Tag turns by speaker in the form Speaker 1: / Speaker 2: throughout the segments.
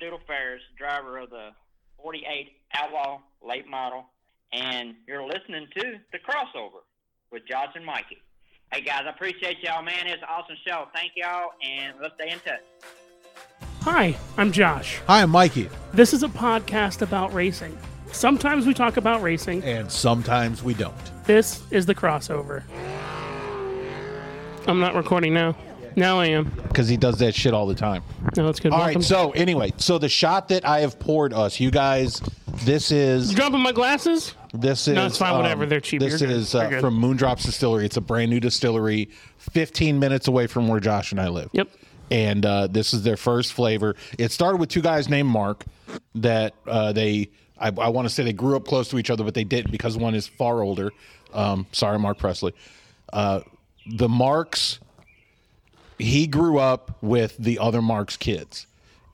Speaker 1: Doodle Ferris, driver of the 48 Outlaw Late Model, and you're listening to The Crossover with Josh and Mikey. Hey guys, I appreciate y'all, man. It's an awesome show. Thank y'all, and let's stay in touch.
Speaker 2: Hi, I'm Josh.
Speaker 3: Hi, I'm Mikey,
Speaker 2: This is a podcast about racing. Sometimes we talk about racing.
Speaker 3: and sometimes we don't.
Speaker 2: This is the crossover. I'm not recording now. Now I am.
Speaker 3: Because he does that shit all the time.
Speaker 2: No, it's good.
Speaker 3: All
Speaker 2: Welcome.
Speaker 3: right, so anyway, so the shot that I have poured us, you guys, this is
Speaker 2: Dropping my glasses?
Speaker 3: This is um,
Speaker 2: No, it's fine, whatever, they're cheap,
Speaker 3: This
Speaker 2: you're good,
Speaker 3: is
Speaker 2: you're
Speaker 3: uh,
Speaker 2: good.
Speaker 3: from Moondrops Distillery. It's a brand new distillery, 15 minutes away from where Josh and I live.
Speaker 2: Yep.
Speaker 3: And uh, this is their first flavor. It started with two guys named Mark that uh, they I, I want to say they grew up close to each other, but they didn't because one is far older. Um, sorry, Mark Presley. Uh, the Marks he grew up with the other Mark's kids.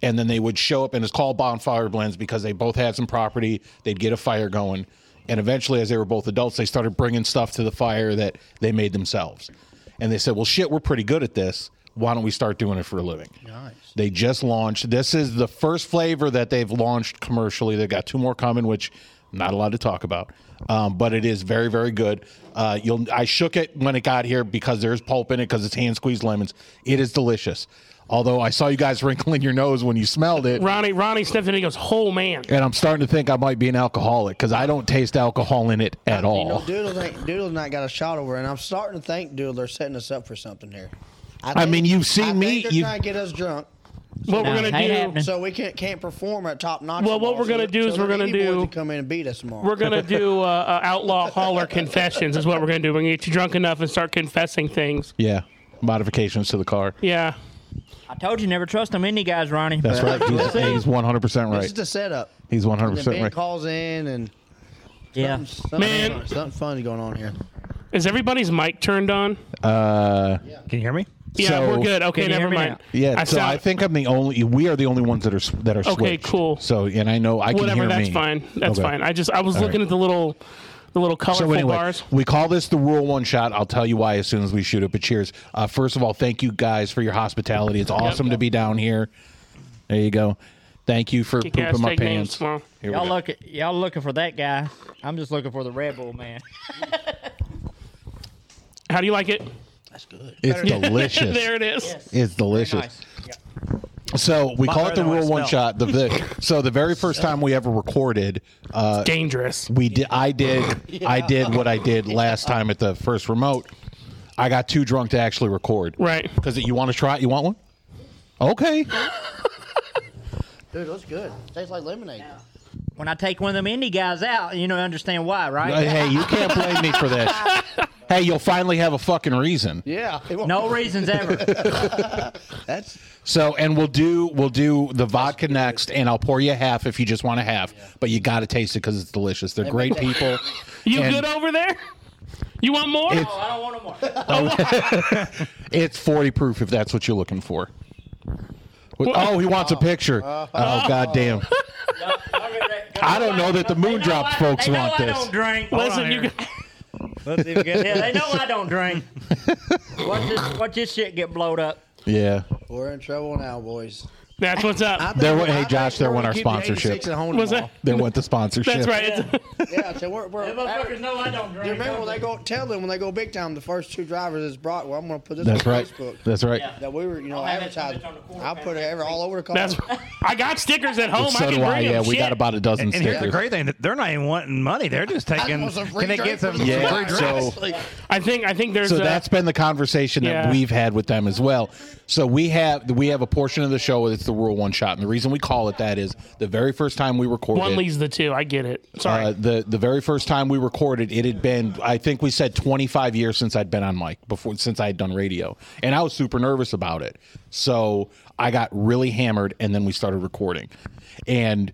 Speaker 3: And then they would show up, and it's called Bonfire Blends because they both had some property. They'd get a fire going. And eventually, as they were both adults, they started bringing stuff to the fire that they made themselves. And they said, Well, shit, we're pretty good at this. Why don't we start doing it for a living? Nice. They just launched. This is the first flavor that they've launched commercially. They've got two more coming, which I'm not allowed to talk about, um, but it is very, very good. Uh, you'll I shook it when it got here because there's pulp in it because it's hand squeezed lemons. It is delicious. Although I saw you guys wrinkling your nose when you smelled it,
Speaker 2: Ronnie, Ronnie sniffed it and he goes, oh man.
Speaker 3: and I'm starting to think I might be an alcoholic because I don't taste alcohol in it at
Speaker 4: You know,
Speaker 3: all.
Speaker 4: Doodle ain't, Doodle's not got a shot over, and I'm starting to think Doodle they're setting us up for something here.
Speaker 3: I mean, you've seen
Speaker 4: I
Speaker 3: me,
Speaker 4: Think they're
Speaker 3: you-
Speaker 4: trying to get us drunk,
Speaker 2: What we're
Speaker 5: No,
Speaker 2: going
Speaker 5: it ain't
Speaker 2: to do,
Speaker 5: happening.
Speaker 4: so we can't can't perform at top notch.
Speaker 2: Well, what
Speaker 4: tomorrow,
Speaker 2: we're gonna
Speaker 4: so-
Speaker 2: do is
Speaker 4: so
Speaker 2: we're
Speaker 4: the
Speaker 2: gonna
Speaker 4: Eagle Boys
Speaker 2: do-
Speaker 4: can come in and beat us tomorrow.
Speaker 2: we're going to do uh, uh, outlaw hauler confessions is what we're going to do. We're going to get you drunk enough and start confessing things.
Speaker 3: Yeah, modifications to the car.
Speaker 2: Yeah.
Speaker 5: I told you never trust them indie guys, Ronnie.
Speaker 3: That's right. He's, he's 100 percent
Speaker 4: this is
Speaker 3: right.
Speaker 4: the setup.
Speaker 3: He's 100
Speaker 4: And then Ben
Speaker 3: percent right.
Speaker 4: calls in, and
Speaker 5: Yeah.
Speaker 4: something,
Speaker 2: Man.
Speaker 4: something fun's going on here.
Speaker 2: Is everybody's mic turned on?
Speaker 3: Uh,
Speaker 5: Can you hear me?
Speaker 2: Yeah,
Speaker 3: So-
Speaker 2: we're good. Okay,
Speaker 5: Can you hear
Speaker 2: never
Speaker 5: me
Speaker 2: mind.
Speaker 5: now?
Speaker 3: yeah, so
Speaker 2: sound-
Speaker 3: I think I'm the only. We are the only ones that are s- that are
Speaker 2: Okay,
Speaker 3: switched.
Speaker 2: cool.
Speaker 3: So, and I know I can
Speaker 2: whatever.
Speaker 3: hear
Speaker 2: That's
Speaker 3: me.
Speaker 2: fine. That's
Speaker 3: Okay.
Speaker 2: fine. I just I was looking
Speaker 3: right.
Speaker 2: at the little the little colorful
Speaker 3: So anyway,
Speaker 2: bars.
Speaker 3: we call this the Rule One Shot. I'll tell you why as soon as we shoot it. But cheers! Uh, first of all, thank you guys for your hospitality. It's awesome to be down here. There you go. Thank you for
Speaker 2: Kick-ass,
Speaker 3: pooping my
Speaker 2: take names
Speaker 3: pants.
Speaker 2: tomorrow.
Speaker 3: Here we
Speaker 5: Y'all
Speaker 3: go.
Speaker 5: look y'all looking for that guy. I'm just looking for the Red Bull man.
Speaker 2: How do you like it?
Speaker 4: That's good.
Speaker 3: it's delicious.
Speaker 2: there it is.
Speaker 3: It's delicious.
Speaker 5: Nice.
Speaker 3: So we call it the
Speaker 5: brother
Speaker 3: Rule
Speaker 5: wants
Speaker 3: One
Speaker 5: milk.
Speaker 3: Shot. The, the so the very first time we ever recorded, uh,
Speaker 2: Dangerous.
Speaker 3: we did i did i did what i did last time at the first remote i got too drunk to actually record
Speaker 2: Right.
Speaker 3: because you want to try it you want one okay
Speaker 4: Dude, that's good. Tastes like lemonade.
Speaker 5: When I take one of them indie guys out, you know, understand why,
Speaker 3: Uh,
Speaker 5: right?
Speaker 3: hey you can't blame me for this hey you'll finally have a fucking reason
Speaker 4: Yeah.
Speaker 5: No reasons ever.
Speaker 4: That's
Speaker 3: so and we'll do we'll do the vodka next and i'll pour you half if you just want a half but you gotta taste it because it's delicious they're great people
Speaker 2: You
Speaker 3: And
Speaker 2: good over there? You want more?
Speaker 3: It's-
Speaker 5: Oh, I don't want no more.
Speaker 3: it's 40 proof if that's what you're looking for oh he wants a picture oh
Speaker 2: Uh-huh.
Speaker 3: god damn I don't know that the moon drops folks
Speaker 5: they know
Speaker 3: want
Speaker 5: I
Speaker 3: this.
Speaker 5: don't drink.
Speaker 2: Listen, you got-
Speaker 5: yeah, they know I don't drink. Watch this, watch this shit get blowed up.
Speaker 3: Yeah.
Speaker 4: we're in trouble now, boys.
Speaker 2: that's what's
Speaker 4: I
Speaker 2: up.
Speaker 4: think-
Speaker 3: There wa-
Speaker 4: I
Speaker 3: hey,
Speaker 4: think
Speaker 3: Josh, there
Speaker 4: we're
Speaker 3: went
Speaker 4: gonna
Speaker 3: our
Speaker 4: keep the
Speaker 3: sponsorship.
Speaker 4: 86 at home
Speaker 2: Was
Speaker 4: tomorrow.
Speaker 3: They want the sponsorship.
Speaker 2: That's right. It's,
Speaker 4: Yeah, so we're, we're
Speaker 5: They motherfuckers know I don't drink.
Speaker 4: You remember when they go tell them when they go big time, the first two drivers is brought. Well, I'm gonna put this
Speaker 3: That's
Speaker 4: on
Speaker 3: right.
Speaker 4: Facebook.
Speaker 3: That's right.
Speaker 5: Yeah.
Speaker 4: That we were, you know,
Speaker 5: I'll have that
Speaker 4: advertising.
Speaker 5: bitch on the corner,
Speaker 4: I'll
Speaker 5: man.
Speaker 4: put it ever all over the car.
Speaker 2: that's. I got stickers at home. I
Speaker 3: So
Speaker 2: can
Speaker 3: do I.
Speaker 2: bring
Speaker 3: Yeah,
Speaker 2: them.
Speaker 3: we
Speaker 2: Shit.
Speaker 3: got about a dozen
Speaker 6: And here's the
Speaker 3: stickers.
Speaker 6: great thing: that they're not even wanting money; they're just
Speaker 4: That
Speaker 6: taking.
Speaker 4: was a free
Speaker 6: Can they
Speaker 4: drink
Speaker 6: get some?
Speaker 4: for the
Speaker 3: Yeah,
Speaker 4: free drink.
Speaker 3: so-
Speaker 2: I think. I think there's.
Speaker 3: So
Speaker 2: a,
Speaker 3: that's been the conversation that
Speaker 2: Yeah.
Speaker 3: we've had with them as well. So we have we have a portion of the show that's the rule one shot, and the reason we call it that is the very first time we recorded.
Speaker 2: one leads the two. I get it. Sorry.
Speaker 3: uh, the the very first time we recorded, it had been I think we said 25 years since I'd been on mic before since I had done radio, and I was super nervous about it. So I got really hammered, and then we started recording. And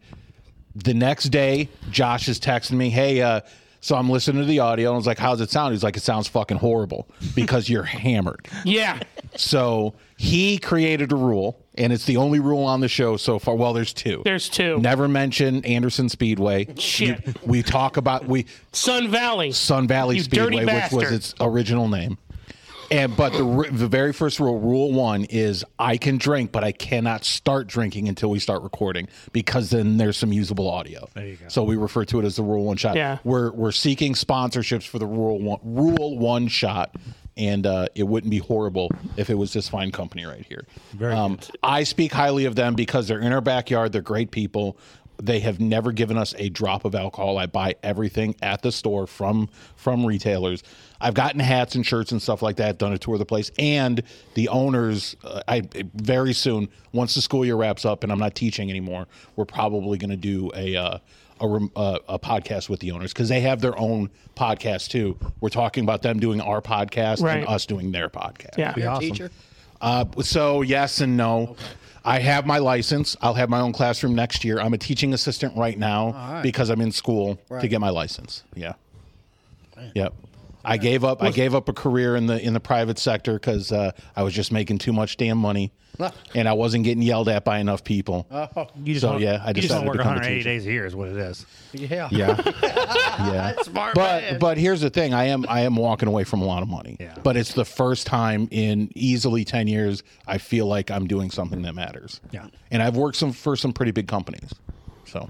Speaker 3: the next day, Josh is texting me, "Hey, uh, so I'm listening to the audio, and I was like, how's it sound?" He's like, "It sounds fucking horrible because you're hammered."
Speaker 2: yeah.
Speaker 3: So he created a rule, and it's the only rule on the show so far. Well, there's two.
Speaker 2: There's two.
Speaker 3: Never mention Anderson Speedway.
Speaker 2: Shit.
Speaker 3: You- we talk about we
Speaker 2: Sun Valley.
Speaker 3: Sun Valley
Speaker 2: You dirty
Speaker 3: Speedway, which was
Speaker 2: bastard.
Speaker 3: its original name. And but the ri- the very first rule, rule one, is I can drink, but I cannot start drinking until we start recording because then there's some usable audio. There you go. So we refer to it as the rule one shot.
Speaker 2: Yeah.
Speaker 3: We're we're seeking sponsorships for the rule one rule one shot. And uh, it wouldn't be horrible if it was this fine company right here. Very um, I speak highly of them because they're in our backyard. They're great people. They have never given us a drop of alcohol. I buy everything at the store from from retailers. I've gotten hats and shirts and stuff like that. Done a tour of the place, and the owners. Uh, I very soon, once the school year wraps up, and I'm not teaching anymore, we're probably going to do a. Uh, a, rem- uh, a podcast with the owners because they have their own podcast too. We're talking about them doing our podcast
Speaker 2: Right.
Speaker 3: and us doing their podcast.
Speaker 2: Yeah.
Speaker 4: You're a teacher.
Speaker 3: Uh, so yes and no. I have my license. I'll have my own classroom next year. I'm a teaching assistant right now because I'm in school to
Speaker 4: Right.
Speaker 3: get my license. Yeah. Yep. I gave up. I gave up a career in the in the private sector because uh, I was just making too much damn money, and I wasn't getting yelled at by enough people.
Speaker 6: You just
Speaker 3: So,
Speaker 6: don't-
Speaker 3: yeah, I
Speaker 6: you just
Speaker 3: decided
Speaker 6: don't
Speaker 3: to
Speaker 6: work
Speaker 3: become a
Speaker 6: 180
Speaker 3: teacher.
Speaker 6: days a year is what it is.
Speaker 4: Yeah.
Speaker 3: Yeah. yeah. but but here's the thing, I am I am walking away from a lot of money.
Speaker 6: Yeah.
Speaker 3: But it's the first time in easily 10 years I feel like I'm doing something that matters.
Speaker 6: Yeah.
Speaker 3: And I've worked some for some pretty big companies. So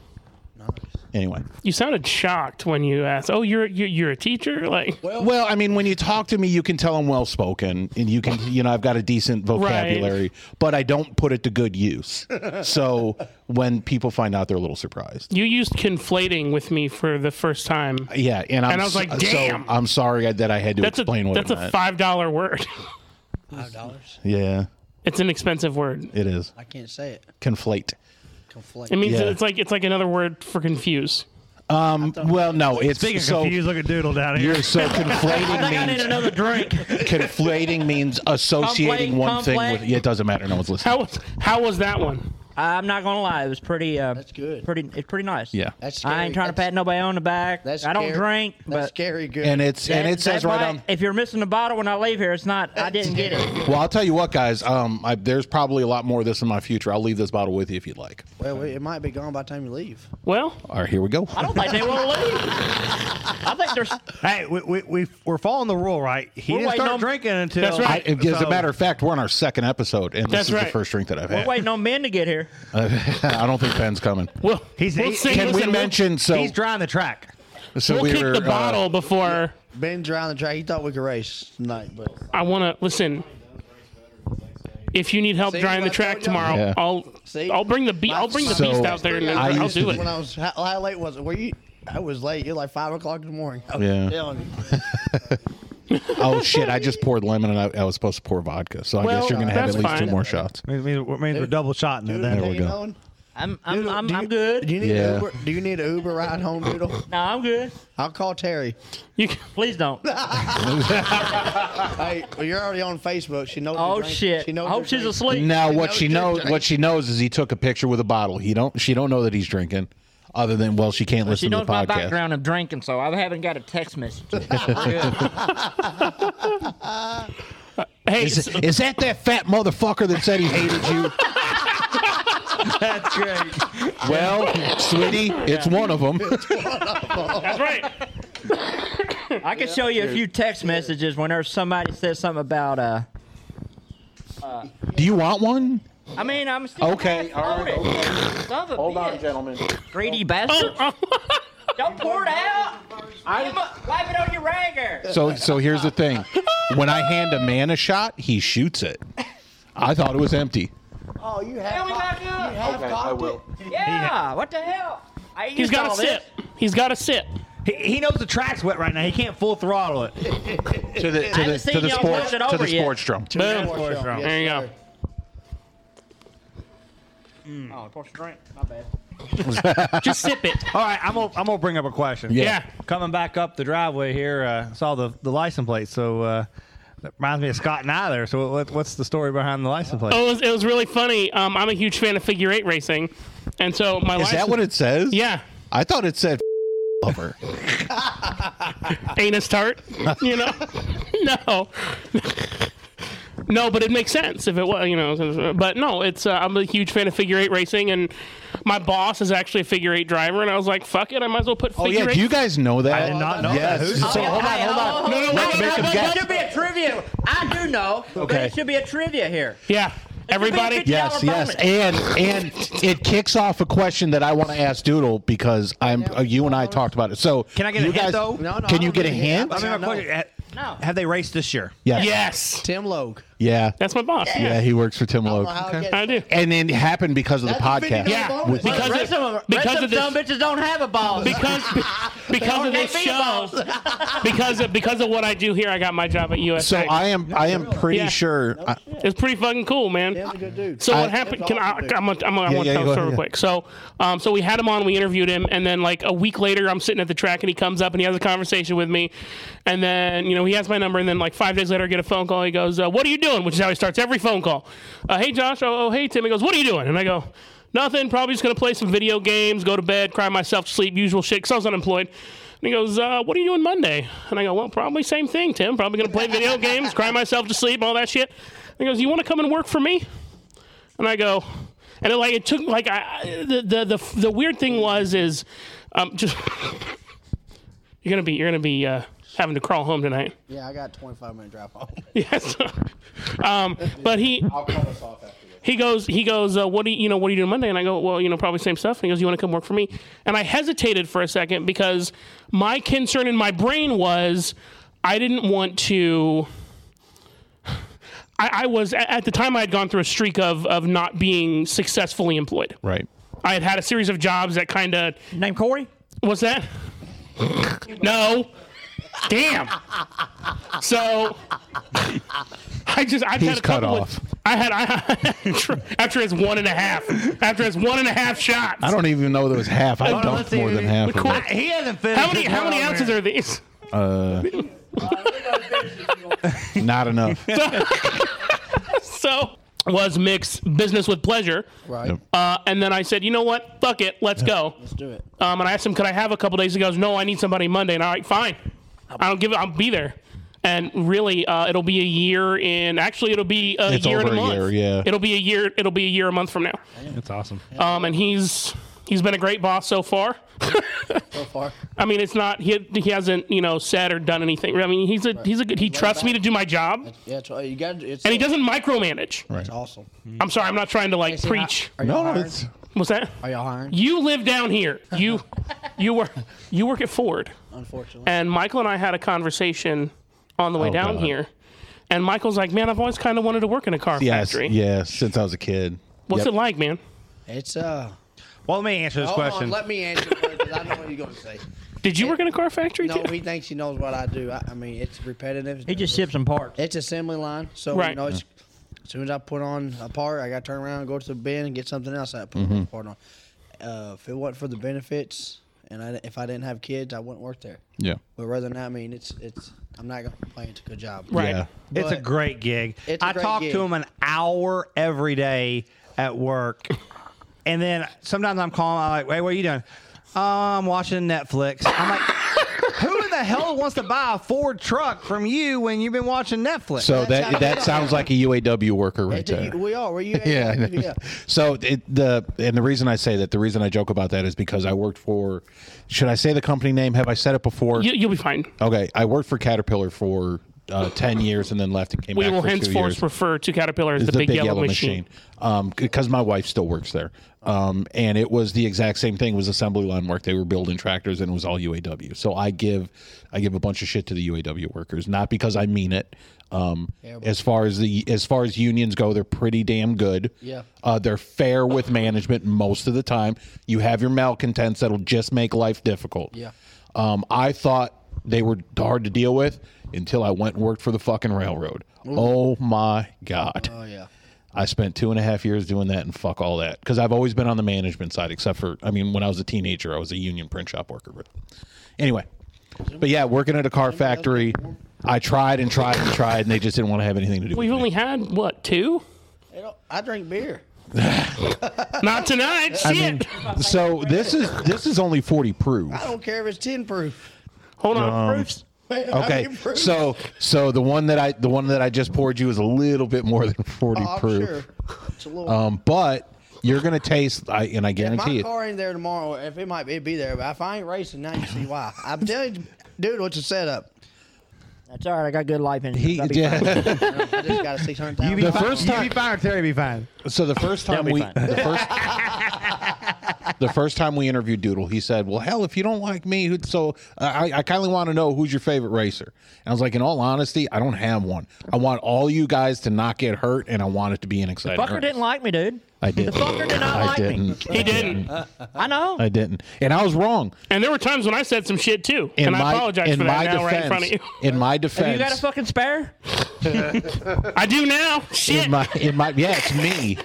Speaker 3: Anyway,
Speaker 2: You sounded shocked when you asked, "Oh, you're you're, you're a teacher?" Like,
Speaker 3: well, I mean, when you talk to me, you can tell I'm well spoken, and you can, you know, I've got a decent vocabulary, but I don't put it to good use. so when people find out, they're a little surprised.
Speaker 2: you used conflating with me for the first time.
Speaker 3: Yeah, and, I'm
Speaker 2: I was
Speaker 3: so-
Speaker 2: like,
Speaker 3: so
Speaker 2: "Damn."
Speaker 3: I'm sorry that I had to
Speaker 2: That's a
Speaker 3: explain what
Speaker 2: that's
Speaker 3: it
Speaker 2: a
Speaker 3: meant.
Speaker 2: five dollar word.
Speaker 4: Five dollars.
Speaker 3: yeah,
Speaker 2: It's an expensive word.
Speaker 3: it is.
Speaker 4: I can't say it.
Speaker 3: conflate.
Speaker 2: It
Speaker 4: Conflate.
Speaker 2: means
Speaker 3: Yeah.
Speaker 2: it's like it's like another word for confuse.
Speaker 3: Well, no, it's
Speaker 6: Speaking of
Speaker 3: so
Speaker 6: confused, look at Doodle down here.
Speaker 3: you're so conflating means
Speaker 5: another drink.
Speaker 3: conflating means associating
Speaker 5: Conflate,
Speaker 3: one thing with
Speaker 5: conflate.
Speaker 3: yeah, it doesn't matter. No one's listening.
Speaker 2: How was how was that one?
Speaker 5: I'm not gonna lie, it was pretty. Uh,
Speaker 4: That's good.
Speaker 5: Pretty. It's pretty nice.
Speaker 3: Yeah.
Speaker 4: That's scary.
Speaker 5: I ain't trying to pat nobody on the back.
Speaker 4: That's
Speaker 5: I don't
Speaker 4: scary.
Speaker 5: drink, but
Speaker 4: That's scary good.
Speaker 3: And it's and
Speaker 5: that-
Speaker 3: it says
Speaker 5: that
Speaker 3: right
Speaker 5: bite-
Speaker 3: on.
Speaker 5: If you're missing a bottle when I leave here, it's not. I didn't get it.
Speaker 3: Well, I'll tell you what, guys. Um, I, there's probably a lot more of this in my future. I'll leave this bottle with you if you'd like.
Speaker 4: well, we- it might be gone by the time you leave.
Speaker 2: Well,
Speaker 3: All right, here we go.
Speaker 5: I don't think they want to leave. I think there's.
Speaker 6: Hey, we, we, we, we're following the rule, right? He
Speaker 5: We're
Speaker 6: didn't
Speaker 5: waiting
Speaker 6: start
Speaker 5: on-
Speaker 6: drinking until.
Speaker 2: That's right.
Speaker 3: I- as
Speaker 6: So-
Speaker 3: a matter of fact, we're on our second episode, and this
Speaker 2: That's
Speaker 3: is the
Speaker 2: right.
Speaker 3: first drink that I've
Speaker 5: We're
Speaker 3: had.
Speaker 5: waiting on men to get here.
Speaker 3: I don't think Ben's coming.
Speaker 2: we'll
Speaker 6: He's-
Speaker 2: we'll
Speaker 6: he-
Speaker 2: sing-
Speaker 3: Can we
Speaker 2: listen, we'll-
Speaker 3: mention so?
Speaker 6: He's drying the track.
Speaker 3: So
Speaker 2: we'll
Speaker 3: we
Speaker 2: kick
Speaker 3: were
Speaker 2: the
Speaker 3: uh,
Speaker 2: bottle before
Speaker 4: Ben drowned the track. He thought we could race tonight, but
Speaker 2: I want to listen. If you need help
Speaker 4: See
Speaker 2: drying the
Speaker 4: what I
Speaker 2: track
Speaker 4: told
Speaker 2: tomorrow,
Speaker 3: y'all? Yeah.
Speaker 2: I'll
Speaker 4: See?
Speaker 2: I'll bring the be- I'll bring the
Speaker 3: So,
Speaker 2: beast out there and
Speaker 3: I
Speaker 2: I'll
Speaker 3: used
Speaker 2: do
Speaker 3: to-
Speaker 2: it.
Speaker 4: when I was how, how late was it? Were you? I was late. You're like five o'clock in the morning. I was
Speaker 3: Yeah.
Speaker 4: telling you.
Speaker 3: Oh shit! I just poured lemon, and I, I was supposed to pour vodka. So I
Speaker 2: Well,
Speaker 3: guess you're gonna have at
Speaker 2: that's
Speaker 3: least two
Speaker 2: fine.
Speaker 3: more shots.
Speaker 6: Means, means, means we're double shotting it
Speaker 4: Dude,
Speaker 6: then.
Speaker 4: do
Speaker 3: we
Speaker 4: you
Speaker 3: go.
Speaker 4: know him?
Speaker 5: I'm. I'm.
Speaker 4: Doodle,
Speaker 5: I'm,
Speaker 4: do
Speaker 5: I'm
Speaker 4: you-
Speaker 5: good.
Speaker 4: Do you need an
Speaker 3: Yeah.
Speaker 4: Uber? Do you need an Uber ride home, Doodle?
Speaker 5: no, I'm good.
Speaker 4: I'll call Terry.
Speaker 2: You can-
Speaker 5: Please don't.
Speaker 4: Hey, well, you're already on Facebook. She knows.
Speaker 5: Oh
Speaker 4: you're drinking.
Speaker 5: shit.
Speaker 4: She knows
Speaker 5: I
Speaker 4: you're
Speaker 5: hope she's
Speaker 4: drinking.
Speaker 5: asleep.
Speaker 3: Now
Speaker 4: She
Speaker 3: what
Speaker 4: knows
Speaker 3: she
Speaker 4: you're
Speaker 3: knows
Speaker 4: drinking.
Speaker 3: what she knows is he took a picture with a bottle. He don't she don't know that he's drinking, other than well she can't
Speaker 5: She
Speaker 3: listen to the
Speaker 5: knows my
Speaker 3: podcast.
Speaker 5: background of drinking, so I haven't got a text message.
Speaker 2: hey,
Speaker 3: Is,
Speaker 2: s-
Speaker 3: is that that fat motherfucker that said he hated you?
Speaker 5: That's great.
Speaker 3: Well, sweetie, it's one of them.
Speaker 2: that's right.
Speaker 5: I can show you a few text messages whenever somebody says something about. uh
Speaker 3: Do you want one?
Speaker 5: I mean, I'm still
Speaker 3: Okay, all right.
Speaker 5: Son of a
Speaker 3: Hold on,
Speaker 5: bitch.
Speaker 3: gentlemen.
Speaker 5: Greedy bastard. Don't pour it out. Emma, wipe it on your ragger.
Speaker 3: So so here's the thing. When I hand a man a shot, he shoots it. I thought it was empty.
Speaker 4: Oh, you
Speaker 5: Fill
Speaker 4: have.
Speaker 5: me back up.
Speaker 4: have cocked it.
Speaker 5: Yeah. What the hell? I
Speaker 2: He's
Speaker 5: used
Speaker 2: got
Speaker 5: all
Speaker 2: a
Speaker 5: this.
Speaker 2: sip. He's got a sip.
Speaker 6: He, he knows the track's wet right now. He can't full throttle it.
Speaker 3: To the to
Speaker 5: haven't
Speaker 3: the
Speaker 5: seen
Speaker 3: to the
Speaker 5: y'all
Speaker 3: sports
Speaker 5: push it
Speaker 3: to
Speaker 5: over
Speaker 3: the
Speaker 5: yet.
Speaker 3: sports drum.
Speaker 2: Boom.
Speaker 4: Yes,
Speaker 2: There you go.
Speaker 4: sir.
Speaker 5: Oh, pour some drink. My bad.
Speaker 2: Just sip it.
Speaker 6: All right, I'm gonna I'm gonna bring up a question.
Speaker 3: Yeah.
Speaker 2: Yeah.
Speaker 6: coming back up the driveway here, uh, saw the the license plate. So uh, that reminds me of Scott and I there. So what, what's the story behind the license plate?
Speaker 2: It was it was really funny. Um, I'm a huge fan of figure eight racing, and so my
Speaker 3: Is that what it says?
Speaker 2: Yeah,
Speaker 3: I thought it said lover.
Speaker 2: anus tart. You know, no, No, but it makes sense if it was, you know. But no, it's uh, I'm a huge fan of figure eight racing, and my boss is actually a figure eight driver, and I was like, fuck it, I might as well put
Speaker 3: Oh
Speaker 2: figure
Speaker 3: yeah,
Speaker 2: eight.
Speaker 3: do you guys know that?
Speaker 6: I did not know
Speaker 3: Yes.
Speaker 6: that. Who's-
Speaker 3: So hold on, hold on.
Speaker 5: No, no,
Speaker 3: Let's
Speaker 5: no,
Speaker 3: make
Speaker 5: no,
Speaker 3: him
Speaker 5: no,
Speaker 3: guess.
Speaker 5: It should be a trivia. I do know. But
Speaker 3: Okay.
Speaker 5: it should be a trivia here.
Speaker 2: yeah, everybody.
Speaker 5: big deal.
Speaker 3: Yes, yes,
Speaker 5: bonus.
Speaker 3: and and it kicks off a question that I want to ask Doodle because I'm uh, you and I talked about it. So
Speaker 6: Can I get a
Speaker 3: you
Speaker 6: hint, though?
Speaker 4: No, no,
Speaker 3: can
Speaker 4: I
Speaker 3: you
Speaker 4: don't
Speaker 3: get a
Speaker 4: need a hint.
Speaker 3: hint?
Speaker 4: I mean,
Speaker 6: I mean, my
Speaker 4: No.
Speaker 6: question, ha-
Speaker 5: No.
Speaker 6: Have they raced this year?
Speaker 3: Yes.
Speaker 2: Yes,
Speaker 4: Tim Logue.
Speaker 3: Yeah.
Speaker 2: that's my boss.
Speaker 3: Yeah,
Speaker 2: Yeah,
Speaker 3: he works for Tim Logue.
Speaker 4: How it
Speaker 2: I
Speaker 4: gets-
Speaker 2: do.
Speaker 3: And it happened because of the
Speaker 4: That's a
Speaker 3: podcast.
Speaker 4: $50
Speaker 2: Yeah,
Speaker 4: bonus.
Speaker 2: because
Speaker 5: Rest
Speaker 2: it-
Speaker 5: of them,
Speaker 2: because
Speaker 5: rest
Speaker 2: of
Speaker 5: of
Speaker 2: this-
Speaker 5: dumb bitches don't have a ball.
Speaker 2: because because of
Speaker 5: They
Speaker 2: this
Speaker 5: feed
Speaker 2: show, because of, because of what I do here, I got my job at US.
Speaker 3: So I am I am pretty
Speaker 2: Yeah.
Speaker 3: sure I,
Speaker 2: it's pretty fucking cool, man.
Speaker 4: Tim's a good dude.
Speaker 2: So
Speaker 3: I-
Speaker 2: what happened? Can I? I'm gonna, I'm gonna, I
Speaker 3: Yeah,
Speaker 2: want
Speaker 3: yeah,
Speaker 2: to tell
Speaker 3: go ahead,
Speaker 2: so real
Speaker 3: yeah.
Speaker 2: quick. So, um, so we had him on, we interviewed him, and then like a week later, I'm sitting at the track, and he comes up and he has a conversation with me, and then you know he has my number, and then like five days later, I get a phone call. He goes, uh, "What are you doing?" Which is how he starts every phone call. Uh, hey Josh, oh, oh hey Tim. He goes, "What are you doing?" And I go. Nothing. Probably just gonna play some video games, go to bed, cry myself to sleep, usual shit. Cause I was unemployed. And he goes, uh, "What are you doing Monday?" And I go, "Well, probably same thing, Tim. Probably gonna play video games, cry myself to sleep, all that shit." And he goes, "You want to come and work for me?" and I go, and it, like it took like I I- the the the, the weird thing was is, um, just you're gonna be you're gonna be uh, having to crawl home tonight.
Speaker 4: Yeah, I got 25 minute drop off.
Speaker 2: Yes. um, but he he goes he goes uh, what do you, you know what do you do Monday and I go well you know probably same stuff and he goes you want to come work for me and I hesitated for a second because my concern in my brain was I didn't want to. I, I was at at the time I had gone through a streak of of not being successfully employed.
Speaker 3: right.
Speaker 2: I had had a series of jobs that kind of
Speaker 5: Name Corey?
Speaker 2: What's that? no. Damn. So I just I've had
Speaker 3: He's
Speaker 2: a
Speaker 3: cut
Speaker 2: couple
Speaker 3: off.
Speaker 2: Of, I had I, after his one and a half after his one and a half shots.
Speaker 3: I don't even know there was half. I
Speaker 6: on, let's
Speaker 3: dumped
Speaker 6: see.
Speaker 3: more than half. Of
Speaker 2: Cool.
Speaker 3: it.
Speaker 6: He hasn't finished.
Speaker 2: How many how many ounces are these?
Speaker 3: Uh, Not enough.
Speaker 2: So was mixed business with pleasure.
Speaker 4: Right.
Speaker 2: Uh, and then I said, you know what? Fuck it, let's go.
Speaker 4: Let's do it.
Speaker 2: Um, and I asked him, could I have a couple days? He goes, no, I need somebody Monday. And I'm like, fine. I don't give it. I'll be there. And really, uh, it'll be a year in. Actually, it'll be a
Speaker 3: It's
Speaker 2: year and a
Speaker 3: over a
Speaker 2: month.
Speaker 3: year, yeah.
Speaker 2: It'll be a year. It'll be a year a month from now.
Speaker 6: That's awesome.
Speaker 2: Um, and he's he's been a great boss so far.
Speaker 4: So far.
Speaker 2: I mean, it's not he he hasn't you know said or done anything. I mean, he's a he's a good. He trusts me to do my job, and
Speaker 4: Yeah, it's, you got it's,
Speaker 2: he doesn't micromanage.
Speaker 3: Right.
Speaker 4: awesome.
Speaker 2: I'm sorry, I'm not trying to like
Speaker 4: Is he
Speaker 2: preach.
Speaker 4: hi- Are y'all
Speaker 3: No,
Speaker 4: hiring?
Speaker 3: it's
Speaker 2: What's that?
Speaker 4: Are y'all hiring?
Speaker 2: You live down here. You you work you work at Ford.
Speaker 4: Unfortunately.
Speaker 2: and Michael and I had a conversation on the way
Speaker 3: Oh,
Speaker 2: down
Speaker 3: God.
Speaker 2: here. And Michael's like, "Man, I've always kind of wanted to work in a car
Speaker 3: yes,
Speaker 2: factory.
Speaker 3: yeah. Since I was a kid.
Speaker 2: What's
Speaker 3: Yep.
Speaker 2: it like, man?
Speaker 4: It's uh.
Speaker 6: Well, let me answer this
Speaker 4: Hold
Speaker 6: question.
Speaker 4: on, let me answer because I know what you're gonna say.
Speaker 2: Did you work in a car factory
Speaker 4: No,
Speaker 2: too?
Speaker 4: he thinks he knows what I do. I, I mean, it's repetitive.
Speaker 5: He just ships some parts.
Speaker 4: It's assembly line, so
Speaker 2: Right.
Speaker 4: you know. It's, as soon as I put on a part, I got to turn around, and go to the bin, and get something else. I put
Speaker 3: Mm-hmm.
Speaker 4: the part on. Uh, if it wasn't for the benefits, and I, if I didn't have kids, I wouldn't work there.
Speaker 3: Yeah.
Speaker 4: But rather than that, I mean, it's it's. I'm not gonna complain. It's a good job.
Speaker 2: Right.
Speaker 3: Yeah.
Speaker 6: It's a
Speaker 4: But-
Speaker 6: great gig.
Speaker 4: It's a
Speaker 6: I
Speaker 4: great
Speaker 6: talk
Speaker 4: gig.
Speaker 6: to him an hour every day at work, and then sometimes I'm calling. I'm like, "Hey, what are you doing?" "Uh, I'm watching Netflix. I'm like, "Who in the hell wants to buy a Ford truck from you when you've been watching Netflix?"
Speaker 3: So
Speaker 4: That's
Speaker 3: that
Speaker 4: how-
Speaker 3: that sounds like a UAW worker right
Speaker 4: It's a-
Speaker 3: there.
Speaker 4: we are. Were you?
Speaker 3: yeah. I know.
Speaker 4: yeah.
Speaker 3: So it, the and the reason I say that, the reason I joke about that is because I worked for. Should I say the company name? Have I said it before?
Speaker 2: You, you'll be fine.
Speaker 3: okay, I worked for Caterpillar for uh, ten years and then left and came
Speaker 2: We
Speaker 3: back
Speaker 2: will
Speaker 3: for two
Speaker 2: henceforth
Speaker 3: years.
Speaker 2: refer to Caterpillar as the,
Speaker 3: It's
Speaker 2: big, yellow, machine.
Speaker 3: because Um, my wife still works there um, and it was the exact same thing it was assembly line work they were building tractors and it was all uaw so i give i give a bunch of shit to the uaw workers not because i mean it um, as far as the as far as unions go they're pretty damn good
Speaker 4: Yeah.
Speaker 3: uh, they're fair with management most of the time you have your malcontents that'll just make life difficult
Speaker 4: Yeah.
Speaker 3: um, I thought they were hard to deal with until I went and worked for the fucking railroad. Oh my god!
Speaker 4: Oh yeah.
Speaker 3: I spent two and a half years doing that and fuck all that because I've always been on the management side, except for I mean, when I was a teenager, I was a union print shop worker. But anyway, but yeah, working at a car factory, I tried and tried and tried, and they just didn't want to have anything to do. with
Speaker 2: We've
Speaker 3: me.
Speaker 2: only had what two?
Speaker 4: You know, I drink beer.
Speaker 2: Not tonight. Shit.
Speaker 3: so this is this is only forty proof.
Speaker 4: I don't care if it's ten proof.
Speaker 2: Hold on.
Speaker 3: um,
Speaker 5: Proofs.
Speaker 4: way. I
Speaker 3: Okay,
Speaker 4: mean, proof.
Speaker 3: so so the one that I the one that I just poured you is a little bit more than forty
Speaker 4: Oh, I'm
Speaker 3: proof.
Speaker 4: sure. It's a little.
Speaker 3: Um, but you're gonna taste, I, and I guarantee
Speaker 4: my
Speaker 3: it.
Speaker 4: car ain't there tomorrow. If it might be, it'd be there. But if I ain't racing, now you see why. I'm telling you, dude, what's the setup?
Speaker 5: That's all right. I got good life insurance.
Speaker 3: He,
Speaker 5: I'll be fine.
Speaker 3: yeah.
Speaker 4: I just got a six hundred thousand.
Speaker 3: be The first
Speaker 6: you
Speaker 3: time-
Speaker 6: be fine or Terry be fine.
Speaker 3: So the first time
Speaker 5: be
Speaker 3: we
Speaker 5: fine.
Speaker 3: the first the first time we interviewed Doodle, he said, "Well, hell, if you don't like me, who, so uh, I, I kindly want to know who's your favorite racer." And I was like, "In all honesty, I don't have one. I want all you guys to not get hurt, and I want it to be an exciting."
Speaker 5: fucker
Speaker 3: race."
Speaker 5: didn't like me, dude.
Speaker 3: I didn't.
Speaker 5: The fucker did not
Speaker 3: I
Speaker 5: like me.
Speaker 3: didn't.
Speaker 2: He didn't.
Speaker 5: I know.
Speaker 3: I didn't, and I was wrong.
Speaker 2: And there were times when I said some shit too.
Speaker 3: In
Speaker 2: and
Speaker 3: my,
Speaker 2: I apologize
Speaker 3: in
Speaker 2: for
Speaker 3: my
Speaker 2: that now
Speaker 3: defense,
Speaker 2: right in front of you.
Speaker 3: In my
Speaker 5: you
Speaker 3: defense,
Speaker 5: got a fucking spare?
Speaker 2: I do now. Shit.
Speaker 3: in my, in my, yeah, it's me.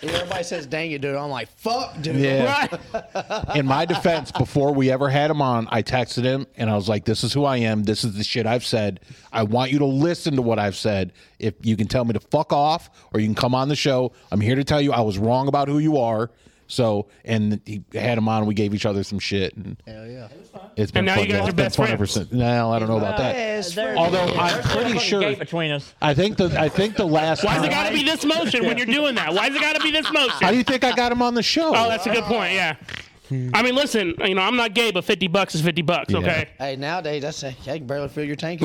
Speaker 4: Everybody says, "Dang it, dude!" I'm like, "Fuck, dude."
Speaker 3: Yeah.
Speaker 2: Right.
Speaker 3: in my defense, before we ever had him on, I texted him and I was like, "This is who I am. This is the shit I've said. I want you to listen to what I've said. If you can tell me to fuck off, or you can come on the show, I'm here to tell you I was wrong about who you are." So, and he had him on. We gave each other some shit, and
Speaker 4: Hell Oh, yeah.
Speaker 3: it's been
Speaker 2: now
Speaker 3: fun.
Speaker 2: you guys are
Speaker 3: yeah, it's been
Speaker 2: best
Speaker 3: fun
Speaker 2: friends.
Speaker 3: ever since. No, I don't know about that.
Speaker 4: Best
Speaker 5: There-
Speaker 4: friend.
Speaker 3: Although I'm
Speaker 5: there's still a
Speaker 3: pretty
Speaker 5: fucking
Speaker 3: sure-
Speaker 5: gate between us.
Speaker 3: I think the I think the last.
Speaker 2: Why's it
Speaker 3: time-
Speaker 2: got to be this motion when you're doing that? Why's it got to be this motion?
Speaker 3: How do you think I got him on the show?
Speaker 2: oh, that's a good point. Yeah. I mean, listen. You know, I'm not gay, but 50 bucks is 50 bucks. Okay.
Speaker 4: Hey, nowadays that's a, I can barely fill your tank.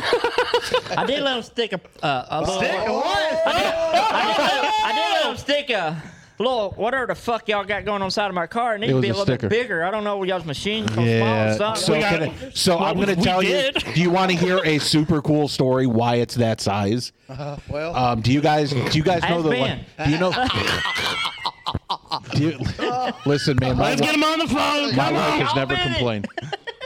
Speaker 5: I did let him stick a, uh, a little. Stick I did let him stick a little. Whatever the fuck y'all got going on the side of my car, it needs
Speaker 3: It
Speaker 5: to
Speaker 3: was
Speaker 5: be a
Speaker 3: a
Speaker 5: little
Speaker 3: sticker.
Speaker 5: bit bigger. I don't know y'all's machine so
Speaker 3: Yeah.
Speaker 5: Oh, small. or
Speaker 3: So,
Speaker 5: something.
Speaker 2: We got-
Speaker 3: can I- so I'm
Speaker 2: Well,
Speaker 3: going to
Speaker 2: we
Speaker 3: tell
Speaker 2: did.
Speaker 3: you. Do you want to hear a super cool story? Why it's that size?
Speaker 4: well,
Speaker 3: Um, do you guys? Do you guys know
Speaker 5: Ask
Speaker 3: the?
Speaker 5: Ben.
Speaker 3: Like, do you know? do you, listen, man. My,
Speaker 2: Let's get him on the phone.
Speaker 3: my
Speaker 2: Come
Speaker 3: wife
Speaker 2: on.
Speaker 3: has never
Speaker 5: Ben.
Speaker 3: complained.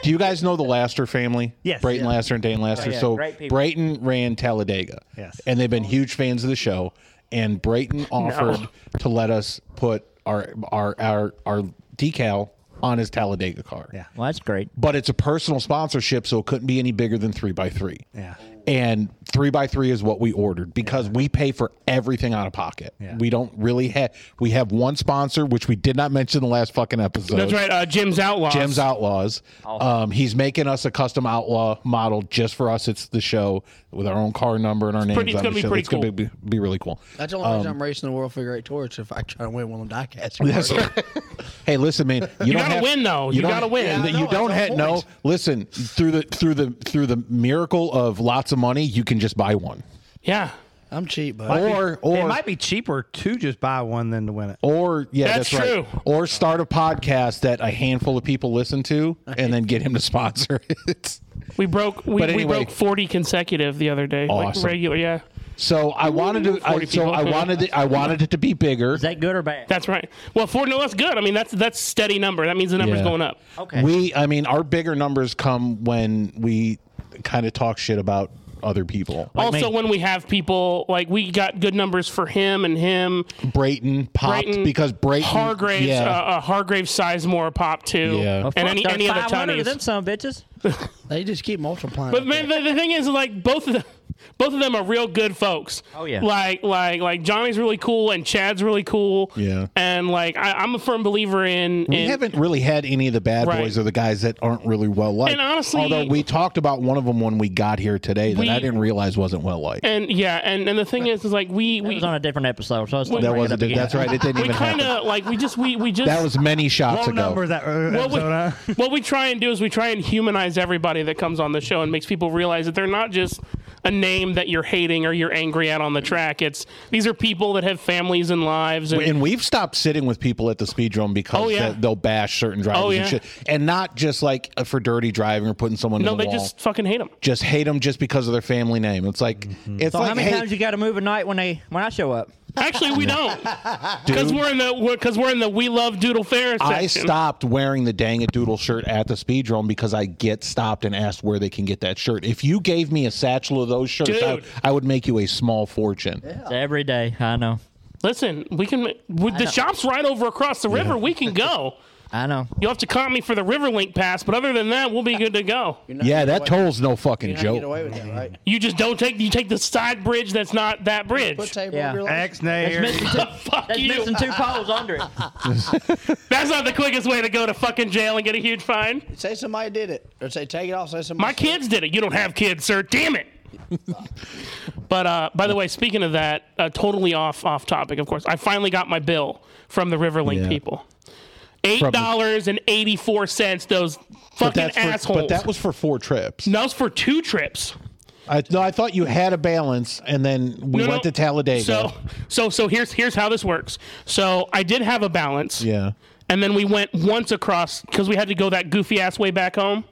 Speaker 3: Do you guys know the Laster family?
Speaker 6: Yes.
Speaker 3: Brayton Laster and Dane Laster.
Speaker 5: Oh, yeah,
Speaker 3: so
Speaker 5: great people.
Speaker 3: Brayton ran Talladega.
Speaker 6: Yes.
Speaker 3: And they've been huge fans of the show. And Brayton offered to let us put our our our our decal on his Talladega car
Speaker 6: Yeah.
Speaker 5: Well, that's great.
Speaker 3: but it's a personal sponsorship, so it couldn't be any bigger than three by three.
Speaker 6: Yeah.
Speaker 3: And three by three is what we ordered because we pay for everything out of pocket.
Speaker 6: Yeah.
Speaker 3: We don't really have. We have one sponsor, which we did not mention in the last fucking episode.
Speaker 2: That's right. Uh, Jim's outlaw.
Speaker 3: Jim's Outlaws. Um, he's making us a custom outlaw model just for us. It's the show with our own car number and our names
Speaker 2: pretty- it's
Speaker 3: on
Speaker 2: gonna
Speaker 3: the
Speaker 2: be
Speaker 3: show.
Speaker 2: pretty
Speaker 3: It's gonna be, be really cool.
Speaker 4: that's the only reason I'm racing the World Figure Eight Tour is if I try to win one of them diecasts.
Speaker 3: Um, That's right. hey, listen, man. You, don't
Speaker 2: gotta
Speaker 3: have-
Speaker 2: win, though. You
Speaker 3: don't-
Speaker 2: gotta win.
Speaker 4: Yeah, I know,
Speaker 3: you don't
Speaker 4: that's
Speaker 3: have
Speaker 4: the
Speaker 3: no.
Speaker 4: point.
Speaker 3: Listen, through the through the through the miracle of lots of money, you can just buy one.
Speaker 2: Yeah.
Speaker 4: I'm cheap, but
Speaker 3: Or or
Speaker 6: it might be cheaper to just buy one than to win it.
Speaker 3: or yeah,
Speaker 2: That's
Speaker 3: that's,
Speaker 2: true.
Speaker 3: right. Or start a podcast that a handful of people listen to, and then get him to sponsor it.
Speaker 2: We broke. We,
Speaker 3: But
Speaker 2: we
Speaker 3: anyway.
Speaker 2: broke 40 consecutive the other day. Like
Speaker 3: Awesome.
Speaker 2: regular. Yeah.
Speaker 3: So I wanted to. I,
Speaker 2: 40
Speaker 3: so I
Speaker 2: people.
Speaker 3: wanted. It, I wanted it to be bigger.
Speaker 5: Is that good or bad?
Speaker 2: That's right. Well, 40. No, that's good. I mean, that's that's steady number. That means the number's
Speaker 3: Yeah.
Speaker 2: going up.
Speaker 5: okay.
Speaker 3: We. I mean, our bigger numbers come when we kind of talk shit about other people.
Speaker 2: also,
Speaker 6: me.
Speaker 2: when we have people like we got good numbers for him and him,
Speaker 3: Brayton popped
Speaker 2: Brayton,
Speaker 3: because Brayton
Speaker 2: Hargraves,
Speaker 3: Yeah.
Speaker 2: uh, uh, Hargraves, Sizemore pop too,
Speaker 3: Yeah. Well,
Speaker 2: and any
Speaker 5: Fuck,
Speaker 2: any other
Speaker 5: 500 of them
Speaker 2: Tonys.
Speaker 5: some bitches.
Speaker 4: they just keep multiplying.
Speaker 2: But man, the, the thing is, like both of them, both of them are real good folks.
Speaker 5: Oh, yeah.
Speaker 2: Like like like Johnny's really cool and Chad's really cool.
Speaker 3: Yeah.
Speaker 2: And like I, I'm a firm believer in.
Speaker 3: we
Speaker 2: in
Speaker 3: haven't really had any of the bad
Speaker 2: Right.
Speaker 3: boys or the guys that aren't really well liked.
Speaker 2: And honestly-
Speaker 3: although we talked about one of them when we got here today that
Speaker 2: We-
Speaker 3: I didn't realize wasn't well liked.
Speaker 2: and yeah, and, and the thing is, is like we
Speaker 5: It
Speaker 2: we
Speaker 5: was on a different episode, so it's
Speaker 2: That
Speaker 3: That was a, that's right. It didn't
Speaker 2: we
Speaker 3: even
Speaker 2: kind
Speaker 3: happen.
Speaker 2: of like we just we we just
Speaker 3: That was many shots
Speaker 6: Low
Speaker 3: ago.
Speaker 6: numbers that uh,
Speaker 2: what we,
Speaker 6: episode, huh?
Speaker 2: what we try and do is we try and humanize everybody that comes on the show and makes people realize that they're not just a name that you're hating or you're angry at on the track. It's these are people that have families and lives and,
Speaker 3: and we've stopped sitting with people at the speed drum because
Speaker 2: Oh, yeah.
Speaker 3: they- they'll bash certain drivers
Speaker 2: Oh, yeah.
Speaker 3: and shit, and not just like uh, for dirty driving or putting someone
Speaker 2: no,
Speaker 3: in the
Speaker 2: they
Speaker 3: wall.
Speaker 2: just fucking hate them.
Speaker 3: Just hate them just because of their family name. It's like it's
Speaker 5: Mm-hmm. So
Speaker 3: like
Speaker 5: how many
Speaker 3: hey,
Speaker 5: times you got to move a night when they when I show up?
Speaker 2: Actually, we don't because
Speaker 3: dude,
Speaker 2: we're in the because we're in the we love Doodle Fair section.
Speaker 3: I stopped wearing the dang it doodle shirt at the speed drum because I get stopped and asked where they can get that shirt. If you gave me a satchel of those shirts, I,
Speaker 2: Dude.
Speaker 3: I would make you a small fortune.
Speaker 5: It's every day. I know.
Speaker 2: Listen, we can with the shops right over across the river. We can go.
Speaker 5: I know.
Speaker 2: You'll have to comp me for the Riverlink pass, but other than that, we'll be good to go.
Speaker 4: You're not
Speaker 3: Yeah,
Speaker 4: gonna
Speaker 3: that
Speaker 4: get away-
Speaker 3: toll's no fucking
Speaker 4: You're not gonna get
Speaker 3: joke.
Speaker 4: away with that, right?
Speaker 2: You just don't take you take the side bridge that's not that bridge.
Speaker 4: Put table
Speaker 5: Yeah.
Speaker 4: over your life.
Speaker 6: X nayer.
Speaker 5: Missing two,
Speaker 2: Fuck
Speaker 5: that's
Speaker 2: you.
Speaker 5: missing two poles under it.
Speaker 2: That's not the quickest way to go to fucking jail and get a huge fine.
Speaker 4: Say somebody did it, or say take it off. Say somebody.
Speaker 2: My kids did it. You don't have kids, sir. Damn it. but uh, by the way, speaking of that, uh, totally off off topic, of course. I finally got my bill from the Riverlink
Speaker 3: Yeah.
Speaker 2: people. Eight dollars and eighty four cents. Those fucking
Speaker 3: That's for,
Speaker 2: assholes.
Speaker 3: but that was for four trips.
Speaker 2: that was for two trips.
Speaker 3: I, no, I thought you had a balance, and then we
Speaker 2: No,
Speaker 3: went
Speaker 2: no.
Speaker 3: to Talladega.
Speaker 2: So so so here's here's how this works. So I did have a balance.
Speaker 3: yeah,
Speaker 2: And then we went once across because we had to go that goofy ass way back home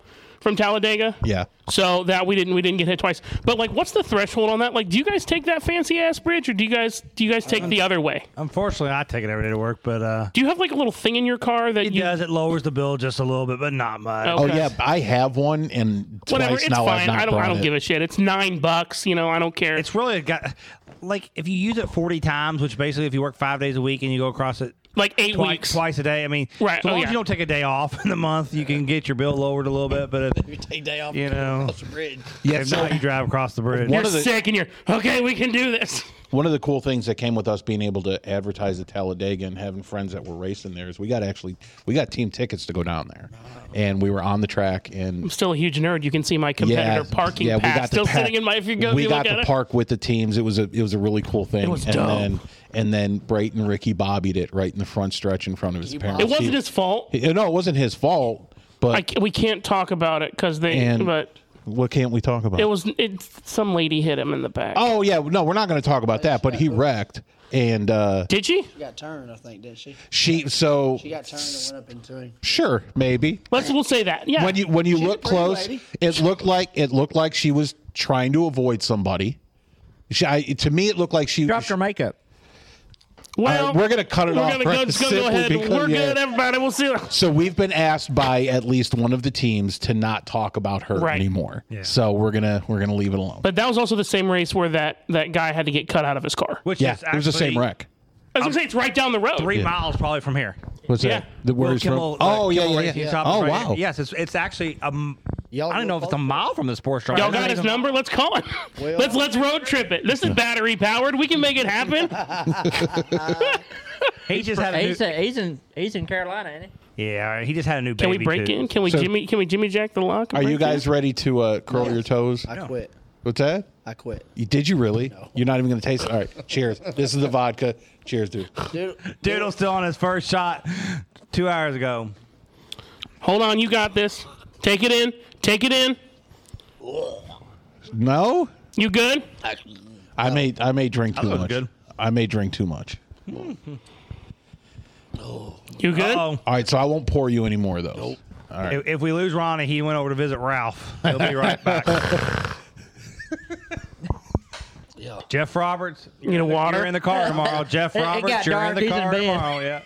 Speaker 2: from Talladega.
Speaker 3: yeah.
Speaker 2: So that we didn't we didn't get hit twice. But like, what's the threshold on that? Like, do you guys take that fancy ass bridge, or do you guys do you guys take the other way?
Speaker 6: Unfortunately, I take it every day to work, but uh,
Speaker 2: Do you have like a little thing in your car that
Speaker 6: it
Speaker 2: you?
Speaker 6: does. It lowers the bill just a little bit, but not much.
Speaker 2: Okay.
Speaker 3: Oh yeah, I have one, and twice
Speaker 2: Whatever, it's
Speaker 3: now I've
Speaker 2: fine.
Speaker 3: not
Speaker 2: I don't. I
Speaker 3: brought
Speaker 2: don't
Speaker 3: it.
Speaker 2: give a shit. It's nine bucks. You know, I don't care.
Speaker 6: It's really a guy. Like if you use it forty times, which basically if you work five days a week and you go across it
Speaker 2: like eight
Speaker 6: twice,
Speaker 2: weeks.
Speaker 6: twice a day, I mean,
Speaker 2: Right,
Speaker 6: As long
Speaker 2: oh,
Speaker 6: as
Speaker 2: yeah.
Speaker 6: you don't take a day off in the month, you can get your bill lowered a little bit. But if,
Speaker 4: You take day off.
Speaker 6: You know.
Speaker 4: across the bridge.
Speaker 3: Yeah,
Speaker 6: if
Speaker 3: so
Speaker 6: not, you drive across the bridge.
Speaker 2: You're
Speaker 3: One of the-
Speaker 2: sick, and you're okay. We can do this.
Speaker 3: one of the cool things that came with us being able to advertise at Talladega and having friends that were racing there is we got actually we got team tickets to go down there, and we were on the track and.
Speaker 2: Still a huge nerd. You can see my competitor parking pass
Speaker 3: to
Speaker 2: still
Speaker 3: pa-
Speaker 2: sitting in my. If you go,
Speaker 3: we
Speaker 2: you
Speaker 3: got
Speaker 2: look
Speaker 3: to
Speaker 2: at it.
Speaker 3: park with the teams. It was a it was a really cool thing.
Speaker 2: was
Speaker 3: and
Speaker 2: dope.
Speaker 3: then and then Brayton Ricky bobbied it right in the front stretch in front of his parents.
Speaker 2: It wasn't
Speaker 3: He-
Speaker 2: his fault.
Speaker 3: he- no, it wasn't his fault. But
Speaker 2: I ca- we can't talk about it because they.
Speaker 3: and
Speaker 2: but
Speaker 3: what can't we talk about?
Speaker 2: it was. It, some lady hit him in the back.
Speaker 3: oh yeah, no, we're not going to talk about that. But he wrecked, and uh,
Speaker 2: Did she?
Speaker 4: She got turned, I think, didn't she?
Speaker 3: she so
Speaker 4: She got turned and went up into him.
Speaker 3: sure maybe
Speaker 2: Let's. We'll say that. Yeah.
Speaker 3: when you when you
Speaker 4: a
Speaker 3: look
Speaker 4: pretty
Speaker 3: close,
Speaker 4: lady.
Speaker 3: it looked like it looked like she was trying to avoid somebody. She, I, to me, it looked like she.
Speaker 5: Dropped her makeup.
Speaker 2: well,
Speaker 3: Uh, we're gonna cut it
Speaker 2: We're
Speaker 3: off.
Speaker 2: gonna go,
Speaker 3: right?
Speaker 2: just go, go
Speaker 3: Simply
Speaker 2: ahead.
Speaker 3: because-
Speaker 2: we're
Speaker 3: yeah.
Speaker 2: good, everybody. We'll see. you-
Speaker 3: So we've been asked by at least one of the teams to not talk about her
Speaker 2: Right.
Speaker 3: anymore. So we're gonna we're gonna leave it alone.
Speaker 2: But that was also the same race where that that guy had to get cut out of his car.
Speaker 6: which
Speaker 3: yeah,
Speaker 6: is
Speaker 3: it was the
Speaker 6: actually
Speaker 3: same wreck.
Speaker 2: I was gonna say it's right down the road.
Speaker 6: Three
Speaker 3: Yeah.
Speaker 6: miles probably from here.
Speaker 3: Was
Speaker 2: Yeah.
Speaker 3: that the
Speaker 6: Will
Speaker 3: where he's from?
Speaker 6: Kimmel, uh,
Speaker 3: Oh yeah,
Speaker 6: Kimmel
Speaker 3: yeah,
Speaker 6: Racing
Speaker 3: yeah.
Speaker 6: Shop is
Speaker 3: Oh
Speaker 6: right
Speaker 3: wow.
Speaker 6: here. Yes, it's it's actually um.
Speaker 4: Y'all
Speaker 6: I don't know if it's a mile from the sports drive.
Speaker 2: Y'all
Speaker 6: I don't
Speaker 2: got his
Speaker 6: even-
Speaker 2: number? Let's call him.
Speaker 4: Well-
Speaker 2: let's let's road trip it. This is battery powered. We can make it happen.
Speaker 6: He just had a new,
Speaker 5: He's, in- he's in he's in Carolina, ain't he?
Speaker 6: yeah. He just had a new
Speaker 2: Can
Speaker 6: baby.
Speaker 2: we break
Speaker 6: too.
Speaker 2: in? Can we
Speaker 3: So-
Speaker 2: Jimmy? Can we Jimmy Jack the lock? and
Speaker 3: Are you
Speaker 2: break in?
Speaker 3: guys ready to uh, curl your toes?
Speaker 4: I quit.
Speaker 3: What's that?
Speaker 4: I quit.
Speaker 3: You- Did you really? You're not even gonna taste it. All right. Cheers. This is the vodka. Cheers, dude.
Speaker 4: Dude,
Speaker 6: Doodle's still on his first shot two hours ago.
Speaker 2: Hold on. You got this. Take it in. Take it in.
Speaker 3: No,
Speaker 2: You good?
Speaker 3: I may I may drink too
Speaker 6: was
Speaker 3: much.
Speaker 6: good.
Speaker 3: I may drink too much.
Speaker 2: You good?
Speaker 6: Oh,
Speaker 3: All right, so I won't pour you any more of those. All right.
Speaker 6: if, if we lose Ronnie, he went over to visit Ralph. He'll be right back. Jeff Roberts,
Speaker 2: You need a
Speaker 6: you're
Speaker 2: water?
Speaker 6: in the car tomorrow. Jeff
Speaker 5: It- it got
Speaker 6: Roberts, you're in
Speaker 5: dark.
Speaker 6: the
Speaker 5: He's in
Speaker 6: car
Speaker 5: bed.
Speaker 6: tomorrow. Yeah,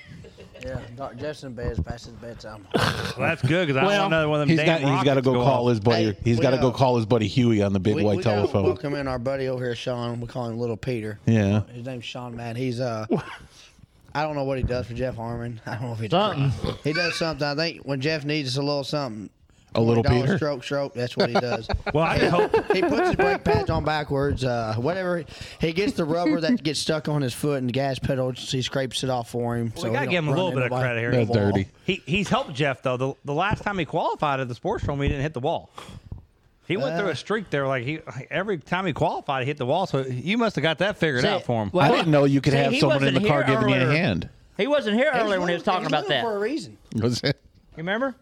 Speaker 4: yeah, Doc Justin Bed's past his bedtime.
Speaker 6: well, that's good because I
Speaker 2: Well,
Speaker 6: want another one of them.
Speaker 3: He's got
Speaker 6: damn
Speaker 3: he's got to
Speaker 6: rockets
Speaker 3: go call
Speaker 6: off.
Speaker 3: his buddy.
Speaker 4: Hey,
Speaker 3: he's
Speaker 4: we
Speaker 3: got to go
Speaker 4: know.
Speaker 3: call his buddy Huey on the big white
Speaker 4: gotta
Speaker 3: telephone.
Speaker 4: Welcome in our buddy over here, Sean. We call him Little Peter.
Speaker 3: Yeah.
Speaker 4: His name's Sean Madden. He's uh, I don't know what he does for Jeff Harmon. I don't know if he
Speaker 5: Something.
Speaker 4: does. He does something. I think when Jeff needs us a little something,
Speaker 3: A little
Speaker 4: $20
Speaker 3: Peter?
Speaker 4: stroke, stroke. That's what he does.
Speaker 6: Well, I just hope
Speaker 4: he puts his brake pads on backwards. Uh, whatever. He gets the rubber that gets stuck on his foot and the gas pedal. He scrapes it off for him.
Speaker 6: we
Speaker 4: he
Speaker 6: gotta
Speaker 4: don't
Speaker 6: give him a
Speaker 4: run
Speaker 6: little
Speaker 4: into
Speaker 6: bit of
Speaker 4: nobody.
Speaker 6: credit here.
Speaker 3: That's dirty.
Speaker 6: He he's helped Jeff though. The, the last time he qualified at the sports room, he didn't hit the wall. He went
Speaker 2: Uh.
Speaker 6: through a streak there. Like he like, every time he qualified, he hit the wall. So you must have got that figured out for him.
Speaker 5: well,
Speaker 3: I didn't know you could
Speaker 5: see,
Speaker 3: have
Speaker 5: he
Speaker 3: someone in the
Speaker 5: wasn't
Speaker 3: car
Speaker 5: here
Speaker 3: giving you a
Speaker 5: earlier.
Speaker 3: hand.
Speaker 5: He wasn't here
Speaker 4: He's
Speaker 5: earlier when he was
Speaker 4: little-
Speaker 5: talking
Speaker 4: he's
Speaker 5: about
Speaker 4: little
Speaker 5: that.
Speaker 4: for a reason.
Speaker 3: Was it?
Speaker 5: You remember?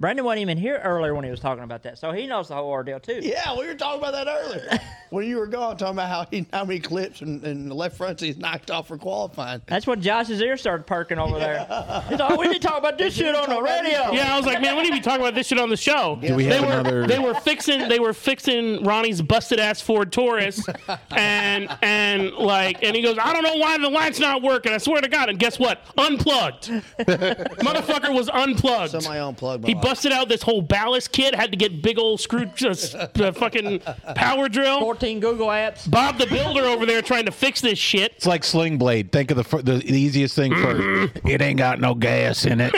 Speaker 5: Brandon wasn't even here earlier when he was talking about that, so he knows the whole ordeal too.
Speaker 4: Yeah, we were talking about that earlier when you were gone, talking about how he, how many clips and, and the left fronts he's knocked off for qualifying.
Speaker 5: That's when Josh's ear started perking over there. He's like, oh, we need to talk about this shit on the radio.
Speaker 2: Yeah, I was like, man, we need to be talking about this shit on the show.
Speaker 3: Do we
Speaker 2: they
Speaker 3: have
Speaker 2: were
Speaker 3: another-
Speaker 2: they were fixing they were fixing Ronnie's busted ass Ford Taurus, and and like and he goes, I don't know why the light's not working. I swear to God. And guess what? Unplugged. Motherfucker was unplugged.
Speaker 4: Somebody unplugged my
Speaker 2: he
Speaker 4: light.
Speaker 2: busted out this whole ballast kit. Had to get big old screw just uh, fucking power drill.
Speaker 5: 14 Google apps.
Speaker 2: Bob the Builder over there trying to fix this shit.
Speaker 3: It's like Sling Blade. Think of the fir- the, the easiest thing first. it ain't got no gas in it.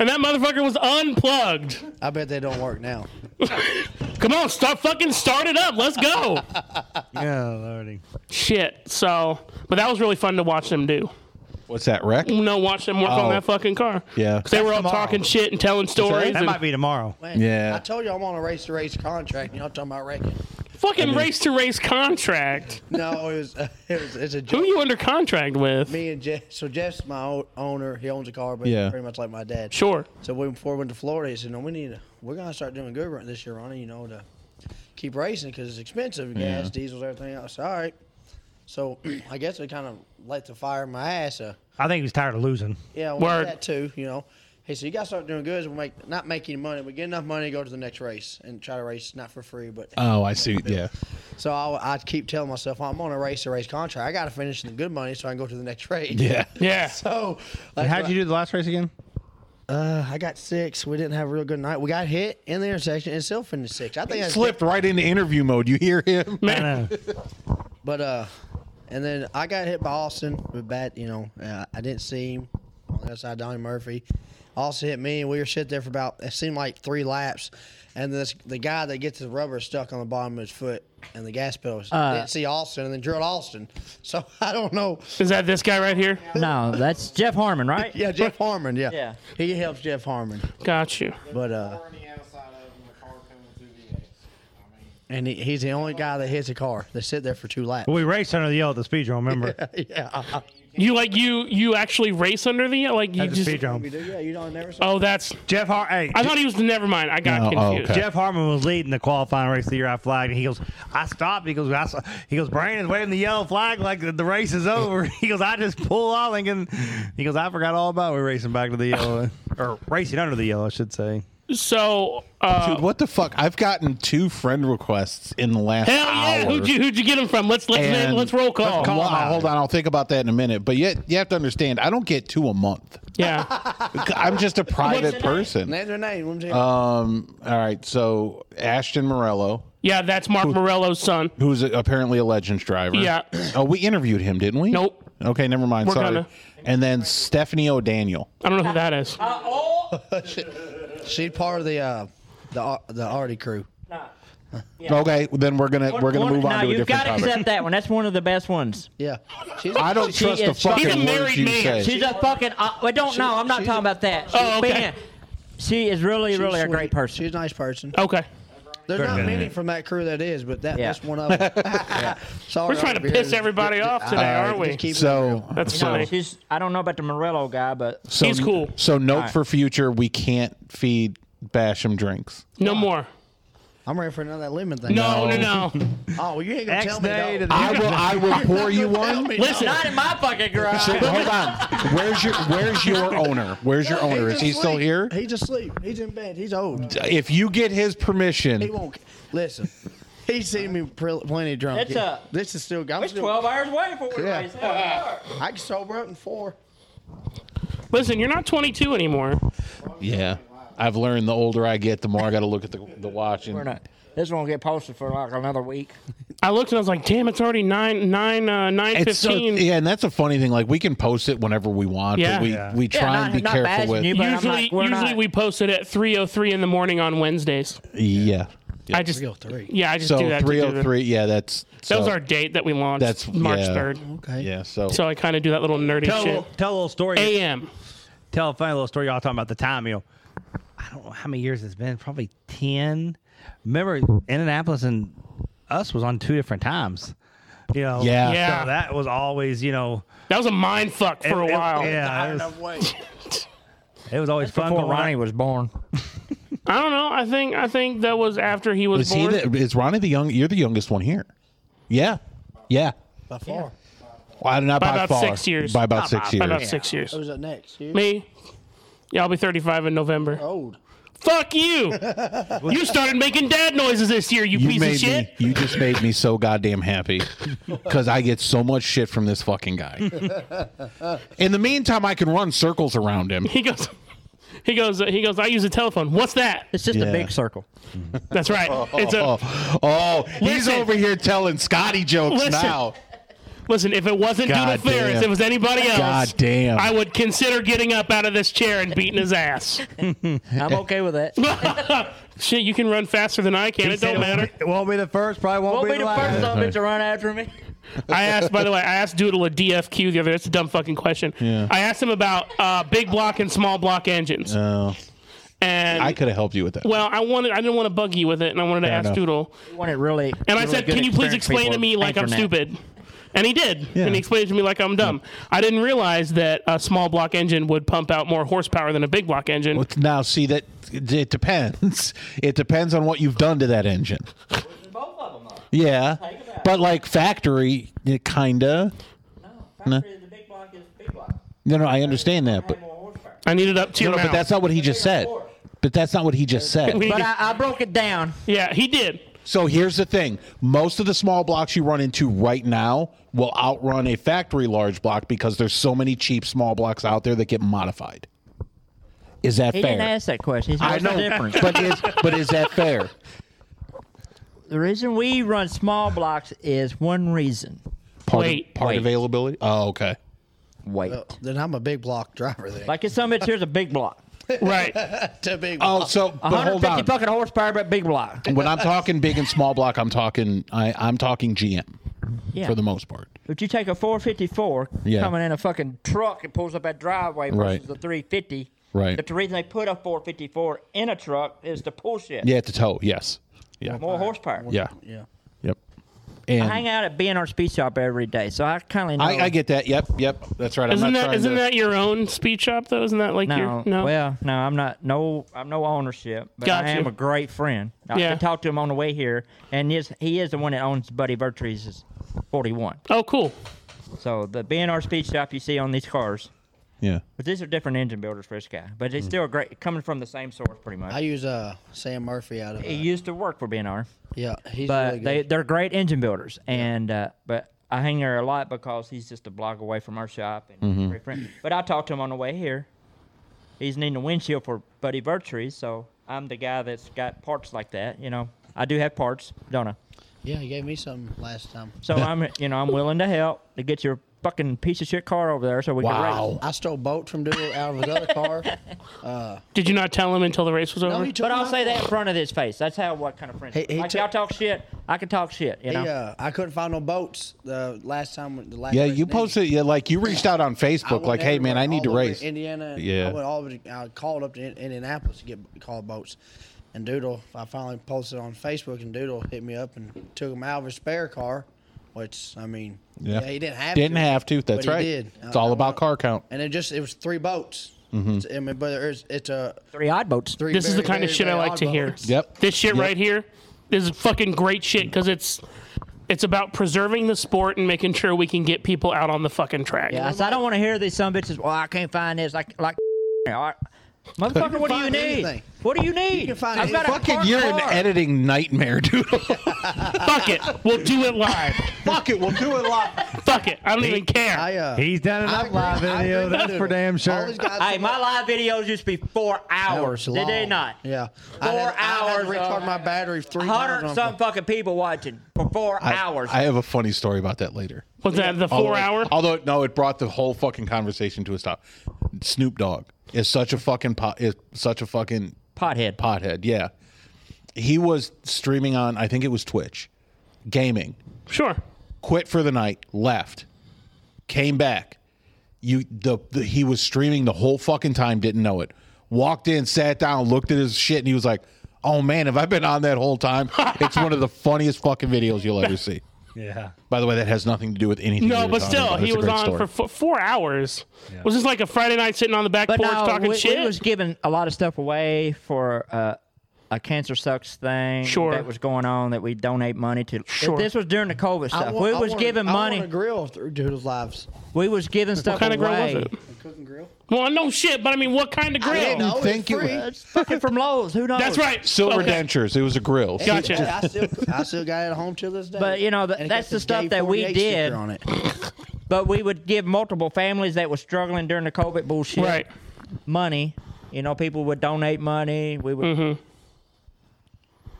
Speaker 2: and that motherfucker was unplugged.
Speaker 4: I bet they don't work now.
Speaker 2: Come on, start fucking start it up. Let's go.
Speaker 6: Yeah, lordy.
Speaker 2: Shit. So, but that was really fun to watch them do.
Speaker 3: What's that wreck?
Speaker 2: You know, watch them work
Speaker 3: Oh.
Speaker 2: on that fucking car.
Speaker 3: Yeah.
Speaker 2: 'Cause they were all
Speaker 6: tomorrow.
Speaker 2: talking shit and telling stories.
Speaker 6: That
Speaker 2: and
Speaker 6: might be tomorrow.
Speaker 4: Man,
Speaker 3: Yeah.
Speaker 4: I told you I'm on a race to race contract, and y'all talking about wrecking.
Speaker 2: fucking race to race contract.
Speaker 4: No, it was, it was it's a
Speaker 2: Who
Speaker 4: joke.
Speaker 2: you under contract with?
Speaker 4: Me and Jeff. So Jeff's my o- owner. He owns a car, but
Speaker 3: Yeah.
Speaker 4: pretty much like my dad.
Speaker 2: Sure.
Speaker 4: So we, before we went to Florida, he said, "No, we need. To, we're gonna start doing good run this year, Ronnie. You know, to keep racing because it's expensive, gas, diesels, everything else." All right. So I guess we kind of let the fire in my ass. Uh,
Speaker 6: I think he was tired of losing.
Speaker 4: yeah, well,
Speaker 2: Word.
Speaker 4: that too. You know, hey, so you gotta start doing good. Is we make not make any money, but get enough money to go to the next race and try to race not for free, but
Speaker 6: Uh.
Speaker 3: Oh, I see. Yeah.
Speaker 4: so I, I keep telling myself I'm on a race to race contract. I gotta finish in the good money so I can go to the next race.
Speaker 3: Yeah.
Speaker 2: Yeah.
Speaker 4: So like,
Speaker 6: And how'd you do the last race again?
Speaker 4: Uh, I got six. We didn't have a real good night. We got hit in the intersection and still finished six. I think I
Speaker 3: Slipped right into interview mode. You hear him?
Speaker 6: I
Speaker 2: Man,
Speaker 6: know.
Speaker 4: But uh, and then I got hit by Austin with bat. You know, uh, I didn't see him on the other side. Donnie Murphy. Austin hit me, and we were shit there for about it seemed like three laps. And this the guy that gets the rubber stuck on the bottom of his foot and the gas pedal didn't see Austin and then drilled Austin. So I don't know.
Speaker 2: is that this guy right here?
Speaker 5: No, that's Jeff Harmon, right?
Speaker 4: Yeah, Jeff Harmon. Yeah,
Speaker 5: Yeah.
Speaker 4: he helps Jeff Harmon.
Speaker 2: Got you.
Speaker 4: But uh, and he, he's the only guy that hits a car. They sit there for two laps.
Speaker 6: we raced under the yellow at the speed drum, remember?
Speaker 4: yeah,
Speaker 2: You like you you actually race under the like you
Speaker 6: At the
Speaker 2: just.
Speaker 6: speed drum.
Speaker 4: yeah. You don't never.
Speaker 2: Oh, that's.
Speaker 6: Jeff Har- hey,
Speaker 2: I thought he was. Never mind. I got
Speaker 3: No, oh,
Speaker 2: confused.
Speaker 3: okay.
Speaker 6: Jeff Harmon was leading the qualifying race the year I flagged, and he goes, "I stopped." He goes, "I saw." He goes, "Brandon's waving the yellow flag like the, the race is over." He goes, "I just pull all and he goes, "I forgot all about we racing back to the yellow or racing under the yellow, I should say."
Speaker 2: So, uh,
Speaker 3: Dude, what the fuck? I've gotten two friend requests in the last
Speaker 2: hell
Speaker 3: hour.
Speaker 2: yeah. Who'd you who'd you get him from? Let's let's
Speaker 3: And-
Speaker 2: let's roll call.
Speaker 3: Well,
Speaker 6: them out.
Speaker 3: hold on, I'll think about that in a minute. But yet, you have to understand, I don't get two a month.
Speaker 2: Yeah.
Speaker 3: I'm just a private person.
Speaker 4: Name their name. Let me tell you.
Speaker 3: Um. All right. So Ashton Morello,
Speaker 2: Yeah. That's Mark Morello's son.
Speaker 3: who's a, apparently a Legends driver.
Speaker 2: Yeah.
Speaker 3: Oh, we interviewed him, didn't we?
Speaker 2: Nope.
Speaker 3: Okay, never mind.
Speaker 2: We're
Speaker 3: Sorry.
Speaker 2: gonna.
Speaker 3: And then Stephanie O'Daniel.
Speaker 2: I don't know who that is.
Speaker 5: Oh.
Speaker 4: She's part of the uh, the Ar- the Artie crew.
Speaker 3: Okay, then we're gonna we're gonna
Speaker 5: One-
Speaker 3: move on
Speaker 5: no,
Speaker 3: to a
Speaker 5: you've
Speaker 3: different
Speaker 5: got to
Speaker 3: topic.
Speaker 5: accept that one. That's one of the best ones.
Speaker 4: Yeah, she's
Speaker 3: I don't
Speaker 5: She
Speaker 3: trust the
Speaker 5: is fucking-
Speaker 3: fucking
Speaker 2: He's a
Speaker 3: words
Speaker 2: married
Speaker 3: you
Speaker 2: man.
Speaker 3: say.
Speaker 5: She's a fucking. Uh, well, don't know. I'm not
Speaker 4: she's
Speaker 5: talking
Speaker 4: a-
Speaker 5: about that. She's
Speaker 2: Oh, okay.
Speaker 5: being- she is really,
Speaker 4: she's
Speaker 5: really a
Speaker 4: sweet.
Speaker 5: great person.
Speaker 4: She's a nice person.
Speaker 2: Okay.
Speaker 4: There's not many from that crew that is, but that,
Speaker 5: Yeah.
Speaker 4: that's one of them. Sorry,
Speaker 3: Oh,
Speaker 2: We're trying to
Speaker 4: over here.
Speaker 2: piss everybody off today, aren't we?
Speaker 4: Just keep it
Speaker 3: so
Speaker 2: That's
Speaker 5: No,
Speaker 2: funny.
Speaker 5: she's. I don't know about the Morello guy, but
Speaker 3: so
Speaker 2: He's cool.
Speaker 3: So note for future, we can't feed Basham drinks.
Speaker 2: No more.
Speaker 4: I'm ready for another lemon thing.
Speaker 2: No, no, no.
Speaker 4: Oh, well, you ain't gonna
Speaker 6: Next
Speaker 4: tell me.
Speaker 6: day to
Speaker 4: though.
Speaker 6: the
Speaker 3: I will I will pour you one.
Speaker 2: Listen,
Speaker 5: not in my fucking garage.
Speaker 3: So, hold on. Where's your Where's your owner? Where's your owner? Is he
Speaker 4: just
Speaker 3: still
Speaker 4: sleep.
Speaker 3: here? Mm.
Speaker 4: He's asleep. He's in bed. He's old.
Speaker 3: If you get his
Speaker 4: He
Speaker 3: permission,
Speaker 4: won't. Listen, he's seen me pl- plenty drunk.
Speaker 5: It's, uh,
Speaker 4: this is still. I'm
Speaker 5: It's
Speaker 4: still-
Speaker 5: 12 hours away before we
Speaker 4: Yeah.
Speaker 5: race. Hell,
Speaker 4: I can sober up in four.
Speaker 2: listen. You're not 22 anymore.
Speaker 3: yeah. I've learned the older I get, the more I got to look at the the watch.
Speaker 5: We're
Speaker 3: And
Speaker 5: not. This one will get posted for like another week.
Speaker 2: I looked and I was like, damn, it's already nine, nine, uh, nine
Speaker 3: it's so,
Speaker 2: fifteen.
Speaker 3: yeah, and that's a funny thing. Like we can post it whenever we want,
Speaker 2: Yeah.
Speaker 3: but we
Speaker 6: Yeah.
Speaker 3: we try
Speaker 5: Yeah, not-
Speaker 3: and be
Speaker 5: not
Speaker 3: careful
Speaker 5: bashing
Speaker 3: with
Speaker 5: you, but I'm
Speaker 2: usually,
Speaker 5: like, we're
Speaker 2: usually
Speaker 5: not-
Speaker 2: we post it at 3:03 in the morning on Wednesdays.
Speaker 3: yeah. Yeah.
Speaker 2: I just,
Speaker 4: Real three.
Speaker 2: yeah, I just do
Speaker 3: so
Speaker 2: that. to do
Speaker 3: three
Speaker 2: the-
Speaker 3: oh three. Yeah, that's
Speaker 2: That
Speaker 3: so,
Speaker 2: was our date that we launched.
Speaker 3: That's-
Speaker 2: March
Speaker 3: yeah.
Speaker 2: 3rd.
Speaker 4: Okay.
Speaker 3: yeah. So,
Speaker 2: So I kind of do that little nerdy
Speaker 6: Tell a
Speaker 2: shit.
Speaker 6: little, tell a little story.
Speaker 2: A.M.
Speaker 6: tell a funny little story. Y'all talking about the time meal. I don't know how many years it's been. Probably ten. Remember, Indianapolis and us was on two different times. You know,
Speaker 3: Yeah.
Speaker 2: Yeah.
Speaker 6: So that was always, you know,
Speaker 2: That was a mind fuck for a
Speaker 6: it- it-
Speaker 2: while.
Speaker 6: yeah, it was, it was always fun.
Speaker 5: Before
Speaker 6: going out.
Speaker 5: Ronnie was born.
Speaker 2: I don't know. I think I think that was after he was,
Speaker 3: is he
Speaker 2: born.
Speaker 3: the, is Ronnie the young? You're the youngest one here. Yeah, yeah.
Speaker 4: By far.
Speaker 3: Well, not by,
Speaker 2: about
Speaker 3: far.
Speaker 2: six years.
Speaker 3: By about six years.
Speaker 2: By about six years.
Speaker 4: Who's up next? You?
Speaker 2: Me. Yeah, I'll be 35 in November.
Speaker 4: Old.
Speaker 2: Fuck you! you started making dad noises this year, you,
Speaker 3: You
Speaker 2: piece
Speaker 3: made
Speaker 2: of shit.
Speaker 3: me. You just made me so goddamn happy because I get so much shit from this fucking guy. In the meantime, I can run circles around him.
Speaker 2: He goes, he goes, he goes. I use a telephone. What's that?
Speaker 5: It's just
Speaker 3: Yeah.
Speaker 5: a big circle.
Speaker 2: That's right. It's a
Speaker 3: Oh, oh he's
Speaker 2: Listen.
Speaker 3: over here telling Scotty jokes
Speaker 2: Listen.
Speaker 3: now.
Speaker 2: Listen, if it wasn't
Speaker 3: God
Speaker 2: Duda Ferris,
Speaker 3: damn.
Speaker 2: if it was anybody else,
Speaker 3: God damn.
Speaker 2: I would consider getting up out of this chair and beating his ass.
Speaker 5: I'm okay with that.
Speaker 2: Shit, you can run faster than I can. It don't matter.
Speaker 6: It won't be the first. Probably won't,
Speaker 5: Won't
Speaker 6: be,
Speaker 5: be the
Speaker 6: last.
Speaker 5: first son of bitch to run after me.
Speaker 2: I asked, by the way, I asked Doodle a DFQ the other. That's a dumb fucking question.
Speaker 3: Yeah.
Speaker 2: I asked him about uh, big block and small block engines,
Speaker 3: Oh,
Speaker 2: and
Speaker 3: I could have helped you with that.
Speaker 2: well, I wanted, I didn't want to bug you with it, and I wanted to ask
Speaker 3: enough.
Speaker 2: Doodle.
Speaker 5: You want it really?
Speaker 2: And I
Speaker 5: really
Speaker 2: said,
Speaker 5: good
Speaker 2: "Can you please explain
Speaker 5: experience
Speaker 2: to
Speaker 5: people
Speaker 2: me like I'm
Speaker 5: internet."
Speaker 2: stupid?" And he did,
Speaker 3: Yeah.
Speaker 2: and he explained to me like I'm dumb. I didn't realize that a small block engine would pump out more horsepower than a big block engine.
Speaker 3: Well, now see that it depends. It depends on what you've done to that engine.
Speaker 5: Both of them. Are.
Speaker 3: Yeah,
Speaker 5: it back.
Speaker 3: but like factory, yeah, kinda.
Speaker 5: No, factory, the big block is big block.
Speaker 3: No, no, I understand that, but
Speaker 5: Have more horsepower.
Speaker 2: I needed up to
Speaker 3: no, no, but that's not what he just said. But that's not what he just said.
Speaker 2: We-
Speaker 5: But I, I broke it down.
Speaker 2: yeah, he did.
Speaker 3: So here's the thing: most of the small blocks you run into right now will outrun a factory large block because there's so many cheap small blocks out there that get modified. Is that
Speaker 5: He
Speaker 3: fair?
Speaker 5: didn't ask that question. He said,
Speaker 3: I
Speaker 5: "What's
Speaker 3: know,
Speaker 5: the difference?"
Speaker 3: but is but is that fair?
Speaker 5: The reason we run small blocks is one reason.
Speaker 3: Part
Speaker 2: Wait,
Speaker 3: of, part
Speaker 5: wait.
Speaker 3: availability. Oh, okay.
Speaker 5: Wait.
Speaker 4: Then I'm a big block driver then.
Speaker 5: Like if some bitch here's a big block.
Speaker 2: Right.
Speaker 4: to big block.
Speaker 3: Oh, so but hold
Speaker 5: 150
Speaker 3: on.
Speaker 5: fucking horsepower, but big block.
Speaker 3: When I'm talking big and small block, I'm talking I, I'm talking GM
Speaker 5: Yeah.
Speaker 3: for the most part.
Speaker 5: But you take a 454
Speaker 3: Yeah.
Speaker 5: coming in a fucking truck and pulls up that driveway versus
Speaker 3: Right.
Speaker 5: the 350.
Speaker 3: Right.
Speaker 5: But the reason they put a 454 in a truck is to pull shit.
Speaker 3: Yeah, at the toe. Yes. Yeah.
Speaker 5: More horsepower.
Speaker 3: Yeah.
Speaker 4: Yeah.
Speaker 3: Yep.
Speaker 5: I hang
Speaker 3: And
Speaker 5: out at BNR Speed Shop every day, so I kind of know.
Speaker 3: I, I get that. Yep. Yep. That's right. I'm
Speaker 2: Isn't
Speaker 3: not
Speaker 2: that
Speaker 3: trying
Speaker 2: isn't
Speaker 3: to-
Speaker 2: that your own speed shop though? Isn't that like
Speaker 5: No,
Speaker 2: your no?
Speaker 5: Well, no, I'm not. No, I'm no ownership. But
Speaker 2: Gotcha.
Speaker 5: I am a great friend. I
Speaker 2: Yeah.
Speaker 5: can talk to him on the way here, and he is, he is the one that owns Buddy Vertrees 41.
Speaker 2: oh, cool.
Speaker 5: So the BNR Speed Shop you see on these cars,
Speaker 3: Yeah.
Speaker 5: but these are different engine builders for this guy. But it's still great, coming from the same source pretty much.
Speaker 4: I use uh Sam Murphy out of uh,
Speaker 5: he used to work for BNR,
Speaker 4: yeah. He's
Speaker 5: but
Speaker 4: really
Speaker 5: they
Speaker 4: good.
Speaker 5: they're great engine builders, and uh, but. I hang there a lot because he's just a block away from our shop and
Speaker 4: Mm-hmm.
Speaker 5: great friend. But I talked to him on the way here. He's needing a windshield for Buddy Vertrees, so I'm the guy that's got parts like that. You know, I do have parts, don't I?
Speaker 4: yeah, he gave me something last time.
Speaker 5: So I'm you know I'm willing to help to get your fucking piece of shit car over there so we can race.
Speaker 3: Wow.
Speaker 4: I stole bolts from Doodle out of his other car.
Speaker 2: Did you not tell him until the race was over?
Speaker 4: No, he took
Speaker 5: But I'll
Speaker 4: my-
Speaker 5: say that in front of his face. That's how what kind of friend.
Speaker 4: He- he
Speaker 5: like
Speaker 4: took-
Speaker 5: y'all talk shit, I can talk shit. You
Speaker 4: He,
Speaker 5: know.
Speaker 4: uh, I couldn't find no boats the last time. when- The last
Speaker 3: Yeah.
Speaker 4: race
Speaker 3: You
Speaker 4: in Indy.
Speaker 3: posted. Yeah. Like you reached out on
Speaker 4: I
Speaker 3: Facebook.
Speaker 4: went
Speaker 3: Like, hey man, I
Speaker 4: everywhere,
Speaker 3: need to
Speaker 4: all over
Speaker 3: race.
Speaker 4: Indiana.
Speaker 3: Yeah.
Speaker 4: I went all over. the- I called up to In- Indianapolis to get called boats, and Doodle. I finally posted on Facebook, and Doodle hit me up and took him out of his spare car, which I mean,
Speaker 3: Yeah.
Speaker 4: yeah, he didn't have
Speaker 3: Didn't
Speaker 4: to,
Speaker 3: have to. That's
Speaker 4: he
Speaker 3: right.
Speaker 4: did. Uh,
Speaker 3: It's all
Speaker 4: I- I
Speaker 3: about
Speaker 4: went-
Speaker 3: car count.
Speaker 4: and it just it was three boats. It's- I mean, but it's it's a
Speaker 5: Three odd boats.
Speaker 4: three.
Speaker 2: This is the
Speaker 4: very,
Speaker 2: kind of
Speaker 4: very,
Speaker 2: shit I
Speaker 4: very
Speaker 2: like
Speaker 4: odd
Speaker 2: to hear.
Speaker 4: boats.
Speaker 3: Yep.
Speaker 2: This shit right here is fucking great shit because it's it's about preserving the sport and making sure we can get people out on the fucking track.
Speaker 5: Yeah, I, said, I don't want to hear these some bitches. Well, I can't find this. Like, like, all right. motherfucker, what do you
Speaker 4: find
Speaker 5: need?
Speaker 4: anything.
Speaker 5: What do you need?
Speaker 4: can find
Speaker 5: I've got a
Speaker 4: anything.
Speaker 3: Fucking,
Speaker 5: parked
Speaker 3: you're an
Speaker 5: car.
Speaker 3: editing nightmare, dude.
Speaker 2: Fuck it. We'll do it live.
Speaker 3: Fuck it, we'll do it live.
Speaker 2: Fuck it. I don't even care.
Speaker 4: I uh,
Speaker 6: He's done
Speaker 4: I
Speaker 6: enough
Speaker 4: agree-
Speaker 6: live
Speaker 4: I agree
Speaker 6: video.
Speaker 4: with
Speaker 6: That's
Speaker 4: Doodle.
Speaker 6: for damn
Speaker 4: All
Speaker 6: sure.
Speaker 4: these guys
Speaker 5: Hey, my live videos used to be four hours.
Speaker 4: hours
Speaker 5: Did
Speaker 4: long.
Speaker 5: they not?
Speaker 4: Yeah.
Speaker 5: Four
Speaker 4: I had, I had
Speaker 5: hours.
Speaker 4: to recharge
Speaker 5: of
Speaker 4: my battery three times.
Speaker 5: Hundred
Speaker 4: on-
Speaker 5: some fucking people watching for four
Speaker 3: I-
Speaker 5: hours.
Speaker 3: I have a funny story about that later.
Speaker 2: Was that the four
Speaker 3: Although-
Speaker 2: hour?
Speaker 3: Although no, it brought the whole fucking conversation to a stop. Snoop Dogg is such a fucking pot, is such a fucking
Speaker 5: Pothead.
Speaker 3: pothead. Yeah, he was streaming on. I think it was Twitch, gaming.
Speaker 2: Sure.
Speaker 3: Quit for the night. Left. Came back. You the, the he was streaming the whole fucking time. Didn't know it. Walked in, sat down, looked at his shit, and he was like, "Oh man, have I been on that whole time?" it's one of the funniest fucking videos you'll ever see.
Speaker 6: Yeah.
Speaker 3: By the way, that has nothing to do with anything. we
Speaker 2: No,
Speaker 3: were
Speaker 2: but
Speaker 3: talking
Speaker 2: still,
Speaker 3: about.
Speaker 2: he
Speaker 3: It's a
Speaker 2: was
Speaker 3: great
Speaker 2: on
Speaker 3: story.
Speaker 2: for fo- four hours. Was this like a Friday night sitting on the back
Speaker 5: But
Speaker 2: porch
Speaker 5: no,
Speaker 2: talking
Speaker 5: we,
Speaker 2: shit?
Speaker 5: we was giving a lot of stuff away for uh, a cancer sucks thing
Speaker 2: Sure.
Speaker 5: that was going on that we donate money to.
Speaker 2: Sure.
Speaker 5: This was during the COVID
Speaker 4: I
Speaker 5: stuff.
Speaker 4: want-
Speaker 5: we
Speaker 4: I
Speaker 5: was
Speaker 4: want-
Speaker 5: giving
Speaker 4: I want
Speaker 5: money.
Speaker 4: a grill through Doodle's lives.
Speaker 5: We was giving stuff
Speaker 2: what kind of grill
Speaker 5: away.
Speaker 2: was it?
Speaker 4: Cooking grill.
Speaker 2: Well, no shit, but I mean, what kind of grill?
Speaker 4: didn't know. Oh, it's
Speaker 3: Thank you.
Speaker 4: free.
Speaker 5: Uh, It's fucking from Lowe's. Who knows?
Speaker 2: That's right.
Speaker 3: Silver
Speaker 2: Okay.
Speaker 3: dentures. It was a grill.
Speaker 2: Gotcha.
Speaker 4: Yeah, I still, I still got it at home till this day.
Speaker 5: But, you know, th-
Speaker 4: And it
Speaker 5: that's
Speaker 4: got
Speaker 5: the
Speaker 4: this
Speaker 5: stuff
Speaker 4: gay
Speaker 5: that we
Speaker 4: 48 sticker
Speaker 5: did.
Speaker 4: On it.
Speaker 5: But we would give multiple families that were struggling during the COVID bullshit
Speaker 2: Right.
Speaker 5: money. You know, people would donate money. We would.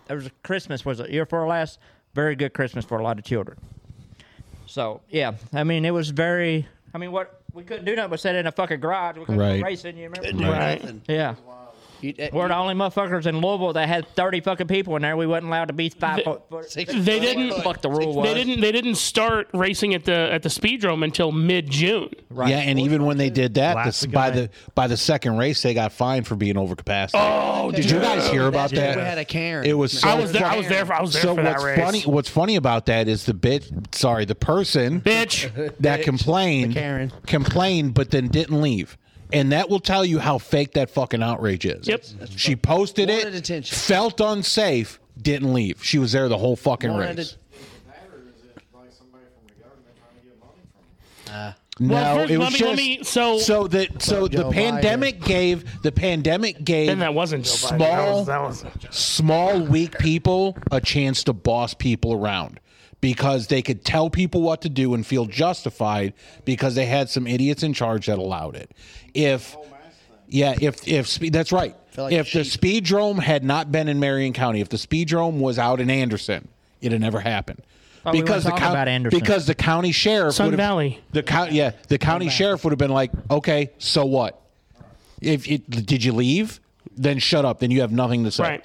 Speaker 5: There was a Christmas was a year for last very good Christmas for a lot of children. So yeah, I mean it was very. I mean what we couldn't do nothing but sit in a fucking garage. We couldn't
Speaker 3: Right.
Speaker 5: go racing. You remember?
Speaker 2: Right.
Speaker 5: Yeah.
Speaker 4: You- uh,
Speaker 5: We're the only motherfuckers in Louisville that had thirty fucking people in there. We wasn't allowed to be five foot. foot
Speaker 4: six-
Speaker 2: They didn't-
Speaker 5: fuck the rule was.
Speaker 2: They didn't. They didn't start racing at the at the speedrome until mid June.
Speaker 5: Right.
Speaker 3: Yeah, and even when they did that,
Speaker 6: Last
Speaker 3: the, by
Speaker 6: guy.
Speaker 3: the by the second race, they got fined for being over capacity.
Speaker 2: Oh,
Speaker 3: did you guys hear about
Speaker 4: That's
Speaker 3: that?
Speaker 4: when We had a Karen.
Speaker 3: It was so
Speaker 2: I was there. I was there. For, I was there
Speaker 3: so
Speaker 2: for that
Speaker 3: what's
Speaker 2: race.
Speaker 3: funny? What's funny about that is the bit. Sorry, the person
Speaker 2: Bitch.
Speaker 3: that
Speaker 4: Bitch.
Speaker 3: complained
Speaker 4: The Karen.
Speaker 3: complained but then didn't leave and that will tell you how fake that fucking outrage is
Speaker 2: Yep.
Speaker 3: she posted
Speaker 4: Wanted
Speaker 3: it
Speaker 4: attention.
Speaker 3: felt unsafe didn't leave she was there the whole fucking
Speaker 4: Wanted
Speaker 3: race
Speaker 2: Well,
Speaker 3: no,
Speaker 2: first,
Speaker 3: it
Speaker 2: let
Speaker 3: was
Speaker 2: me-
Speaker 3: just
Speaker 2: let me- so-
Speaker 3: so that so the
Speaker 4: Joe
Speaker 3: pandemic gave the pandemic gave
Speaker 2: And that wasn't Joe Biden.
Speaker 3: small
Speaker 2: That was, that was
Speaker 3: small weak people a chance to boss people around because they could tell people what to do and feel justified because they had some idiots in charge that allowed it if yeah if if spe- that's right
Speaker 4: like
Speaker 3: if the speedrome had not been in marion county if the speedrome was out in anderson it'd have never happened
Speaker 5: we weren't talking about Anderson.
Speaker 3: because the county sheriff
Speaker 2: Sun
Speaker 3: would've-
Speaker 2: Valley.
Speaker 3: the county yeah the county sheriff would have been like okay so what if it did you leave then shut up then you have nothing to say
Speaker 2: Right.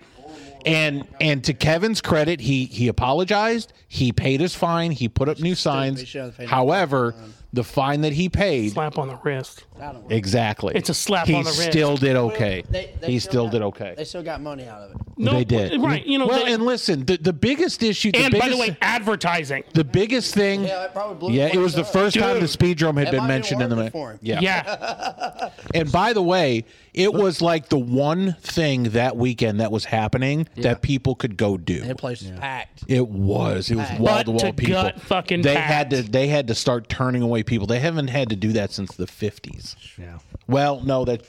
Speaker 3: and and to kevin's credit he he apologized he paid his fine he put up new
Speaker 4: he
Speaker 3: signs
Speaker 4: should have paid his
Speaker 3: however the fine that he paid
Speaker 2: slap on the wrist.
Speaker 3: exactly
Speaker 2: It's a slap
Speaker 3: he
Speaker 2: on the wrist.
Speaker 3: still did okay
Speaker 4: They- they
Speaker 3: he still
Speaker 4: got-
Speaker 3: did okay
Speaker 4: They still got money out of it.
Speaker 2: No,
Speaker 3: they did
Speaker 2: Right. You know.
Speaker 3: well
Speaker 2: they-
Speaker 3: and listen the, the biggest issue the
Speaker 2: and by
Speaker 3: biggest,
Speaker 2: the way, advertising.
Speaker 3: the biggest thing
Speaker 4: Yeah, it probably blew.
Speaker 3: yeah, it was the
Speaker 4: up.
Speaker 3: first time the
Speaker 2: Dude.
Speaker 3: speedrome had
Speaker 4: It
Speaker 3: been
Speaker 4: might be
Speaker 3: mentioned in the
Speaker 4: worth it
Speaker 3: ma-
Speaker 4: for him.
Speaker 3: yeah
Speaker 2: Yeah.
Speaker 3: And by the way, it was like the one thing that weekend that was happening that people could go do.
Speaker 4: That place is packed.
Speaker 3: It was. It was wall
Speaker 2: Butt
Speaker 3: to wall
Speaker 2: to
Speaker 3: people.
Speaker 2: gut fucking
Speaker 3: they had
Speaker 2: packed.
Speaker 3: to. They had to start turning away people. They haven't had to do that since the fifties.
Speaker 6: Yeah.
Speaker 3: Well, no, that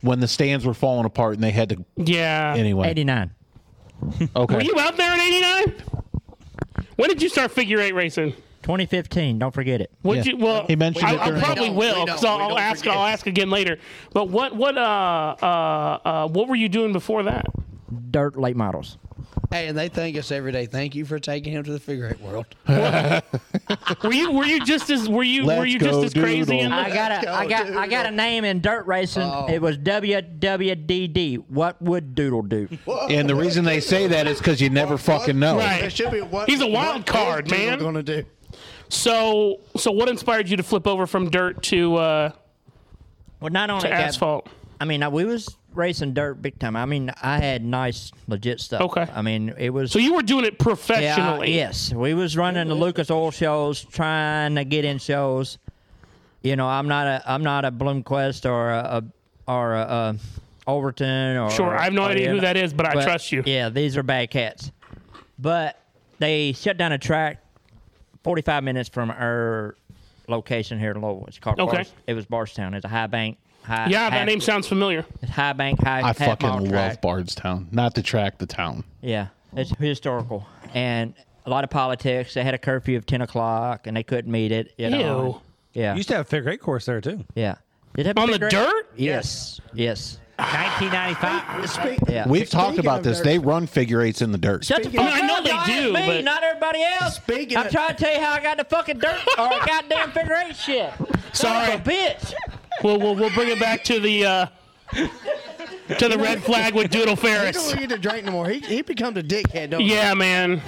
Speaker 3: when the stands were falling apart and they had to
Speaker 2: Yeah.
Speaker 3: anyway.
Speaker 5: Eighty nine.
Speaker 3: Okay.
Speaker 2: Were you out there in '89? When did you start figure eight racing?
Speaker 5: 2015. Don't forget it.
Speaker 2: Would
Speaker 3: Yeah.
Speaker 2: you? Well,
Speaker 3: He mentioned
Speaker 2: I,
Speaker 3: it
Speaker 2: I
Speaker 3: during-
Speaker 2: probably
Speaker 4: We don't-
Speaker 2: will
Speaker 4: we don't-
Speaker 2: because I'll,
Speaker 4: we
Speaker 2: I'll
Speaker 4: don't
Speaker 2: ask.
Speaker 4: forget.
Speaker 2: I'll ask again later. But what? What? Uh, uh, uh, what were you doing before that?
Speaker 5: Dirt late models.
Speaker 4: Hey, and they thank us every day. Thank you for taking him to the figure eight world.
Speaker 2: Were you? Were you just as? Were you? were
Speaker 3: Let's
Speaker 2: you just
Speaker 3: go,
Speaker 2: as crazy? In
Speaker 3: doodle.
Speaker 5: I
Speaker 2: the,
Speaker 5: got a, I got, I got a name in dirt racing. It was WWDD. What would Doodle do?
Speaker 3: and the reason they say that is because you never fucking know.
Speaker 2: right. He's a wild card, man.
Speaker 7: Gonna do.
Speaker 2: So, so what inspired you to flip over from dirt to uh,
Speaker 5: Well, not only got-
Speaker 2: asphalt?
Speaker 5: I mean, I- we was racing dirt big time. I mean, I had nice, legit stuff.
Speaker 2: Okay.
Speaker 5: I mean, it was.
Speaker 2: So you were doing it
Speaker 5: yeah, I-
Speaker 2: professionally.
Speaker 5: yes, we was running the Lucas Oil shows, trying to get in shows. You know, I'm not a, I'm not a Bloomquist or a, a or a, a Overton or.
Speaker 2: Sure, I have no
Speaker 5: or,
Speaker 2: idea
Speaker 5: you
Speaker 2: who
Speaker 5: know,
Speaker 2: that is, but I trust you.
Speaker 5: Yeah, these are bad cats. But they shut down a track 45 minutes from our location here in Louisville. It's called
Speaker 2: Okay.
Speaker 5: Bars- it was Barstown. It's a high bank. High,
Speaker 2: Yeah,
Speaker 5: half-
Speaker 2: that name sounds familiar.
Speaker 5: it's high bank, high.
Speaker 3: I
Speaker 5: half
Speaker 3: fucking
Speaker 5: mile
Speaker 3: love
Speaker 5: track.
Speaker 3: Bardstown. Not the track, the town.
Speaker 5: Yeah, it's historical and a lot of politics. They had a curfew of ten o'clock, and they couldn't meet it. You know. Yeah.
Speaker 6: You used to have a figure eight course there too.
Speaker 5: yeah. Did it
Speaker 2: On the
Speaker 5: figure eight?
Speaker 2: dirt?
Speaker 5: Yes. Yes.
Speaker 6: 1995.
Speaker 5: Yeah.
Speaker 3: We've talked
Speaker 7: Speaking
Speaker 3: about
Speaker 7: of
Speaker 3: this.
Speaker 7: dirt-
Speaker 3: They run figure eights in the dirt.
Speaker 5: Shut the
Speaker 7: Speaking
Speaker 5: fuck
Speaker 7: of-
Speaker 2: I mean, I know
Speaker 5: up,
Speaker 2: they
Speaker 5: y'all.
Speaker 2: do,
Speaker 5: It's me,
Speaker 2: but-
Speaker 5: not everybody else.
Speaker 7: Speaking
Speaker 5: I'm
Speaker 7: of-
Speaker 5: trying to tell you how I got the fucking dirt or goddamn figure eight shit.
Speaker 2: Sorry.
Speaker 5: Son of a bitch.
Speaker 2: We'll, we'll, we'll bring it back to the uh, to the red flag with Doodle
Speaker 7: He
Speaker 2: Ferris.
Speaker 7: don't need to drink no more. He he becomes a dickhead. Don't
Speaker 2: Yeah, man.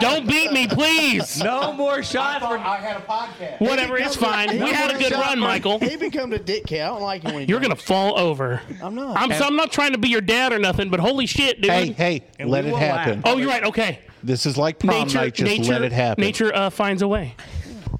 Speaker 2: Don't beat me, please.
Speaker 6: No more shots for
Speaker 7: I had a podcast.
Speaker 2: Whatever, it's fine. We had a good run, Michael.
Speaker 7: He becomes a dickhead. I don't like him when he
Speaker 2: You're gonna fall over.
Speaker 7: I'm not.
Speaker 2: I'm, so, I'm not trying to be your dad or nothing, but holy shit, dude.
Speaker 3: Hey, hey, let
Speaker 6: we
Speaker 3: it
Speaker 6: will
Speaker 3: happen.
Speaker 6: laugh.
Speaker 2: Oh, you're right. Okay.
Speaker 3: This is like prom
Speaker 2: Nature,
Speaker 3: night. Just
Speaker 2: nature,
Speaker 3: let it happen.
Speaker 2: Nature uh, finds a way,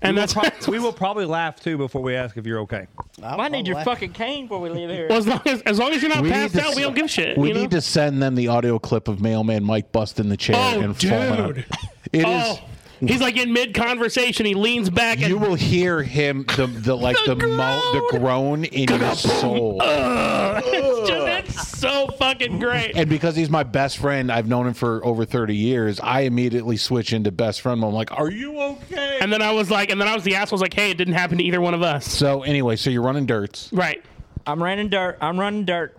Speaker 2: and that's
Speaker 6: we will probably laugh too before we ask if you're okay.
Speaker 5: I, need your fucking cane before we leave here.
Speaker 2: Well, as long as as long as you're not
Speaker 3: We
Speaker 2: passed
Speaker 3: need to
Speaker 2: out, we
Speaker 3: s-
Speaker 2: don't give a shit.
Speaker 3: We
Speaker 2: you know?
Speaker 3: need to send them the audio clip of mailman Mike busting the chair
Speaker 2: Oh,
Speaker 3: and falling out.
Speaker 2: dude.
Speaker 3: It is.
Speaker 2: Oh, he's like in mid conversation. He leans back and
Speaker 3: You will hear him the the like the
Speaker 2: The
Speaker 3: mo- the groan in your soul.
Speaker 2: it's, just, it's so fucking great.
Speaker 3: And because he's my best friend, I've known him for over thirty years. I immediately switch into best friend. mode. I'm like, are you okay?
Speaker 2: And then I was like, and then I was the asshole. I was like, hey, it didn't happen to either one of us.
Speaker 3: So anyway, so you're running dirts.
Speaker 2: Right.
Speaker 5: I'm running dirt. I'm running dirt.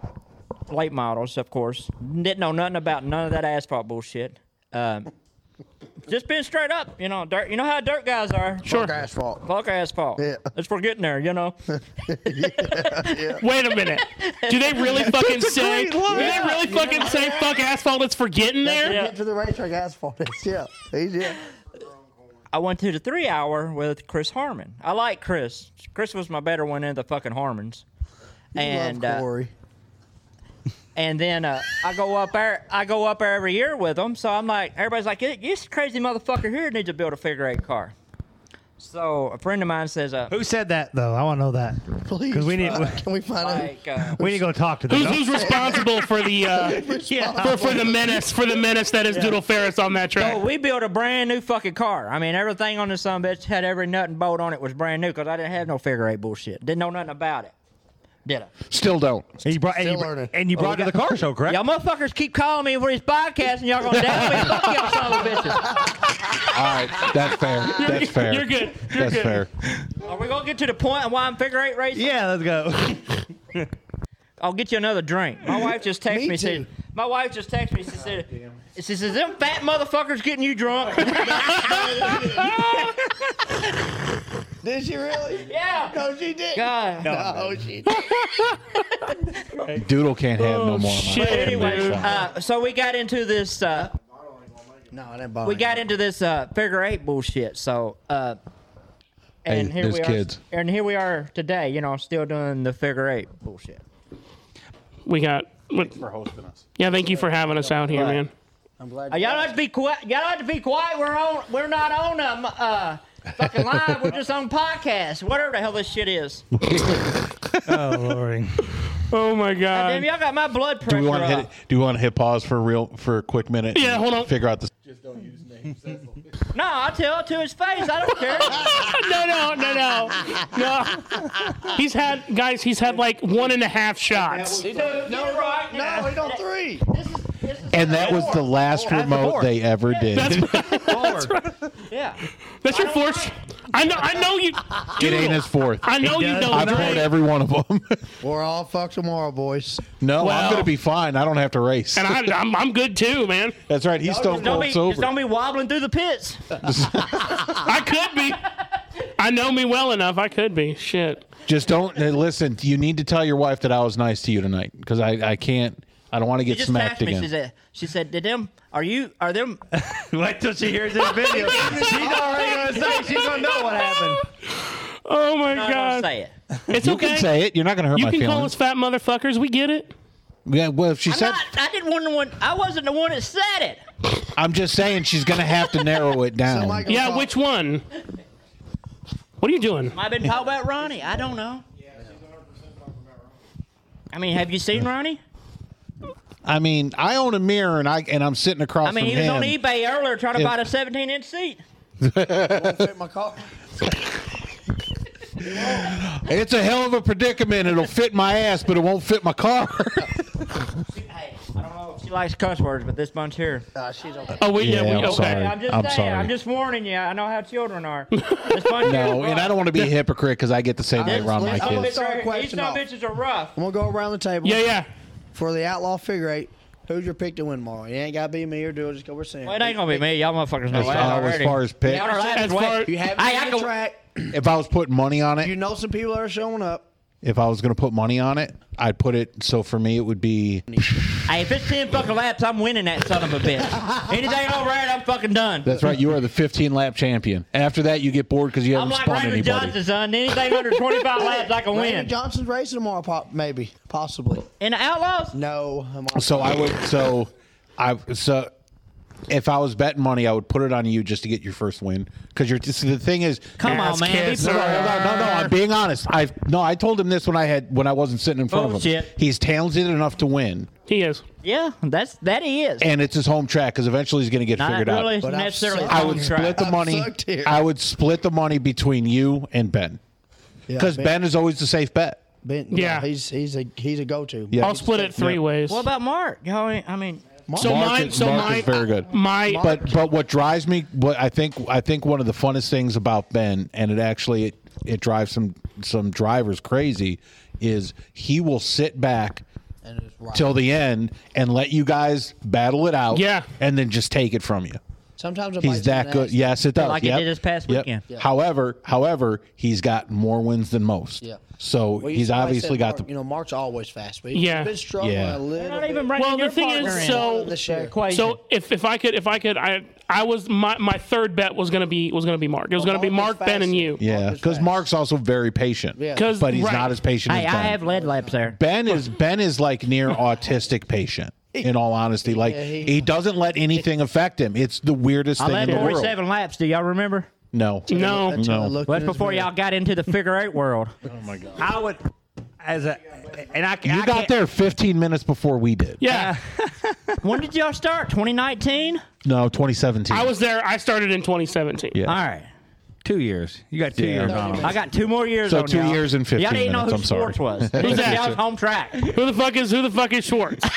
Speaker 5: Late models, of course. Didn't know nothing about none of that asphalt bullshit. Um, just being straight up, you know, dirt. You know how dirt guys are.
Speaker 2: Sure.
Speaker 7: Fuck asphalt.
Speaker 4: Oh,
Speaker 5: Fuck asphalt.
Speaker 7: Yeah.
Speaker 5: It's for getting there, you know.
Speaker 2: Wait a minute. Do they really fucking say? Do they really fucking say fuck asphalt? It's for getting there.
Speaker 5: Yeah.
Speaker 7: Get to the racetrack asphalt. is. Yeah. He's, yeah.
Speaker 5: I went to the three hour with Chris Harmon. I like Chris. Chris was my better one in the fucking Harmons. And
Speaker 7: Love
Speaker 5: uh,
Speaker 7: Corey.
Speaker 5: and then uh, I go up there. I go up there every year with them. So I'm like, everybody's like, this crazy motherfucker here needs to build a figure eight car. So a friend of mine says, uh,
Speaker 6: Who said that though? I want to know that.
Speaker 7: Please.
Speaker 6: 'Cause we need-
Speaker 7: fuck. Can we find out?
Speaker 5: like, uh,
Speaker 6: We need to go talk to them.
Speaker 2: Who's, who's responsible for the uh, for, for the menace for the menace that is Doodle Ferris on that track?
Speaker 5: So we built a brand new fucking car. I mean, everything on this son bitch had every nut and bolt on it was brand new because I didn't have no figure eight bullshit. Didn't know nothing about it. Did I?
Speaker 3: Still don't.
Speaker 6: And you brought and you,
Speaker 7: Still learning.
Speaker 6: and you brought it to the car show, correct?
Speaker 5: Y'all motherfuckers keep calling me for these podcasts and y'all gonna damn me. Fuck y'all son of a bitches.
Speaker 3: All right, that's fair. That's fair.
Speaker 2: You're good. You're
Speaker 3: That's
Speaker 2: good.
Speaker 3: fair.
Speaker 5: Are we gonna get to the point of why I'm figure eight racing?
Speaker 6: Yeah, let's go.
Speaker 5: I'll get you another drink. My wife just texted me.
Speaker 7: Me
Speaker 5: said,
Speaker 7: too.
Speaker 5: my wife just texted me. She said, she says, them fat motherfuckers getting you drunk.
Speaker 7: Did she really?
Speaker 5: yeah.
Speaker 7: No, she did.
Speaker 5: God.
Speaker 7: No, she did.
Speaker 3: Doodle can't have no more. of my
Speaker 2: Oh, Shit,
Speaker 5: Anyway,
Speaker 2: dude.
Speaker 5: uh, so we got into this. Uh,
Speaker 7: No, I didn't bother.
Speaker 5: we got into this uh, figure eight bullshit. So, uh, and
Speaker 3: Hey,
Speaker 5: here
Speaker 3: there's
Speaker 5: we are,
Speaker 3: kids.
Speaker 5: and here we are today. You know, still doing the figure eight bullshit.
Speaker 2: we got.
Speaker 3: for hosting us.
Speaker 2: Yeah, thank you for having us out here, man.
Speaker 7: I'm glad.
Speaker 5: Uh, y'all have to be quiet. Y'all have to be quiet. We're on. We're not on um uh fucking live. we're just on podcast. Whatever the hell this shit is.
Speaker 6: oh Lord.
Speaker 2: Oh my
Speaker 5: Damn,
Speaker 2: god.
Speaker 5: y'all got my blood pressure.
Speaker 3: Do we want to
Speaker 5: up.
Speaker 3: hit? Do we want to hit pause for real for a quick minute?
Speaker 2: Yeah,
Speaker 3: and
Speaker 2: hold on.
Speaker 3: Figure out this.
Speaker 5: No, I'll tell it to his face. I don't care.
Speaker 2: Oh, No, no, no, no, no. He's had guys. He's had like one and a half shots.
Speaker 5: no, right?
Speaker 7: No, we got three.
Speaker 5: This is, this is
Speaker 3: And that was the last
Speaker 6: the
Speaker 3: remote
Speaker 6: board.
Speaker 3: they ever did.
Speaker 5: yeah.
Speaker 2: That's your fourth. I know. I know you.
Speaker 3: it
Speaker 2: Doodle,
Speaker 3: ain't his fourth.
Speaker 2: I know you
Speaker 6: does
Speaker 2: don't
Speaker 3: I poured
Speaker 2: drink,
Speaker 3: every one of them.
Speaker 7: We're all fucked tomorrow, boys.
Speaker 3: no,
Speaker 2: Well-
Speaker 3: I'm gonna be fine. I don't have to race.
Speaker 2: and I, I'm, I'm good too, man.
Speaker 3: That's right. He's stone cold
Speaker 5: Don't be, just
Speaker 3: sober.
Speaker 5: don't be wobbling through the pits.
Speaker 2: I could be. I know me well enough. I could be. Shit.
Speaker 3: Just don't hey, listen. You need to tell your wife that I was nice to you tonight because I, I can't. I don't want to
Speaker 5: She
Speaker 3: get
Speaker 5: just
Speaker 3: smacked
Speaker 5: asked me. She
Speaker 3: again.
Speaker 5: said, "She said, did them? Are you? Are them?
Speaker 6: Wait till she hears this video. She's already gonna say she's gonna know what happened.
Speaker 2: Oh my
Speaker 5: I don't
Speaker 2: god.
Speaker 5: say it.
Speaker 2: It's
Speaker 3: You
Speaker 2: okay.
Speaker 3: can say it. You're not gonna hurt
Speaker 2: you
Speaker 3: my
Speaker 2: can call
Speaker 3: feelings.
Speaker 2: us fat motherfuckers. We get it.
Speaker 3: yeah. Well, if she
Speaker 5: I'm
Speaker 3: said,
Speaker 5: not, I didn't want the one. I wasn't the one that said it.
Speaker 3: I'm just saying she's gonna have to narrow it down.
Speaker 7: Michael
Speaker 2: Yeah,
Speaker 7: Pop-
Speaker 2: which one? What are you doing?
Speaker 5: I've been talking about Ronnie. I don't know. I mean, have you seen Ronnie?
Speaker 3: I mean, I own a mirror and I and I'm sitting across
Speaker 5: I mean,
Speaker 3: from
Speaker 5: he was
Speaker 3: him.
Speaker 5: on eBay earlier trying to
Speaker 3: Yeah.
Speaker 5: buy a 17-inch seat.
Speaker 7: Fit my car.
Speaker 3: It's a hell of a predicament. It'll fit my ass, but it won't fit my car.
Speaker 5: Hey, I don't know if she likes cuss words, but this bunch here.
Speaker 7: Nah, she's okay.
Speaker 2: Oh, wait, yeah,
Speaker 3: Yeah,
Speaker 2: we,
Speaker 3: I'm
Speaker 2: okay.
Speaker 3: sorry.
Speaker 5: I'm just
Speaker 3: I'm
Speaker 5: saying.
Speaker 3: sorry.
Speaker 5: I'm just warning you. I know how children are. This
Speaker 3: no,
Speaker 5: bunch here,
Speaker 3: Oh, and I don't want to be a hypocrite because I get the same way
Speaker 7: Let's-
Speaker 3: around my
Speaker 7: let's-
Speaker 5: Some
Speaker 7: I'm
Speaker 5: of
Speaker 7: gonna
Speaker 3: kids.
Speaker 5: these
Speaker 7: start a
Speaker 5: are- These
Speaker 7: question
Speaker 5: dumb
Speaker 7: off.
Speaker 5: bitches are rough.
Speaker 7: I'm gonna go around the table
Speaker 2: Yeah, yeah.
Speaker 7: for the outlaw figure eight. Who's your pick to win tomorrow? You ain't gotta be me or do it. Just go. We're saying.
Speaker 5: Well, it ain't gonna be me. Y'all motherfuckers know
Speaker 3: As
Speaker 5: that
Speaker 3: far, as
Speaker 5: already.
Speaker 3: far as pick,
Speaker 5: Y'all are laughing
Speaker 2: As
Speaker 5: way.
Speaker 2: far-
Speaker 7: You have
Speaker 5: Hey,
Speaker 7: me
Speaker 5: I
Speaker 7: on
Speaker 5: can-
Speaker 7: the track.
Speaker 3: if I was putting money on
Speaker 7: You
Speaker 3: it,
Speaker 7: know some people that are showing up.
Speaker 3: if I was going to put money on it, I'd put it. So for me, it would be
Speaker 5: Hey, if it's ten fucking laps, I'm winning that son of a bitch. Anything over it, I'm fucking done.
Speaker 3: that's right. You are the 15 lap champion. After that, you get bored because you
Speaker 5: I'm
Speaker 3: haven't
Speaker 5: like
Speaker 3: spun
Speaker 5: Raymond
Speaker 3: anybody.
Speaker 5: Johnson, son. Anything under 25 laps, I can
Speaker 7: Randy
Speaker 5: win.
Speaker 7: Johnson's racing tomorrow, pop, maybe, possibly.
Speaker 5: And the Outlaws,
Speaker 7: No, I'm off.
Speaker 3: So I would. So I. So if I was betting money, I would put it on you just to get your first win. Because you're. Just, the thing is,
Speaker 5: come on, man.
Speaker 2: kids
Speaker 5: Be
Speaker 2: are-
Speaker 5: polite.
Speaker 3: No, no, no, no, I'm being honest. I no, I told him this when I had when I wasn't sitting in front of
Speaker 5: Bullshit.
Speaker 3: him. He's talented enough to win,
Speaker 2: He is.
Speaker 5: Yeah, that's that he is.
Speaker 3: and it's his home track because eventually he's going to get
Speaker 5: Not
Speaker 3: figured
Speaker 5: really
Speaker 3: out.
Speaker 7: But I've
Speaker 5: necessarily.
Speaker 7: sucked.
Speaker 3: I
Speaker 5: on
Speaker 3: would
Speaker 5: track.
Speaker 3: split the
Speaker 7: I've
Speaker 3: money.
Speaker 7: sucked here.
Speaker 3: I would split the money between you and Ben
Speaker 7: Yeah,
Speaker 3: because
Speaker 7: Ben-
Speaker 3: Ben is always the safe bet.
Speaker 7: Benton, yeah,
Speaker 2: Yeah.
Speaker 7: he's he's a he's a go-to.
Speaker 3: Yeah.
Speaker 2: I'll split it three
Speaker 3: Yeah.
Speaker 2: ways.
Speaker 5: What about Mark? Y'all ain't, I mean,
Speaker 2: so
Speaker 3: Mark
Speaker 2: mine.
Speaker 3: is-
Speaker 2: So
Speaker 3: Mark
Speaker 2: mine.
Speaker 3: is very good.
Speaker 2: My.
Speaker 3: But but what drives me, what I think I think one of the funnest things about Ben, and it actually it, it drives some some drivers crazy, is he will sit back
Speaker 7: And it's right.
Speaker 3: till the end and let you guys battle it out.
Speaker 2: Yeah.
Speaker 3: and then just take it from you.
Speaker 4: Sometimes a
Speaker 3: He's
Speaker 4: bite's
Speaker 3: that
Speaker 4: an
Speaker 3: good.
Speaker 4: ass.
Speaker 3: Yes, it does.
Speaker 5: Like he
Speaker 3: yep.
Speaker 5: did this past
Speaker 3: Yep.
Speaker 5: weekend.
Speaker 3: However, however, he's got more wins than most.
Speaker 4: Yeah.
Speaker 3: So
Speaker 4: Well, you-
Speaker 3: he's
Speaker 4: like I
Speaker 3: obviously
Speaker 4: said,
Speaker 3: got
Speaker 4: Mark,
Speaker 3: the.
Speaker 4: You know, Mark's always fast, but
Speaker 2: Yeah.
Speaker 4: he's been struggling
Speaker 3: Yeah.
Speaker 4: a little.
Speaker 5: Not even
Speaker 4: bit.
Speaker 5: bringing
Speaker 2: Well, the
Speaker 5: your
Speaker 2: thing is,
Speaker 5: partner in
Speaker 2: so-
Speaker 5: to
Speaker 4: This
Speaker 5: the
Speaker 4: year.
Speaker 5: equation.
Speaker 2: So if, if I could if I could I I was my, my third bet was gonna be was gonna be Mark. It was gonna be
Speaker 4: Mark
Speaker 2: Mark,
Speaker 4: is
Speaker 2: Ben, and
Speaker 4: fast.
Speaker 2: you.
Speaker 3: Yeah,
Speaker 4: is
Speaker 3: because
Speaker 4: fast.
Speaker 3: Mark's also very patient.
Speaker 4: Yeah.
Speaker 2: Because
Speaker 3: But he's
Speaker 2: right.
Speaker 3: not as patient
Speaker 5: Hey,
Speaker 3: as Ben.
Speaker 5: I have lead laps there.
Speaker 3: ben is Ben is like near autistic patient. In all honesty, like he,
Speaker 4: he-
Speaker 3: doesn't let anything affect him. It's the weirdest
Speaker 5: I
Speaker 3: thing in
Speaker 5: led
Speaker 3: the world.
Speaker 5: 47 laps. Do y'all remember?
Speaker 3: No,
Speaker 2: No.
Speaker 4: Until I
Speaker 3: No.
Speaker 4: looked
Speaker 5: Well,
Speaker 4: in
Speaker 5: that's
Speaker 4: his
Speaker 5: before
Speaker 4: mirror.
Speaker 5: y'all got into the figure eight world.
Speaker 6: I would, as a, and I,
Speaker 3: you got
Speaker 6: I can't-
Speaker 3: there 15 minutes before we did.
Speaker 2: Yeah.
Speaker 5: When did y'all start? 2019?
Speaker 3: No, 2017.
Speaker 2: I was there. I started in 2017.
Speaker 3: Yeah.
Speaker 5: All right.
Speaker 6: two years. You got two
Speaker 3: Yeah.
Speaker 6: years
Speaker 3: No,
Speaker 6: on
Speaker 3: you
Speaker 6: him.
Speaker 5: I got two more years
Speaker 3: So
Speaker 5: on
Speaker 3: two
Speaker 5: y'all.
Speaker 3: years and 15
Speaker 5: Y'all didn't know
Speaker 3: minutes,
Speaker 5: who
Speaker 3: I'm sorry.
Speaker 5: Schwartz was. Who's
Speaker 2: that?
Speaker 5: Y'all's home track.
Speaker 2: Who the fuck is who the fuck is Schwartz?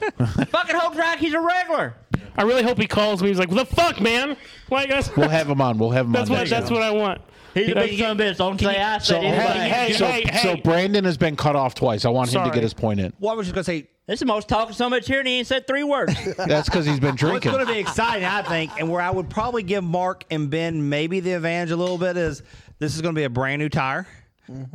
Speaker 5: Fucking home track, he's a regular.
Speaker 2: I really hope he calls me. He's like, "What the fuck, man?" Like that's
Speaker 3: We'll have him on. We'll have him
Speaker 2: that's
Speaker 3: on.
Speaker 2: what
Speaker 3: next
Speaker 2: that's
Speaker 3: time.
Speaker 2: what I want.
Speaker 5: He's a
Speaker 2: That's-
Speaker 5: big son of a bitch. Don't say I
Speaker 3: So,
Speaker 5: said anybody.
Speaker 2: hey,
Speaker 3: so,
Speaker 2: hey, hey.
Speaker 3: so Brandon has been cut off twice. I want him
Speaker 2: Sorry.
Speaker 3: to get his point in.
Speaker 6: Well, I was just gonna say
Speaker 5: This is the most talking so much here, and he ain't said three words.
Speaker 3: That's because he's been
Speaker 6: What's
Speaker 3: drinking.
Speaker 6: going to be exciting, I think, and where I would probably give Mark and Ben maybe the advantage a little bit is this is going to be a brand new tire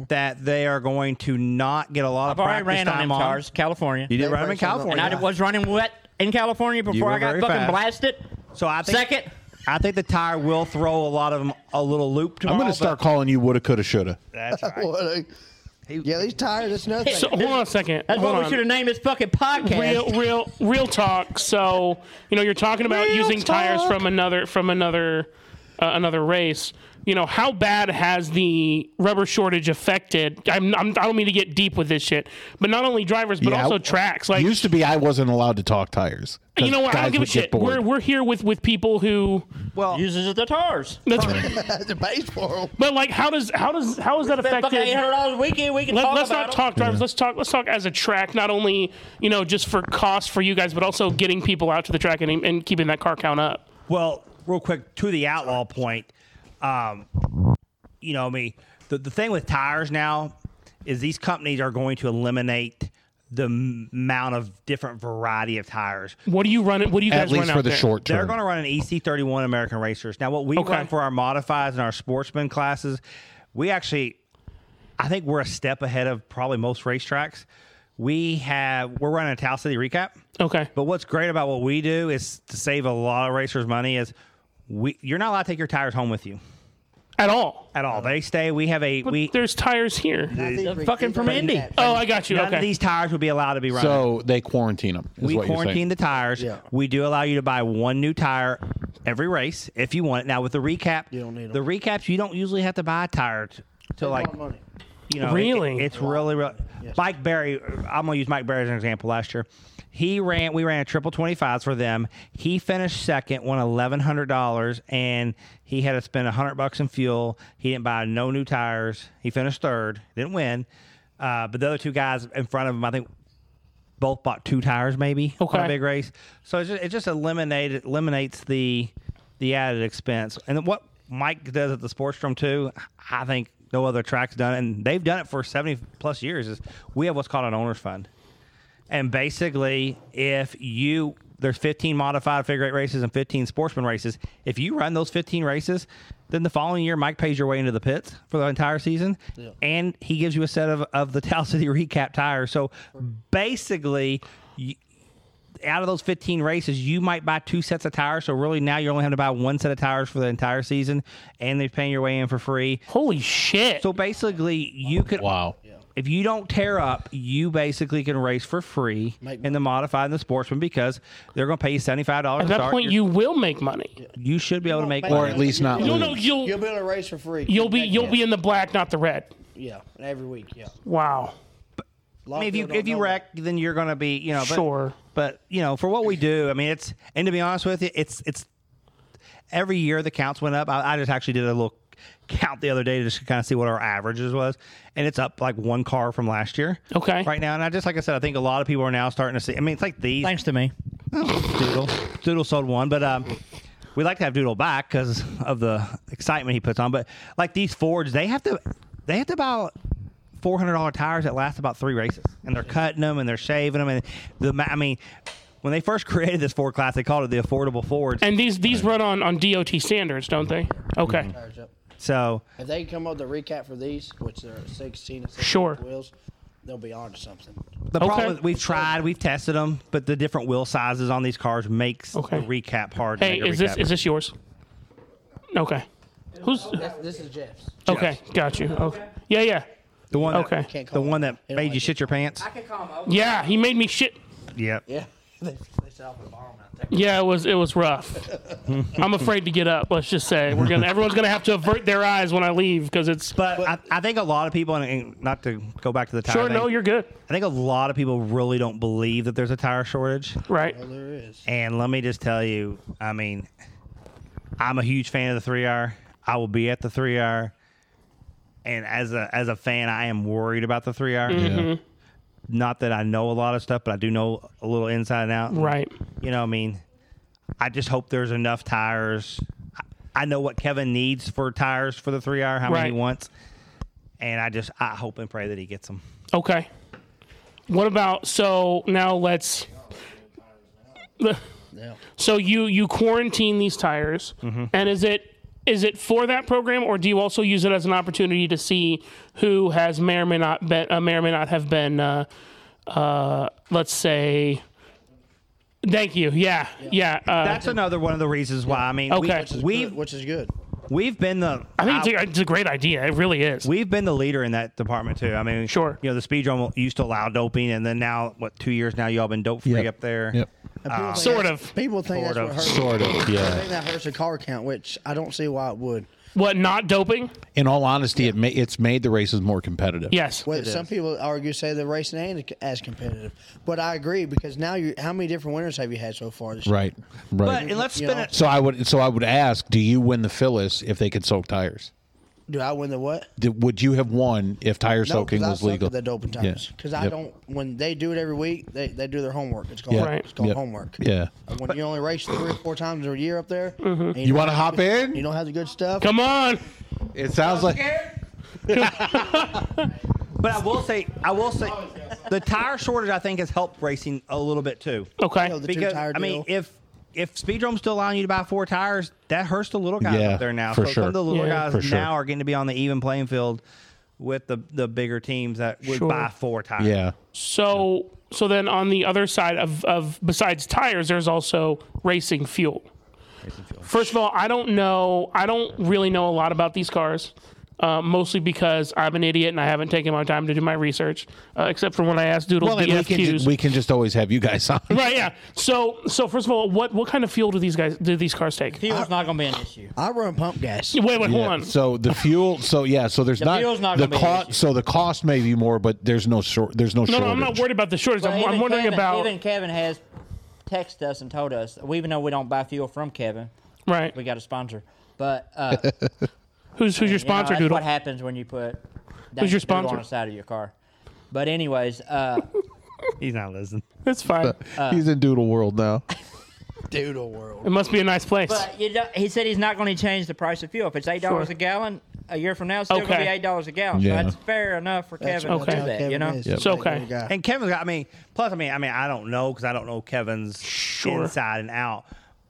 Speaker 6: that they are going to not get a lot
Speaker 5: Mm-hmm. I've
Speaker 6: of
Speaker 5: already
Speaker 6: practice
Speaker 5: ran on
Speaker 6: time
Speaker 5: them cars, California.
Speaker 6: You did run them in
Speaker 4: breaks them up.
Speaker 6: California,
Speaker 5: and I was running wet in California
Speaker 6: You
Speaker 5: before
Speaker 6: were
Speaker 5: I got
Speaker 6: very
Speaker 5: fucking
Speaker 6: fast.
Speaker 5: blasted.
Speaker 6: so I think
Speaker 5: Second.
Speaker 6: I think the tire will throw a lot of them a little loop tomorrow.
Speaker 3: I'm going to
Speaker 6: but
Speaker 3: start calling you woulda, coulda, shoulda.
Speaker 6: That's right.
Speaker 4: What a- yeah, these tires. It's nothing.
Speaker 2: So hold on a second.
Speaker 5: That's
Speaker 2: hold
Speaker 5: what we
Speaker 2: on.
Speaker 5: should have named this fucking podcast.
Speaker 2: real real real talk so you know you're talking about
Speaker 5: Real
Speaker 2: using tires
Speaker 5: talk.
Speaker 2: from another from another uh, another race you know how bad has the rubber shortage affected I'm, I'm i don't mean to get deep with this shit but not only drivers but
Speaker 3: Yeah,
Speaker 2: also
Speaker 3: I-
Speaker 2: tracks like
Speaker 3: Used to be I wasn't allowed to talk tires. 'cause
Speaker 2: you know what i don't
Speaker 3: guys
Speaker 2: give a
Speaker 3: would get
Speaker 2: shit
Speaker 3: bored.
Speaker 2: we're, we're here with with people who
Speaker 6: Well,
Speaker 5: Uses of the tires.
Speaker 2: that's
Speaker 4: the baseball.
Speaker 2: but like how does how does how is that
Speaker 5: Spent fucking eight
Speaker 2: affected
Speaker 5: hundred dollars a weekend. We can
Speaker 2: Let,
Speaker 5: talk
Speaker 2: us
Speaker 5: about
Speaker 2: not
Speaker 5: it.
Speaker 2: talk drivers. Let's talk. Let's talk as a track, not only you know just for cost for you guys, but also getting people out to the track and, and keeping that car count up.
Speaker 6: Well, real quick to the outlaw point, um, you know me. The the thing with tires now is these companies are going to eliminate the m- amount of different variety of tires.
Speaker 2: What do you run? What do you guys
Speaker 3: At least
Speaker 2: run
Speaker 3: for
Speaker 2: out
Speaker 3: the
Speaker 2: there?
Speaker 3: short
Speaker 6: They're
Speaker 3: term.
Speaker 6: going to run an EC31 American Racers. Now, what we
Speaker 2: Okay.
Speaker 6: run for our modifieds and our sportsman classes, we actually, I think we're a step ahead of probably most racetracks. We have we're running a Tal City recap.
Speaker 2: Okay.
Speaker 6: But what's great about what we do is to save a lot of racers money is we you're not allowed to take your tires home with you
Speaker 2: At all.
Speaker 6: at all. They stay. We have a we
Speaker 2: There's tires here.
Speaker 5: They're fucking from Indy.
Speaker 2: Oh, I got you.
Speaker 6: none
Speaker 2: Okay.
Speaker 6: of these tires would be allowed to be running.
Speaker 3: so they quarantine them. Is
Speaker 6: we
Speaker 3: what
Speaker 6: quarantine the tires.
Speaker 4: Yeah.
Speaker 6: We do allow you to buy one new tire every race if you want. it. Now with the recap, you
Speaker 4: don't need 'em.
Speaker 6: the recaps. You don't usually have to buy a tire t- to like
Speaker 4: money.
Speaker 6: you know, it-
Speaker 2: Really?
Speaker 6: it's really, really. Mike Barry, I'm gonna use Mike Barry as an example. Last year, he ran. We ran a triple 25s for them. He finished second, won eleven hundred dollars, and he had to spend hundred bucks in fuel. He didn't buy no new tires. He finished third, didn't win. Uh, but the other two guys in front of him, I think, both bought two tires, maybe on
Speaker 2: Okay.
Speaker 6: a big race. So it just, it just eliminated eliminates the the added expense. And then what Mike does at the Sportstrom too, I think no other track's done, it. and they've done it for seventy plus years. Is we have what's called an owners fund, and basically if you there's 15 modified figure eight races and 15 sportsman races. If you run those 15 races, then the following year Mike pays your way into the pits for the entire season, and he gives you a set of, of the Tal City recap tires. So basically, you, out of those 15 races, you might buy two sets of tires. So really now you're only having to buy one set of tires for the entire season and they're paying your way in for free.
Speaker 2: Holy shit.
Speaker 6: So basically you
Speaker 3: You're
Speaker 6: could
Speaker 3: saying. Wow.
Speaker 6: if you don't tear up, you basically can race for free in the modified and the sportsman because they're going to pay you $75
Speaker 2: At that point, you will make money.
Speaker 6: you should be able to make
Speaker 3: Or
Speaker 6: money.
Speaker 3: at least not
Speaker 2: No,
Speaker 3: lose.
Speaker 2: no,
Speaker 4: You'll
Speaker 2: you'll
Speaker 4: be able to race for free.
Speaker 2: you'll be you'll be in the black, not the red.
Speaker 4: Yeah, every week. Yeah.
Speaker 2: Wow.
Speaker 6: I mean, if you
Speaker 4: Longfield don't
Speaker 6: if you
Speaker 4: know that.
Speaker 6: wreck, then you're going to be, you know, but,
Speaker 2: Sure.
Speaker 6: But you know, for what we do, I mean, it's and to be honest with you, it's it's every year the counts went up. I, I just actually did a little count the other day just to kind of see what our averages was, and it's up like one car from last year.
Speaker 2: Okay.
Speaker 6: Right now, and I just like I said, I think a lot of people are now starting to see. I mean, it's like these
Speaker 5: Thanks to me.
Speaker 6: Doodle. Doodle sold one, but um, we like to have Doodle back because of the excitement he puts on. But like these Fords, they have to they have to buy four hundred dollar tires that last about three races, and they're cutting them and they're shaving them, and the ma- I mean, when they first created this Ford class, they called it the affordable Ford.
Speaker 2: And these these run on on DOT standards, don't they? Okay.
Speaker 3: Mm-hmm.
Speaker 4: Tires up.
Speaker 6: so
Speaker 4: If they can come up with a recap for these, which are 16 and 16
Speaker 2: Sure.
Speaker 4: wheels, they'll be on to something.
Speaker 6: the
Speaker 2: Okay.
Speaker 6: problem is we've tried, we've tested them, but the different wheel sizes on these cars makes
Speaker 2: Okay.
Speaker 6: the recap hard. to
Speaker 2: Hey,
Speaker 6: make a
Speaker 2: is this
Speaker 6: recap.
Speaker 2: is this yours? Okay. Who's
Speaker 4: This is Jeff's.
Speaker 2: okay? Got you. Okay. Yeah, yeah,
Speaker 6: the one? That,
Speaker 2: okay.
Speaker 4: Can't
Speaker 6: The
Speaker 4: call
Speaker 6: one
Speaker 4: it.
Speaker 6: that
Speaker 4: They don't
Speaker 6: made
Speaker 4: like
Speaker 6: you
Speaker 4: it.
Speaker 6: shit your pants.
Speaker 5: I could call him over.
Speaker 2: yeah. He made me shit.
Speaker 6: Yep.
Speaker 4: Yeah. they, they set off the bomb out there.
Speaker 2: Yeah, it was it was rough. I'm afraid to get up. Let's just say we're gonna everyone's gonna have to avert their eyes when I leave because it's.
Speaker 6: But, I, I think a lot of people, and- and not to go back to the tire
Speaker 2: Sure,
Speaker 6: thing,
Speaker 2: no, you're good.
Speaker 6: I think a lot of people really don't believe that there's a tire shortage.
Speaker 2: Right.
Speaker 4: There is.
Speaker 6: And let me just tell you, I mean, I'm a huge fan of the three R. I will be at the three R. And as a as a fan, I am worried about the three R.
Speaker 2: Mm-hmm.
Speaker 6: Not that I know a lot of stuff, but I do know a little inside and out.
Speaker 2: Right.
Speaker 6: You know, what I mean, I just hope there's enough tires. I- I know what Kevin needs for tires for the three R, how many
Speaker 2: Right.
Speaker 6: he wants, and I just I hope and pray that he gets them.
Speaker 2: Okay. What about so now let's
Speaker 4: Yeah.
Speaker 2: so you you quarantine these tires and is it is it for that program or do you also use it as an opportunity to see who has may or may not been uh, may or may not have been uh, uh, let's say thank you yeah yeah, uh,
Speaker 6: That's another one of the reasons why. I mean,
Speaker 2: Okay.
Speaker 6: we, we've
Speaker 4: Which is good.
Speaker 6: we've been the
Speaker 2: I think it's a, it's a great idea it really is
Speaker 6: We've been the leader in that department too. I mean,
Speaker 2: Sure.
Speaker 6: You know, the speed drum used to allow doping, and then now, what, two years now, y'all been dope free
Speaker 3: Yep.
Speaker 6: up there.
Speaker 3: Yep.
Speaker 4: And people think
Speaker 2: Sort
Speaker 4: that's-
Speaker 2: of.
Speaker 4: People think
Speaker 6: Sort
Speaker 4: that's what
Speaker 6: of.
Speaker 4: hurts.
Speaker 3: Sort of.
Speaker 4: I
Speaker 3: Yeah.
Speaker 4: think that hurts the car count, which I don't see why it would.
Speaker 2: what not doping
Speaker 3: In all honesty, it ma- it's made the races more competitive.
Speaker 2: yes
Speaker 4: Well, some people argue say the racing ain't as competitive, but I agree because now you how many different winners have you had so far this year?
Speaker 3: Right. Right.
Speaker 6: But and let's
Speaker 4: You
Speaker 6: spin
Speaker 4: know.
Speaker 6: it.
Speaker 3: so I would so I would ask, do you win the Phyllis if they could soak tires?
Speaker 4: Do I win the what?
Speaker 3: Did, would you have won if tire
Speaker 4: No, 'cause
Speaker 3: soaking
Speaker 4: I
Speaker 3: was
Speaker 4: suck at
Speaker 3: legal?
Speaker 4: The doping
Speaker 3: Yeah.
Speaker 4: times because I
Speaker 3: Yep.
Speaker 4: don't. When they do it every week, they, they do their homework. It's called
Speaker 3: Yeah.
Speaker 2: Right.
Speaker 4: it's called
Speaker 3: Yep.
Speaker 4: homework.
Speaker 3: Yeah.
Speaker 4: And When you only race three or four times a year up there, and
Speaker 3: You
Speaker 4: don't
Speaker 3: want to
Speaker 4: have
Speaker 3: hop
Speaker 4: the good- You
Speaker 3: in?
Speaker 4: don't have the good stuff.
Speaker 2: come on
Speaker 3: It sounds like
Speaker 6: But I will say, I will say, the tire shortage I think has helped racing a little bit too.
Speaker 2: okay
Speaker 4: You know, the
Speaker 6: Because
Speaker 4: two-tire
Speaker 6: I mean,
Speaker 4: deal.
Speaker 6: if if Speedrome's still allowing you to buy four tires, that hurts the little guys
Speaker 3: Yeah,
Speaker 6: up there now.
Speaker 3: for
Speaker 6: so some
Speaker 3: sure.
Speaker 6: of the little
Speaker 2: Yeah.
Speaker 3: For
Speaker 6: guys
Speaker 3: sure.
Speaker 6: now are getting to be on the even playing field with the the bigger teams that would
Speaker 2: Sure.
Speaker 6: buy four tires.
Speaker 3: yeah.
Speaker 2: So so then on the other side of, of besides tires, there's also racing fuel. First of all, I don't know. I don't really know a lot about these cars, uh, mostly because I'm an idiot and I haven't taken my time to do my research, uh, except for when I asked Doodle
Speaker 3: Well, and we
Speaker 2: DFQs.
Speaker 3: can, just, we can just always have you guys on.
Speaker 2: right? Yeah. So so first of all, what what kind of fuel do these guys do these cars take?
Speaker 5: Fuel's not gonna be an issue.
Speaker 4: I run pump gas.
Speaker 2: Wait, wait, hold
Speaker 3: Yeah,
Speaker 2: on.
Speaker 3: So the fuel. So yeah. So there's
Speaker 5: fuel's
Speaker 3: not,
Speaker 5: not
Speaker 3: the
Speaker 5: gonna be an
Speaker 3: cost.
Speaker 5: issue.
Speaker 3: So the cost may be more, but there's no short. There's no,
Speaker 2: no,
Speaker 3: shortage.
Speaker 2: no, I'm not worried about the shortage. I'm, I'm
Speaker 5: even
Speaker 2: wondering
Speaker 5: Kevin,
Speaker 2: about
Speaker 5: even Kevin has texted us and told us we even though we don't buy fuel from Kevin,
Speaker 2: right.
Speaker 5: we got a sponsor. But uh, you know,
Speaker 2: Who's who's your sponsor,
Speaker 5: that's
Speaker 2: Doodle?
Speaker 5: what happens when you put
Speaker 2: Who's your
Speaker 5: Doodle on
Speaker 2: sponsor?
Speaker 5: the side of your car. But anyways, uh,
Speaker 6: he's not listening.
Speaker 2: It's fine.
Speaker 3: He's in doodle world now.
Speaker 4: Doodle world.
Speaker 2: It must be a nice place.
Speaker 5: but you don't- he said he's not going to change the price of fuel. If it's eight dollars
Speaker 2: Sure.
Speaker 5: a gallon a year from now, it's still going to
Speaker 2: Okay. Uh,
Speaker 5: be eight dollars a gallon.
Speaker 3: Yeah.
Speaker 5: So that's fair enough for Kevin
Speaker 2: what
Speaker 5: to
Speaker 2: Okay.
Speaker 5: do that. You know,
Speaker 4: It's
Speaker 2: So, okay.
Speaker 6: And Kevin's got. I mean, plus, I mean, I mean, I don't know because I don't know Kevin's
Speaker 2: Sure.
Speaker 6: inside and out.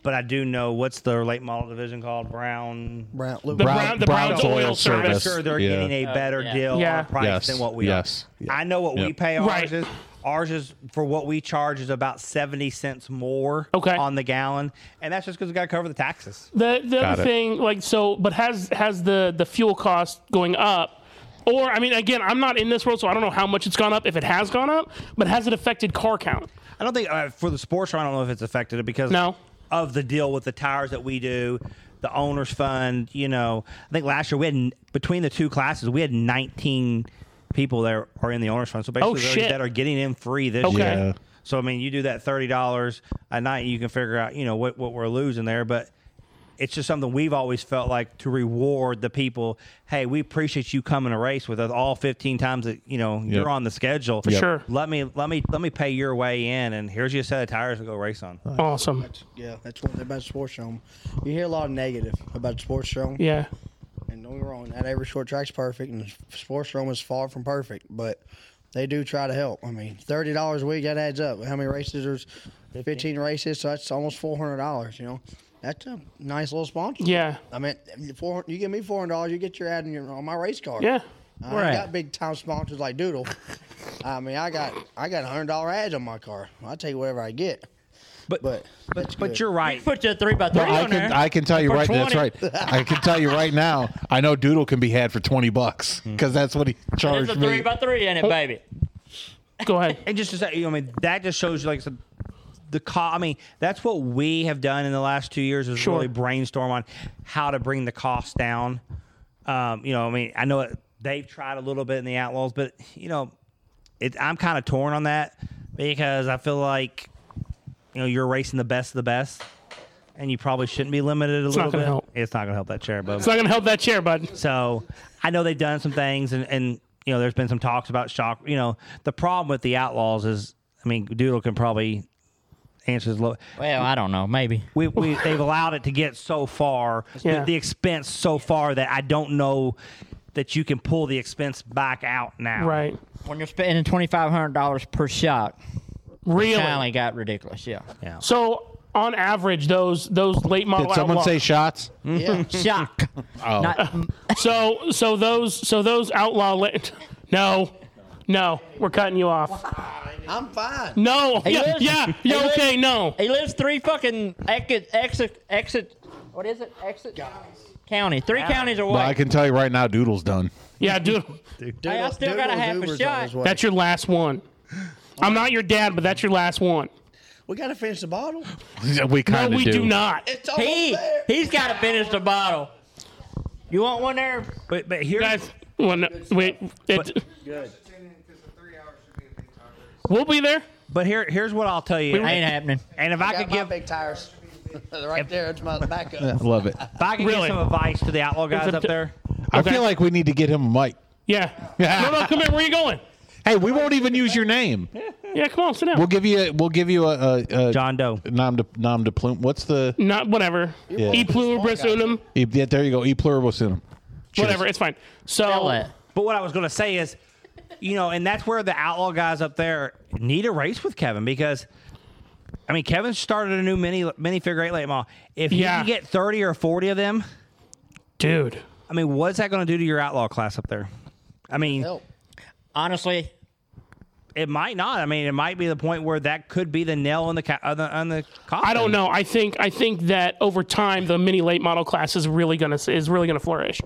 Speaker 6: But I do know what's their late model division called Brown.
Speaker 4: Brown,
Speaker 2: the
Speaker 4: Brown-
Speaker 2: brown, the Brown's
Speaker 3: Brown's
Speaker 2: oil,
Speaker 3: oil
Speaker 6: I'm
Speaker 2: service. Oh,
Speaker 3: service.
Speaker 6: sure they're
Speaker 3: Yeah.
Speaker 6: getting a better
Speaker 5: yeah.
Speaker 6: deal
Speaker 2: Yeah.
Speaker 6: on price
Speaker 3: Yes,
Speaker 6: than what we
Speaker 3: yes,
Speaker 6: are.
Speaker 3: yeah.
Speaker 6: I know what we
Speaker 3: Yep.
Speaker 6: pay ours
Speaker 2: Right.
Speaker 6: is. Ours is for what we charge is about seventy cents more
Speaker 2: Okay.
Speaker 6: on the gallon, and that's just because we got to cover the taxes.
Speaker 2: The the
Speaker 3: Got
Speaker 2: other
Speaker 3: it.
Speaker 2: thing, like so, but has has the the fuel cost going up? Or I mean, again, I'm not in this world, so I don't know how much it's gone up. If it has gone up, but has it affected car count?
Speaker 6: I don't think uh, for the sports car, I don't know if it's affected it because
Speaker 2: No.
Speaker 6: of the deal with the tires that we do, the owners fund. You know, I think last year we had between the two classes we had 19 people that are in the owners fund. So basically,
Speaker 2: Oh,
Speaker 6: those
Speaker 2: shit.
Speaker 6: that are getting in free this
Speaker 2: Okay.
Speaker 6: year.
Speaker 3: Yeah.
Speaker 6: So I mean, you do that thirty dollars a night, you can figure out you know what what we're losing there, but. It's just something we've always felt like to reward the people. Hey, we appreciate you coming to race with us all 15 times that you know you're on the schedule. For
Speaker 2: sure.
Speaker 6: Let me let me let me pay your way in, and here's your set of tires to go race on.
Speaker 2: Oh, Awesome.
Speaker 4: Yeah, that's one thing about sports show. You hear a lot of negative about sports show.
Speaker 2: Yeah.
Speaker 4: And don't get me wrong, not every short track's perfect, and sports room is far from perfect, but they do try to help. I mean, thirty dollars a week that adds up. How many races there's 15 races, so that's almost $400, you know. That's a nice little sponsor.
Speaker 2: Yeah.
Speaker 4: I mean, four, you give me $400, you get your ad in your, on my race card.
Speaker 2: Yeah.
Speaker 4: I
Speaker 6: Right.
Speaker 4: ain't got big time sponsors like Doodle. I mean, I got I got hundred dollar ads on my car. I take whatever I get.
Speaker 6: But but
Speaker 4: But
Speaker 6: but,
Speaker 4: that's good.
Speaker 6: you're right.
Speaker 5: Put your three by three
Speaker 3: But I
Speaker 5: on
Speaker 3: can
Speaker 5: there.
Speaker 3: I can tell you
Speaker 5: For
Speaker 3: right that's
Speaker 5: 20.
Speaker 3: right. I can tell you right now. I know Doodle can be had for twenty bucks
Speaker 6: Hmm.
Speaker 3: because that's what he
Speaker 5: There's a
Speaker 3: charged
Speaker 5: three
Speaker 3: me.
Speaker 5: by three in it, baby.
Speaker 2: Go ahead.
Speaker 6: And just to say, I mean, that just shows you like some, the cost. I mean, that's what we have done in the last two years is
Speaker 2: Sure.
Speaker 6: really brainstorm on how to bring the cost down. Um, you know, I mean, I know it, they've tried a little bit in the Outlaws, but you know, it, I'm kind of torn on that because I feel like you know you're racing the best of the best, and you probably shouldn't be limited a
Speaker 2: not
Speaker 6: little
Speaker 2: gonna
Speaker 6: bit.
Speaker 2: help.
Speaker 6: It's not going to help that chair, but
Speaker 2: It's not gonna help that chair, bud.
Speaker 6: so I know they've done some things, and, and you know, there's been some talks about shock. You know, the problem with the Outlaws is, I mean, Doodle can probably answer this. Low.
Speaker 5: Well, I don't know. Maybe.
Speaker 6: We, we they've allowed it to get so far,
Speaker 2: Yeah.
Speaker 6: the, the expense so far that I don't know that you can pull the expense back out now.
Speaker 2: Right.
Speaker 5: When you're spending twenty five hundred dollars per shot,
Speaker 2: Really.
Speaker 5: finally got ridiculous. Yeah.
Speaker 2: So on average, those those late model.
Speaker 3: Did someone
Speaker 2: outlaw-
Speaker 3: say shots?
Speaker 4: Yeah,
Speaker 5: Shock. Not,
Speaker 2: So so those so those outlaw lit. No, no, we're cutting you off.
Speaker 4: I'm fine.
Speaker 2: No,
Speaker 5: Hey,
Speaker 2: yeah,
Speaker 5: listen.
Speaker 2: yeah, yeah.
Speaker 5: Hey,
Speaker 2: Okay,
Speaker 5: listen.
Speaker 2: no.
Speaker 5: he lives three fucking exit exit exit. What is it? Exit county. Three counties away.
Speaker 3: Well, I can tell you right now, Doodle's done.
Speaker 2: Yeah, dude,
Speaker 4: Doodle,
Speaker 5: I still got a half a
Speaker 4: Uber's on
Speaker 5: shot.
Speaker 4: his way.
Speaker 2: that's your last one. I'm not your dad, but that's your last one.
Speaker 4: we gotta finish the bottle.
Speaker 3: We
Speaker 2: No,
Speaker 3: kind of
Speaker 2: we do not.
Speaker 4: It's almost
Speaker 5: he
Speaker 4: there.
Speaker 5: he's got to finish the bottle. You want one there?
Speaker 6: But but here's
Speaker 2: Guys, well, no, wait, it, we'll be there.
Speaker 6: but here here's what I'll tell you.
Speaker 5: Ain't happening.
Speaker 6: And if I,
Speaker 4: I got
Speaker 6: could
Speaker 4: my
Speaker 6: give
Speaker 4: big tires. right there, it's my backup.
Speaker 3: Love it.
Speaker 6: if I could
Speaker 2: Really?
Speaker 6: give some advice to the outlaw guys
Speaker 2: up
Speaker 6: up
Speaker 2: to-
Speaker 6: there.
Speaker 3: I
Speaker 2: Okay.
Speaker 3: feel like we need to get him a mic.
Speaker 2: Yeah. No, no, come here. Where you going?
Speaker 3: Hey, we won't even use your name.
Speaker 2: Yeah, come on, sit
Speaker 3: We'll
Speaker 2: down.
Speaker 3: give you. A, we'll give you a, a, a
Speaker 6: John Doe.
Speaker 3: nom de nom de plume. What's the?
Speaker 2: Not whatever.
Speaker 3: Yeah.
Speaker 2: E pluribus unum.
Speaker 3: e- yeah, there you go. E pluribus unum. Cheers.
Speaker 2: Whatever, it's fine.
Speaker 5: Tell
Speaker 2: So
Speaker 5: that.
Speaker 6: But what I was going to say is, you know, and that's where the outlaw guys up there need a race with Kevin because, I mean, Kevin started a new mini mini figure eight late model. If you
Speaker 2: Yeah.
Speaker 6: can get thirty or forty of them,
Speaker 2: dude.
Speaker 6: I mean, what's that going to do to your outlaw class up there? I mean,
Speaker 4: Help.
Speaker 5: Honestly,
Speaker 6: it might not. I mean, it might be the point where that could be the nail on the ca- on the, on the coffin.
Speaker 2: I don't know. I think I think that over time the mini late model class is really gonna is really gonna flourish.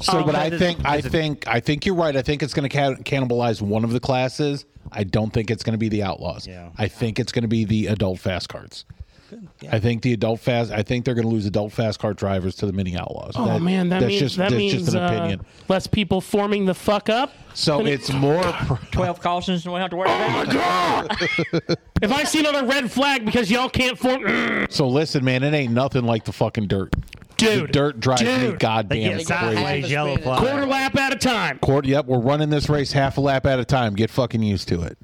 Speaker 3: So,
Speaker 2: Oh,
Speaker 3: but I
Speaker 6: Because
Speaker 3: think I
Speaker 6: it's a-
Speaker 3: think I think you're right. I think it's going to ca- cannibalize one of the classes. I don't think it's going to be the outlaws.
Speaker 6: Yeah.
Speaker 3: I think it's going to be the adult fast cards. I think the adult fast. I think they're going to lose adult fast card drivers to the mini outlaws.
Speaker 2: Oh man, that
Speaker 3: that's
Speaker 2: means
Speaker 3: just
Speaker 2: that
Speaker 3: that's
Speaker 2: means
Speaker 3: just an
Speaker 2: uh,
Speaker 3: opinion.
Speaker 2: less people forming the fuck up.
Speaker 3: So it's more. pro-
Speaker 5: twelve cautions and we don't have to worry about it.
Speaker 2: If I see another red flag because y'all can't form,
Speaker 3: So listen, man, it ain't nothing like the fucking dirt.
Speaker 2: dude,
Speaker 3: the dirt drives me
Speaker 2: dude.
Speaker 3: goddamn
Speaker 6: It's not
Speaker 3: crazy.
Speaker 6: always yellow flag.
Speaker 2: quarter lap at a time.
Speaker 3: Court, yep, we're running this race half a lap at a time. Get fucking used to it.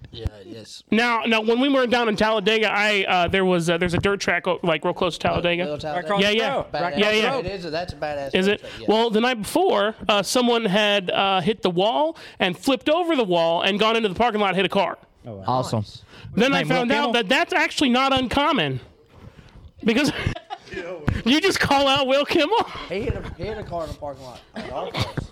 Speaker 2: Now, now when we were down in Talladega, I uh, there was uh, there's a dirt track oh, like real close to
Speaker 4: Little
Speaker 2: Talladega.
Speaker 4: town
Speaker 5: across
Speaker 2: Yeah,
Speaker 5: the
Speaker 2: yeah.
Speaker 5: road.
Speaker 4: Badass.
Speaker 2: Yeah, yeah.
Speaker 4: It is. That's a badass.
Speaker 2: Is it?
Speaker 4: website, yeah.
Speaker 2: Well, the night before, uh, someone had uh, hit the wall and flipped over the wall and gone into the parking lot, and hit a car.
Speaker 5: Awesome.
Speaker 2: Then I
Speaker 5: name, Will
Speaker 2: found out
Speaker 5: Kimmel?
Speaker 2: that that's actually not uncommon, because you just call out Will Kimmel.
Speaker 4: He hit a he hit a car in the parking lot. At our place.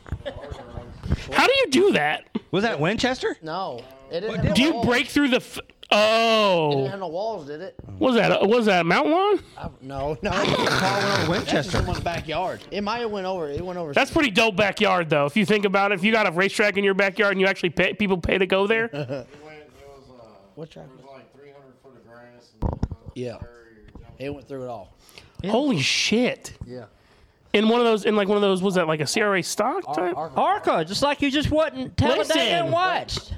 Speaker 2: How do you do that?
Speaker 6: Was that Winchester?
Speaker 4: No, it didn't.
Speaker 2: Do you break through the? F- oh,
Speaker 4: Have no walls, did it?
Speaker 2: was that a, was that a mountain lawn?
Speaker 4: I, no, no. Car went over Winchester. someone's backyard. It might have went over. It went over.
Speaker 2: That's pretty dope backyard though. If you think about it, if you got a racetrack in your backyard and you actually pay people pay to go there,
Speaker 8: went, it was, uh,
Speaker 4: What track
Speaker 8: it
Speaker 4: was
Speaker 8: was like 300 foot of grass. And
Speaker 4: Yeah.
Speaker 8: very
Speaker 4: It went through it all.
Speaker 2: holy shit!
Speaker 4: Yeah.
Speaker 2: In one of those, in like one of those, was that like a CRA stock type?
Speaker 5: Arca, just like you just wasn't Talladega
Speaker 2: Listen.
Speaker 5: and watched.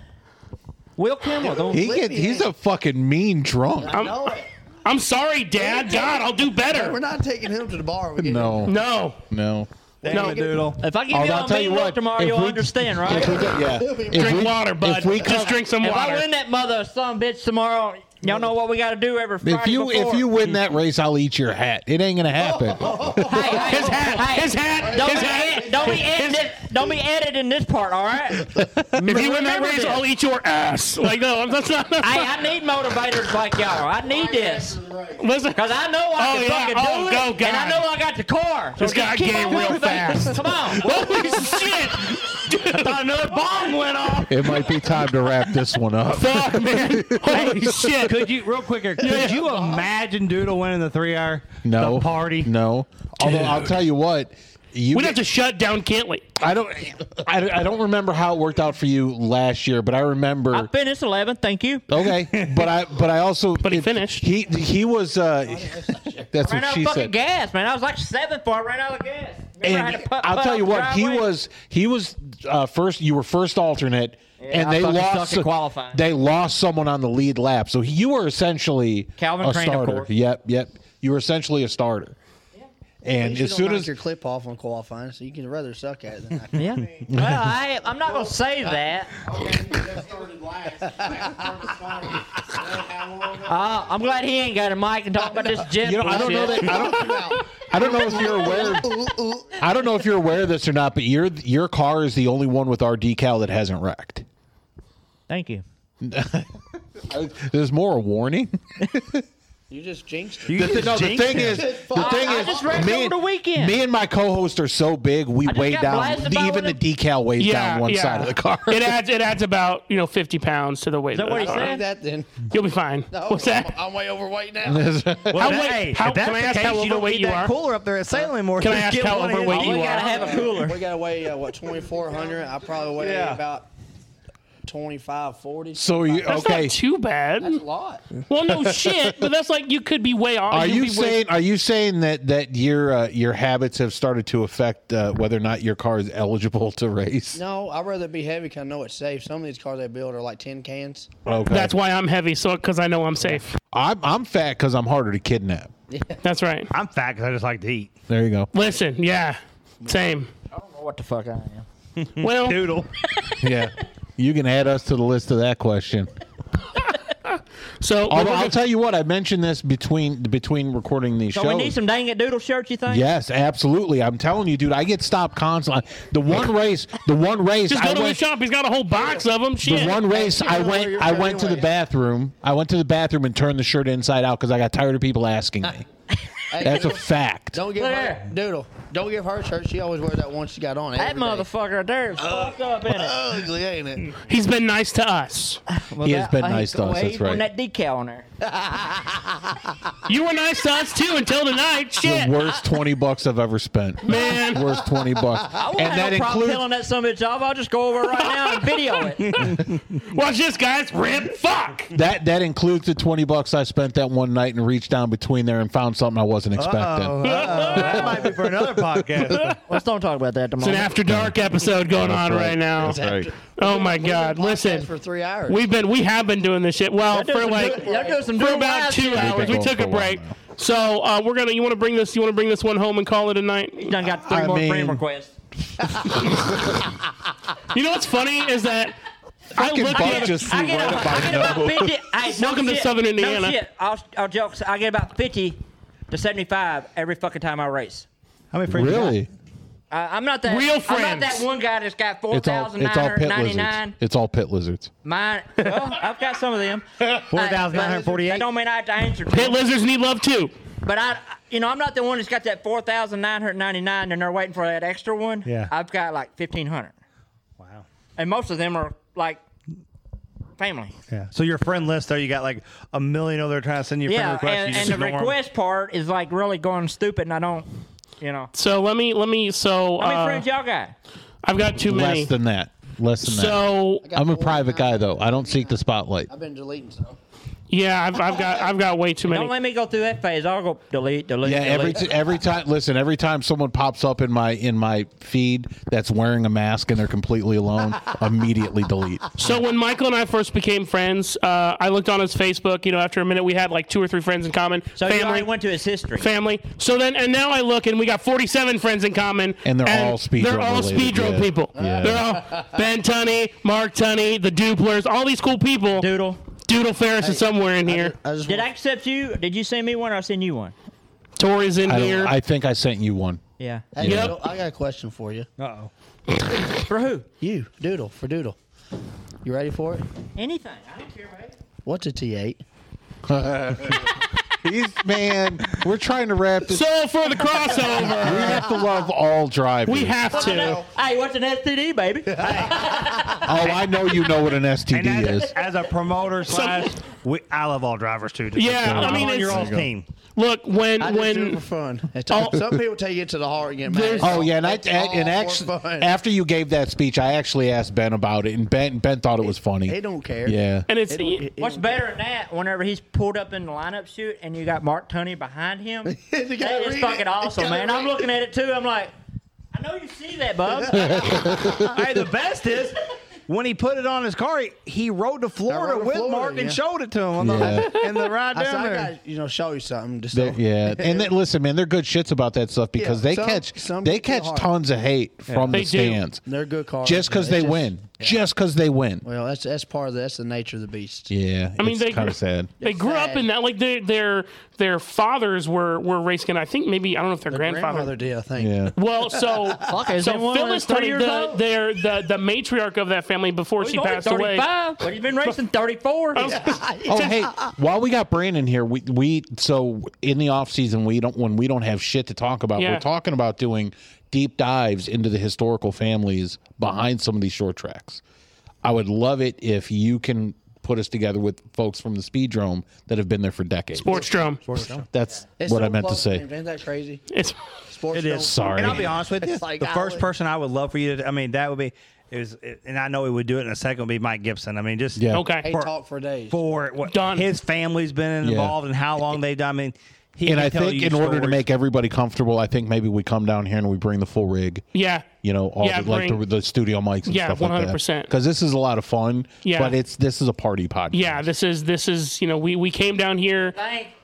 Speaker 5: Will Kimmel, don't
Speaker 3: He gets, he's a fucking mean drunk.
Speaker 4: I know it.
Speaker 2: I'm sorry, Dad. God, I'll do
Speaker 4: We're
Speaker 2: better.
Speaker 4: not taking him to the bar. We
Speaker 3: No,
Speaker 2: No,
Speaker 3: no.
Speaker 6: Damn it, Doodle.
Speaker 5: If I give
Speaker 3: Oh,
Speaker 5: you
Speaker 3: I'll
Speaker 5: a
Speaker 3: tell
Speaker 5: mean
Speaker 3: you
Speaker 5: look
Speaker 3: what,
Speaker 5: tomorrow,
Speaker 3: if
Speaker 5: you'll
Speaker 3: we-
Speaker 5: understand, right?
Speaker 3: Yeah.
Speaker 2: drink water, bud.
Speaker 3: If we
Speaker 2: just
Speaker 3: cover,
Speaker 2: drink some
Speaker 5: If
Speaker 2: water.
Speaker 5: I win that mother son of a bitch tomorrow, Y'all know what we got to do every Friday
Speaker 3: If you
Speaker 5: before.
Speaker 3: if you win that race, I'll eat your hat. It ain't gonna happen.
Speaker 5: hey, hey,
Speaker 2: His hat,
Speaker 5: hey,
Speaker 2: his hat,
Speaker 5: Don't,
Speaker 2: his
Speaker 5: be
Speaker 2: hat.
Speaker 5: ed- don't be editing. Don't be editing this part. All right.
Speaker 2: If you win that
Speaker 5: Remember
Speaker 2: race,
Speaker 5: this.
Speaker 2: I'll eat your ass. Like no, that's not.
Speaker 5: Hey, I need motivators like y'all. I need this.
Speaker 2: Listen,
Speaker 5: Cause I know I
Speaker 2: Oh,
Speaker 5: can
Speaker 2: yeah.
Speaker 5: fucking
Speaker 2: Oh,
Speaker 5: do it,
Speaker 2: go, God.
Speaker 5: and I know I got the car. So
Speaker 2: This
Speaker 5: just
Speaker 2: guy
Speaker 5: keep
Speaker 2: came
Speaker 5: on
Speaker 2: real
Speaker 5: motivating.
Speaker 2: fast.
Speaker 5: Come on.
Speaker 2: holy shit! I thought another bomb went off.
Speaker 3: it might be time to wrap this one up.
Speaker 2: Fuck, man! Holy shit!
Speaker 6: Could you real quicker? Could
Speaker 2: Yeah.
Speaker 6: you imagine Doodle winning the three hour?
Speaker 3: No
Speaker 6: the party.
Speaker 3: No. Although I'll tell you what, you
Speaker 2: We'd have to shut down Cantley.
Speaker 3: I don't I, I don't remember how it worked out for you last year, but I remember
Speaker 5: I finished 11th. Thank you.
Speaker 3: Okay, but I but I also but
Speaker 2: he finished.
Speaker 3: He he was uh that's
Speaker 5: Ran
Speaker 3: what
Speaker 5: out
Speaker 3: she
Speaker 5: of fucking
Speaker 3: said.
Speaker 5: gas, man. I was like seventh before I ran out of gas. Remember I had
Speaker 3: And
Speaker 5: to putt-
Speaker 3: I'll
Speaker 5: putt
Speaker 3: tell
Speaker 5: off
Speaker 3: you
Speaker 5: the
Speaker 3: what, he
Speaker 5: driveway?
Speaker 3: was he was uh, first. You were first alternate, and
Speaker 5: I
Speaker 3: they
Speaker 5: fucking
Speaker 3: lost
Speaker 5: sucked at qualifying.
Speaker 3: They lost someone on the lead lap, so he- you were essentially
Speaker 5: Calvin
Speaker 3: a
Speaker 5: Crane, of
Speaker 3: starter.
Speaker 5: course.
Speaker 3: Yep, yep. You were essentially a starter. And
Speaker 7: You
Speaker 3: as
Speaker 7: don't
Speaker 3: soon
Speaker 7: knock
Speaker 3: as
Speaker 7: your clip off on qualifying, so you can rather suck at it than I can.
Speaker 5: Yeah. well, I, I'm not gonna say that.
Speaker 8: Okay, that started last. That started last. How long ago?
Speaker 5: Uh, I'm glad he ain't got a mic and talk about this jet.
Speaker 3: you know, I don't know
Speaker 5: bullshit.
Speaker 3: that I don't, I don't know if you're aware. I don't know if you're aware of this or not, but your your car is the only one with our decal that hasn't wrecked.
Speaker 5: Thank you.
Speaker 3: There's more a warning.
Speaker 7: You just jinxed it.
Speaker 6: You
Speaker 3: The,
Speaker 6: just
Speaker 3: no, the
Speaker 6: jinxed
Speaker 3: thing
Speaker 6: it.
Speaker 3: is, the
Speaker 7: I-
Speaker 3: thing
Speaker 5: I
Speaker 3: is,
Speaker 5: just ran
Speaker 3: me
Speaker 5: over
Speaker 3: and,
Speaker 5: the weekend.
Speaker 3: me and my co-host are so big, we
Speaker 5: just
Speaker 3: weigh
Speaker 5: got
Speaker 3: down.
Speaker 5: blasted by
Speaker 3: even the
Speaker 5: one of-
Speaker 3: decal weighs
Speaker 2: Yeah,
Speaker 3: down one
Speaker 2: yeah.
Speaker 3: side of the car.
Speaker 2: It adds it adds about you know fifty pounds to the weight. Is
Speaker 5: that what he
Speaker 7: Fuck that then.
Speaker 2: You'll be fine. What's that?
Speaker 7: I'm, I'm way overweight now.
Speaker 2: How
Speaker 6: Well, that-
Speaker 2: weight-
Speaker 6: hey,
Speaker 2: how-
Speaker 6: if that's
Speaker 2: can I
Speaker 6: the
Speaker 2: ask
Speaker 6: case,
Speaker 2: how
Speaker 6: you don't
Speaker 2: overweight
Speaker 6: need
Speaker 2: you
Speaker 6: that
Speaker 2: are?
Speaker 6: cooler up there at Salem anymore.
Speaker 2: Can I
Speaker 6: Just
Speaker 2: ask
Speaker 6: get
Speaker 2: how
Speaker 6: one of his
Speaker 2: overweight
Speaker 5: We
Speaker 2: you
Speaker 5: gotta
Speaker 2: are?
Speaker 5: have a cooler.
Speaker 7: We gotta weigh uh, what 2400. I probably weigh about 25, 40.
Speaker 3: so you
Speaker 2: That's
Speaker 3: okay?
Speaker 2: not too bad.
Speaker 7: That's a lot.
Speaker 2: Well, no shit, but that's like you could be way off.
Speaker 3: Are
Speaker 2: could
Speaker 3: you
Speaker 2: be way-
Speaker 3: saying are you saying that that your uh, your habits have started to affect uh, whether or not your car is eligible to race?
Speaker 7: No, I'd rather be heavy because I know it's safe. Some of these cars they build are like tin cans.
Speaker 3: Okay.
Speaker 2: that's why I'm heavy? So because I know I'm safe.
Speaker 3: I'm I'm fat because I'm harder to kidnap.
Speaker 2: That's right.
Speaker 6: I'm fat because I just like to eat.
Speaker 3: There you go.
Speaker 2: Listen, yeah, same.
Speaker 5: What the fuck I am.
Speaker 2: Well,
Speaker 6: Doodle.
Speaker 3: Yeah. You can add us to the list of that question.
Speaker 2: so
Speaker 3: Although
Speaker 2: we're
Speaker 3: I'll
Speaker 2: gonna-
Speaker 3: tell you what, I mentioned this between between recording these
Speaker 5: So
Speaker 3: shows.
Speaker 5: we need some dang it doodle shirts, you think?
Speaker 3: Yes, absolutely. I'm telling you, dude. I get stopped constantly. The one race, the one race,
Speaker 2: just go
Speaker 3: I
Speaker 2: to
Speaker 3: went.
Speaker 2: the shop. He's got a whole box of them.
Speaker 3: The
Speaker 2: Shit.
Speaker 3: one race, I went. I went to the bathroom. I went to the bathroom and turned the shirt inside out because I got tired of people asking me.
Speaker 7: Hey,
Speaker 3: That's a
Speaker 7: Doodle,
Speaker 3: fact.
Speaker 7: Don't give
Speaker 5: There.
Speaker 7: her doodle. Don't give her a shirt. She always wears that one she got on.
Speaker 5: That
Speaker 7: every day.
Speaker 5: motherfucker right there is fucked up in it.
Speaker 7: Ugly, ain't it?
Speaker 2: He's been nice to us.
Speaker 5: Well,
Speaker 3: He has
Speaker 5: that-
Speaker 3: been
Speaker 5: I hate
Speaker 3: nice to
Speaker 5: the
Speaker 3: us,
Speaker 5: way
Speaker 3: that's
Speaker 5: he's putting
Speaker 3: right.
Speaker 5: That decal on there.
Speaker 2: You were nice to us too until tonight.
Speaker 3: The
Speaker 2: Shit,
Speaker 3: worst twenty bucks I've ever spent.
Speaker 2: man.
Speaker 3: Worst twenty bucks,
Speaker 5: I won't
Speaker 3: and that
Speaker 5: have no problem
Speaker 3: includes
Speaker 5: telling that son of a bitch off. I'll just go over right now and video it.
Speaker 2: Watch this, guys. Rip. Fuck.
Speaker 3: that that includes the twenty bucks I spent that one night and reached down between there and found something I wasn't expecting.
Speaker 6: Uh-oh, uh-oh. Oh, uh, that might be for another podcast.
Speaker 5: Let's don't talk about that
Speaker 2: It's an
Speaker 5: tomorrow.
Speaker 2: after dark episode going on right, now.
Speaker 3: right.
Speaker 2: Oh my
Speaker 7: We've
Speaker 2: god.
Speaker 7: been
Speaker 2: Listen,
Speaker 7: podcasting for three hours.
Speaker 2: we've been we have been doing this shit. Well,
Speaker 5: They're
Speaker 2: for
Speaker 5: doing
Speaker 2: like
Speaker 5: some doodle- they're doing some
Speaker 2: for
Speaker 5: doodle
Speaker 2: about
Speaker 5: eyes
Speaker 2: two
Speaker 5: here.
Speaker 2: hours.
Speaker 3: We've
Speaker 2: We
Speaker 3: been
Speaker 2: took
Speaker 3: going
Speaker 2: a
Speaker 3: for a while
Speaker 2: break.
Speaker 3: now.
Speaker 2: So uh, we're gonna. You want to bring this? You want to bring this one home and call it a night?
Speaker 5: He done got three
Speaker 3: I
Speaker 5: more
Speaker 3: mean-
Speaker 5: friend requests.
Speaker 2: You know what's funny is that I look
Speaker 3: Buck
Speaker 2: at
Speaker 3: just
Speaker 5: I
Speaker 3: flew
Speaker 5: get,
Speaker 3: right up
Speaker 5: about, I
Speaker 3: my
Speaker 5: get about
Speaker 3: nose.
Speaker 5: 50. I, no
Speaker 2: Welcome to
Speaker 5: shit,
Speaker 2: Southern
Speaker 5: no
Speaker 2: Indiana.
Speaker 5: shit. I'll, I'll jokes. I get about 50 to 75 every fucking time I race.
Speaker 6: How many friends? you got?
Speaker 3: Really?
Speaker 5: I, I'm not that
Speaker 2: Real
Speaker 5: I'm not
Speaker 2: friends.
Speaker 5: that one guy that's got
Speaker 3: It's all it's all pit lizards.
Speaker 5: 4,999.
Speaker 3: It's all pit lizards.
Speaker 5: Mine. Well, I've got some of them.
Speaker 6: Four thousand nine hundred
Speaker 5: That
Speaker 6: forty-eight.
Speaker 5: don't mean I have to answer. to
Speaker 2: pit
Speaker 5: them.
Speaker 2: lizards need love too.
Speaker 5: But I, you know, I'm not the one that's got that four thousand nine hundred ninety nine, and they're waiting for that extra one.
Speaker 6: Yeah.
Speaker 5: I've got like fifteen hundred,
Speaker 6: Wow.
Speaker 5: and most of them are like family.
Speaker 6: Yeah. So your friend list, though, you got like a million of them trying to send you
Speaker 5: Yeah,
Speaker 6: friend requests. you
Speaker 5: and,
Speaker 6: just
Speaker 5: and the
Speaker 6: ignore 'em.
Speaker 5: request part is like really going stupid, and I don't, you know.
Speaker 2: So let me let me. So
Speaker 5: How many
Speaker 2: uh,
Speaker 5: friends y'all got?
Speaker 2: I've got too many.
Speaker 3: Less than that. Less than that.
Speaker 2: So
Speaker 3: I'm a private guy though. I don't seek the spotlight.
Speaker 7: I've been deleting some.
Speaker 2: yeah, I've, I've got I've got way too many.
Speaker 5: Don't let me go through that phase. I'll go delete, delete,
Speaker 3: Yeah, every
Speaker 5: delete.
Speaker 3: t- every time. Listen, every time someone pops up in my in my feed that's wearing a mask and they're completely alone, immediately delete.
Speaker 2: So when Michael and I first became friends, uh, I looked on his Facebook. You know, after a minute, we had like two or three friends in common.
Speaker 5: so you
Speaker 2: family,
Speaker 5: already went to his history.
Speaker 2: family. So then, and now I look, and we got 47 friends in common,
Speaker 3: And they're all speed
Speaker 2: They're
Speaker 3: drill
Speaker 2: all
Speaker 3: related,
Speaker 2: speed drill
Speaker 3: yeah.
Speaker 2: people.
Speaker 3: Yeah.
Speaker 2: They're all Ben Tunney, Mark Tunney, the Duplers, all these cool people.
Speaker 5: Doodle.
Speaker 2: Doodle Ferris is somewhere in here.
Speaker 4: I just
Speaker 5: Did I
Speaker 4: want-
Speaker 5: accept you? Did you send me one or I send you one?
Speaker 2: Tori's in
Speaker 3: I,
Speaker 2: here.
Speaker 3: don't- I think I sent you one.
Speaker 5: Yeah.
Speaker 4: Hey,
Speaker 2: Yep.
Speaker 4: Doodle, I got a question for you.
Speaker 5: Uh oh. For who?
Speaker 4: You, Doodle, for Doodle. You ready for it?
Speaker 5: Anything. I don't care, babe.
Speaker 4: What's a T8?
Speaker 3: He's man. We're trying to wrap this.
Speaker 2: so for the crossover,
Speaker 3: we have to love all drivers.
Speaker 2: we have to.
Speaker 5: Hey, what's an STD, baby?
Speaker 3: Oh, I know you know what an
Speaker 6: And
Speaker 3: STD
Speaker 6: as,
Speaker 3: is.
Speaker 6: as a promoter slash, we, I love all drivers too. Just-
Speaker 2: Yeah, I
Speaker 6: I'm
Speaker 2: mean,
Speaker 6: on
Speaker 2: it's-
Speaker 6: your all's team.
Speaker 2: Look, when
Speaker 4: I just do it
Speaker 2: when
Speaker 4: for fun. At times. Some people take it to the heart and get mad.
Speaker 2: There's-
Speaker 3: Oh yeah, and I
Speaker 4: It's all
Speaker 3: and
Speaker 4: for
Speaker 3: actually
Speaker 4: fun.
Speaker 3: after you gave that speech, I actually asked Ben about it, and Ben Ben thought it was funny.
Speaker 4: They don't care.
Speaker 3: Yeah.
Speaker 2: and it's
Speaker 5: What's better than that? Whenever he's pulled up in the lineup shoot and you got Mark Tunney behind him, that is fucking awesome, man. I'm looking at it too. I'm like, I know you see that, bub.
Speaker 6: hey, the best is when he put it on his car, he, he rode to Florida
Speaker 4: rode to
Speaker 6: with
Speaker 4: Florida,
Speaker 6: Mark and
Speaker 4: yeah.
Speaker 6: showed it to him on the, in the ride
Speaker 4: I, said,
Speaker 6: down
Speaker 4: I
Speaker 6: there.
Speaker 4: got you know show you something. Just
Speaker 3: They-
Speaker 4: so-
Speaker 3: yeah, and then, listen, man, they're good shits about that stuff because
Speaker 4: Yeah,
Speaker 3: they
Speaker 4: some-
Speaker 3: catch
Speaker 4: some
Speaker 3: they
Speaker 4: get hit
Speaker 3: catch
Speaker 4: hard.
Speaker 3: tons of hate from
Speaker 2: They
Speaker 3: the
Speaker 2: do.
Speaker 3: stands
Speaker 4: they're good cars.
Speaker 3: just because
Speaker 4: you know,
Speaker 3: they
Speaker 4: it's
Speaker 3: win, just because they win.
Speaker 4: Well, that's that's part of the, that's the nature of the beast.
Speaker 3: Yeah, I
Speaker 2: mean, they-
Speaker 3: kind of sad.
Speaker 2: they grew up in that. Like their their their fathers were were racing. I think maybe I don't know if their
Speaker 4: Grandfather
Speaker 2: grandfather.
Speaker 4: did, I think.
Speaker 3: Yeah,
Speaker 2: Well, so
Speaker 5: is
Speaker 2: so
Speaker 5: that one
Speaker 2: Phyllis
Speaker 5: that's
Speaker 2: Tunney,
Speaker 5: 30 years
Speaker 2: the,
Speaker 5: old? Oh,
Speaker 2: their the the matriarch of that family before she
Speaker 5: He's only
Speaker 2: passed away.
Speaker 5: 35. But he's been racing 34.
Speaker 3: Oh, hey, while we got Brandon here, we we so in the off season we don't when we don't have shit to talk about,
Speaker 2: Yeah.
Speaker 3: we're talking about doing deep dives into the historical families behind some of these short tracks. I would love it if you can put us together with folks from the speedrome that have been there for decades.
Speaker 2: Sportstrom.
Speaker 3: That's
Speaker 4: It's
Speaker 3: what
Speaker 4: so
Speaker 3: I meant to
Speaker 4: close,
Speaker 3: say.
Speaker 4: man. Isn't that crazy?
Speaker 2: It's
Speaker 4: Sports
Speaker 6: It is.
Speaker 4: don't-
Speaker 3: Sorry.
Speaker 6: And I'll be honest with you.
Speaker 4: It's like,
Speaker 6: the
Speaker 4: I
Speaker 6: first
Speaker 4: would-
Speaker 6: person I would love for you to, I mean, that would be, it was, it, and I know he would do it in a second, would be Mike Gibson. I mean, just
Speaker 3: Yeah.
Speaker 4: They
Speaker 2: okay.
Speaker 6: For-
Speaker 4: talk for days.
Speaker 6: for what
Speaker 2: Done.
Speaker 6: his family's been
Speaker 3: Yeah.
Speaker 6: involved and how long they've done. I mean, he
Speaker 3: And
Speaker 6: could
Speaker 3: I
Speaker 6: tell
Speaker 3: think
Speaker 6: you
Speaker 3: in order to
Speaker 6: stories.
Speaker 3: make everybody comfortable, I think maybe we come down here and we bring the full rig.
Speaker 2: Yeah.
Speaker 3: you know, all
Speaker 2: Yeah,
Speaker 3: the, like the,
Speaker 2: bring-
Speaker 3: the studio mics and
Speaker 2: Yeah,
Speaker 3: stuff like that.
Speaker 2: 100%.
Speaker 3: Because this is a lot of fun.
Speaker 2: Yeah.
Speaker 3: but it's this is a party podcast.
Speaker 2: Yeah, this is this is you know we we came down here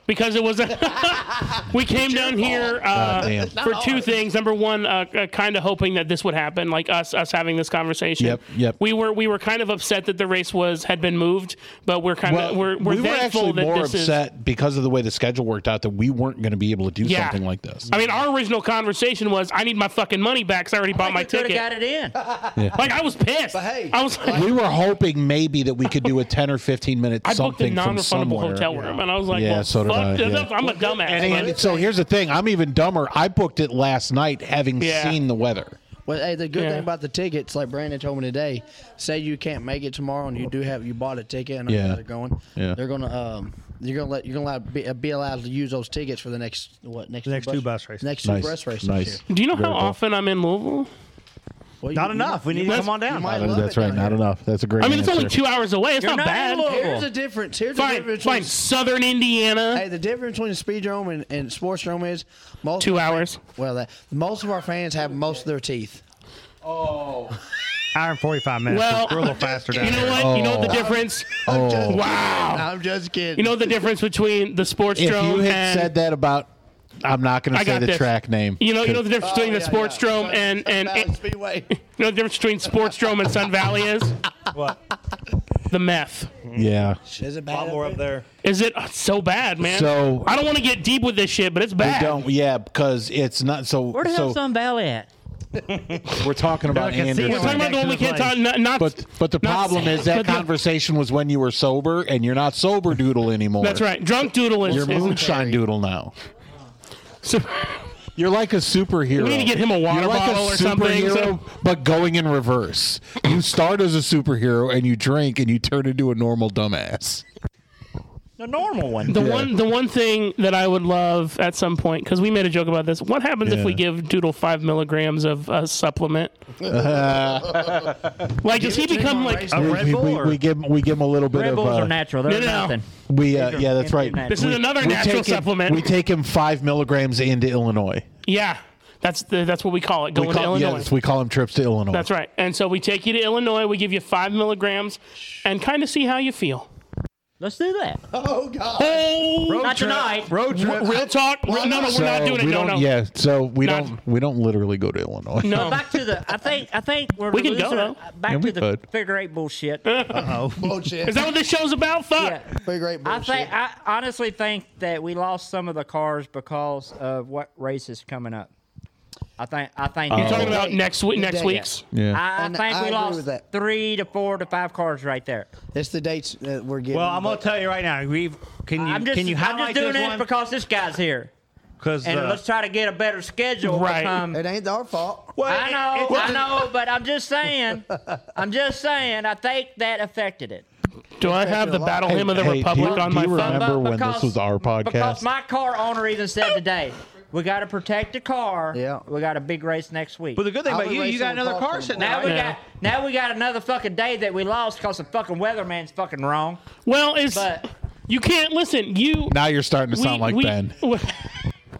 Speaker 2: because it was a we came down here uh,
Speaker 3: Goddamn.
Speaker 2: for two things. Number one, uh, uh, kind of hoping that this would happen, like us us having this conversation.
Speaker 3: Yep, yep.
Speaker 2: We were we were kind of upset that the race was had been moved, but we're kind
Speaker 3: Well,
Speaker 2: of we're we're
Speaker 3: we were
Speaker 2: thankful
Speaker 3: actually
Speaker 2: that
Speaker 3: more
Speaker 2: this is.
Speaker 3: upset because of the way the schedule worked out that we weren't going to be able to do
Speaker 2: Yeah.
Speaker 3: something like this.
Speaker 2: I mean, our original conversation was, "I need my fucking money back because I already bought my
Speaker 5: could
Speaker 2: ticket."
Speaker 5: have got it in.
Speaker 2: Like I was pissed.
Speaker 4: hey,
Speaker 2: I was like,
Speaker 3: we were hoping maybe that we could do a 10 or 15 minute
Speaker 2: I booked a
Speaker 3: something from
Speaker 2: non-refundable
Speaker 3: somewhere.
Speaker 2: hotel room, and I was like,
Speaker 3: Yeah,
Speaker 2: "Well,
Speaker 3: so did
Speaker 2: fuck
Speaker 3: I,
Speaker 2: this
Speaker 3: yeah.
Speaker 2: up. I'm a dumbass."
Speaker 3: And,
Speaker 2: Like,
Speaker 3: and so here's the thing. I'm even dumber. I booked it last night having
Speaker 2: Yeah.
Speaker 3: seen the weather.
Speaker 4: Well, hey, the good
Speaker 2: Yeah.
Speaker 4: thing about the tickets, like Brandon told me today, say you can't make it tomorrow, and you do have you bought a ticket, and I know
Speaker 3: Yeah.
Speaker 4: they're going.
Speaker 3: Yeah.
Speaker 4: they're gonna um, you're gonna let you're gonna allow, be, uh, be allowed to use those tickets for the next what next
Speaker 6: next two bus races.
Speaker 4: next
Speaker 3: Nice.
Speaker 4: two bus races.
Speaker 3: nice.
Speaker 2: do you know
Speaker 3: Very
Speaker 2: how
Speaker 3: cool.
Speaker 2: often I'm in Louisville?
Speaker 4: Well, you-
Speaker 6: Not
Speaker 4: you
Speaker 6: enough.
Speaker 4: might-
Speaker 6: We need
Speaker 4: you might-
Speaker 6: to come on
Speaker 4: you
Speaker 6: down.
Speaker 4: might
Speaker 3: Not en-
Speaker 4: love
Speaker 3: that's
Speaker 4: it
Speaker 3: right.
Speaker 4: down
Speaker 3: Not
Speaker 4: here.
Speaker 3: enough. That's a great
Speaker 2: I mean, it's only
Speaker 3: answer.
Speaker 2: two hours away. It's
Speaker 5: You're
Speaker 2: not
Speaker 5: not in
Speaker 2: bad.
Speaker 5: Louisville.
Speaker 4: Here's the difference. Here's the
Speaker 2: Fine,
Speaker 4: difference.
Speaker 2: fine.
Speaker 4: between-
Speaker 2: Southern Indiana,
Speaker 4: Hey, the difference between speedrome and, and sportsdrome is most
Speaker 2: two hours.
Speaker 4: Well, that, most of our fans have most of their teeth.
Speaker 6: Hour and 45 minutes.
Speaker 2: Well,
Speaker 6: we're a little faster down
Speaker 2: You know
Speaker 6: here.
Speaker 2: what? You know what the difference? Wow.
Speaker 4: I'm just kidding.
Speaker 2: You know the difference between the sports
Speaker 3: If
Speaker 2: drone
Speaker 3: you had
Speaker 2: and
Speaker 3: said that about, I'm not going
Speaker 2: I
Speaker 3: to say
Speaker 2: got
Speaker 3: the
Speaker 2: this.
Speaker 3: track name.
Speaker 2: you know you know the
Speaker 4: Oh,
Speaker 2: difference between the sports drone and and,
Speaker 4: Valley
Speaker 2: and
Speaker 4: Speedway.
Speaker 2: you know the difference between sports drone and Sun Valley is
Speaker 6: What?
Speaker 2: the meth.
Speaker 3: yeah.
Speaker 4: Is it
Speaker 6: A lot
Speaker 4: bad?
Speaker 6: more up there.
Speaker 2: Is it it's so bad, man?
Speaker 3: So-
Speaker 2: I don't want to get deep with this shit, but it's
Speaker 3: We
Speaker 2: bad.
Speaker 3: don't, yeah, because it's not so.
Speaker 5: Where the hell's
Speaker 3: so
Speaker 5: Sun Valley at?
Speaker 3: we're talking about
Speaker 6: I can see it.
Speaker 2: We're talking
Speaker 3: Anderson.
Speaker 2: about the one we
Speaker 6: Back to
Speaker 2: can't
Speaker 6: the
Speaker 2: talk. Not, not
Speaker 3: But but the
Speaker 2: not
Speaker 3: problem
Speaker 2: sad,
Speaker 3: is that
Speaker 2: but the-
Speaker 3: conversation was when you were sober, and you're not sober doodle anymore.
Speaker 2: That's right. Drunk doodle is.
Speaker 3: You're
Speaker 2: is-
Speaker 3: moonshine doodle now.
Speaker 2: so-
Speaker 3: You're like a superhero.
Speaker 2: We need to get him a water
Speaker 3: You're like
Speaker 2: bottle
Speaker 3: a
Speaker 2: or something,
Speaker 3: superhero,
Speaker 2: so-
Speaker 3: but going in reverse. You start as a superhero and you drink and you turn into a normal dumbass.
Speaker 5: The normal one.
Speaker 2: The one, the one thing that I would love at some point, because we made a joke about this. What happens
Speaker 3: Yeah.
Speaker 2: if we give Doodle five milligrams of a supplement? like, does he become like?
Speaker 6: A
Speaker 3: we,
Speaker 6: Red
Speaker 3: we-
Speaker 6: Bull
Speaker 3: we-
Speaker 6: or-
Speaker 3: we give we give him a little bit
Speaker 5: Red
Speaker 3: of
Speaker 5: Bulls
Speaker 3: uh,
Speaker 5: are natural. They're
Speaker 2: no, no.
Speaker 5: nothing.
Speaker 3: we uh, yeah that's right.
Speaker 5: Natural.
Speaker 2: This is another
Speaker 3: We
Speaker 2: natural
Speaker 3: take him-
Speaker 2: supplement.
Speaker 3: we take him five milligrams into Illinois.
Speaker 2: yeah, that's the, that's what we call it. Going
Speaker 3: we
Speaker 2: to
Speaker 3: call,
Speaker 2: Illinois.
Speaker 3: Yes, we call him trips to Illinois.
Speaker 2: that's right. And so we take you to Illinois. We give you five milligrams, and kind of see how you feel.
Speaker 5: Let's do that.
Speaker 7: Oh God.
Speaker 2: Oh,
Speaker 5: Not tonight.
Speaker 6: Road trip.
Speaker 2: real talk. No, no, we're not doing it.
Speaker 3: we
Speaker 2: No,
Speaker 3: don't,
Speaker 2: no.
Speaker 3: Yeah, so we
Speaker 2: Not-
Speaker 3: don't we don't literally go to Illinois.
Speaker 2: No.
Speaker 5: Back to the. I think. I think we're
Speaker 2: We can go,
Speaker 5: losing.
Speaker 2: though.
Speaker 5: back
Speaker 3: Yeah, we
Speaker 5: to the
Speaker 3: could.
Speaker 5: figure eight bullshit.
Speaker 2: Is that what this show's about? Fuck.
Speaker 5: yeah.
Speaker 7: Pretty great
Speaker 5: I
Speaker 7: bullshit.
Speaker 5: think. I honestly think that we lost some of the cars because of what race is coming up. I think. I think.
Speaker 3: Um,
Speaker 2: You're talking about next week.
Speaker 7: Good
Speaker 2: Next
Speaker 7: day.
Speaker 2: week's.
Speaker 3: Yeah.
Speaker 5: I, I
Speaker 7: And
Speaker 5: think
Speaker 7: I
Speaker 5: we
Speaker 7: agree with
Speaker 5: lost
Speaker 7: that.
Speaker 5: three to four to five cars right there.
Speaker 7: it's the dates that we're getting.
Speaker 6: Well, I'm gonna
Speaker 7: but
Speaker 6: tell you right now. We've can you
Speaker 5: I'm just,
Speaker 6: can you
Speaker 5: I'm
Speaker 6: highlight
Speaker 5: just doing
Speaker 6: this
Speaker 5: it
Speaker 6: one?
Speaker 5: because this guy's here,
Speaker 6: Because
Speaker 5: and
Speaker 6: uh,
Speaker 5: let's try to get a better schedule.
Speaker 2: Right.
Speaker 5: become-
Speaker 7: it ain't our fault.
Speaker 6: well,
Speaker 5: I
Speaker 6: it-
Speaker 5: know,
Speaker 6: it-
Speaker 5: I know, but I'm just saying. I'm just saying. I think that affected it.
Speaker 2: Do I have the battle hymn of the
Speaker 3: Hey, hey,
Speaker 2: republic
Speaker 3: do you-
Speaker 2: on
Speaker 3: do
Speaker 2: my
Speaker 3: you
Speaker 2: phone?
Speaker 3: remember when
Speaker 5: Because-
Speaker 3: this was our
Speaker 5: Because
Speaker 3: podcast?
Speaker 5: my car owner even said today, we got to protect the car.
Speaker 7: Yeah.
Speaker 5: We got a big race next week.
Speaker 6: But the good thing
Speaker 7: I
Speaker 6: about
Speaker 7: was
Speaker 6: you, you
Speaker 7: racing
Speaker 6: got
Speaker 7: with Paul
Speaker 6: another
Speaker 7: Stone.
Speaker 6: car sitting
Speaker 5: now
Speaker 6: out.
Speaker 5: we
Speaker 2: Yeah.
Speaker 5: got now we got another fucking day that we lost because the fucking weatherman's fucking wrong.
Speaker 2: Well, it's
Speaker 5: But
Speaker 2: you can't listen. You
Speaker 3: now you're starting to
Speaker 2: we,
Speaker 3: sound like
Speaker 2: we,
Speaker 3: Ben.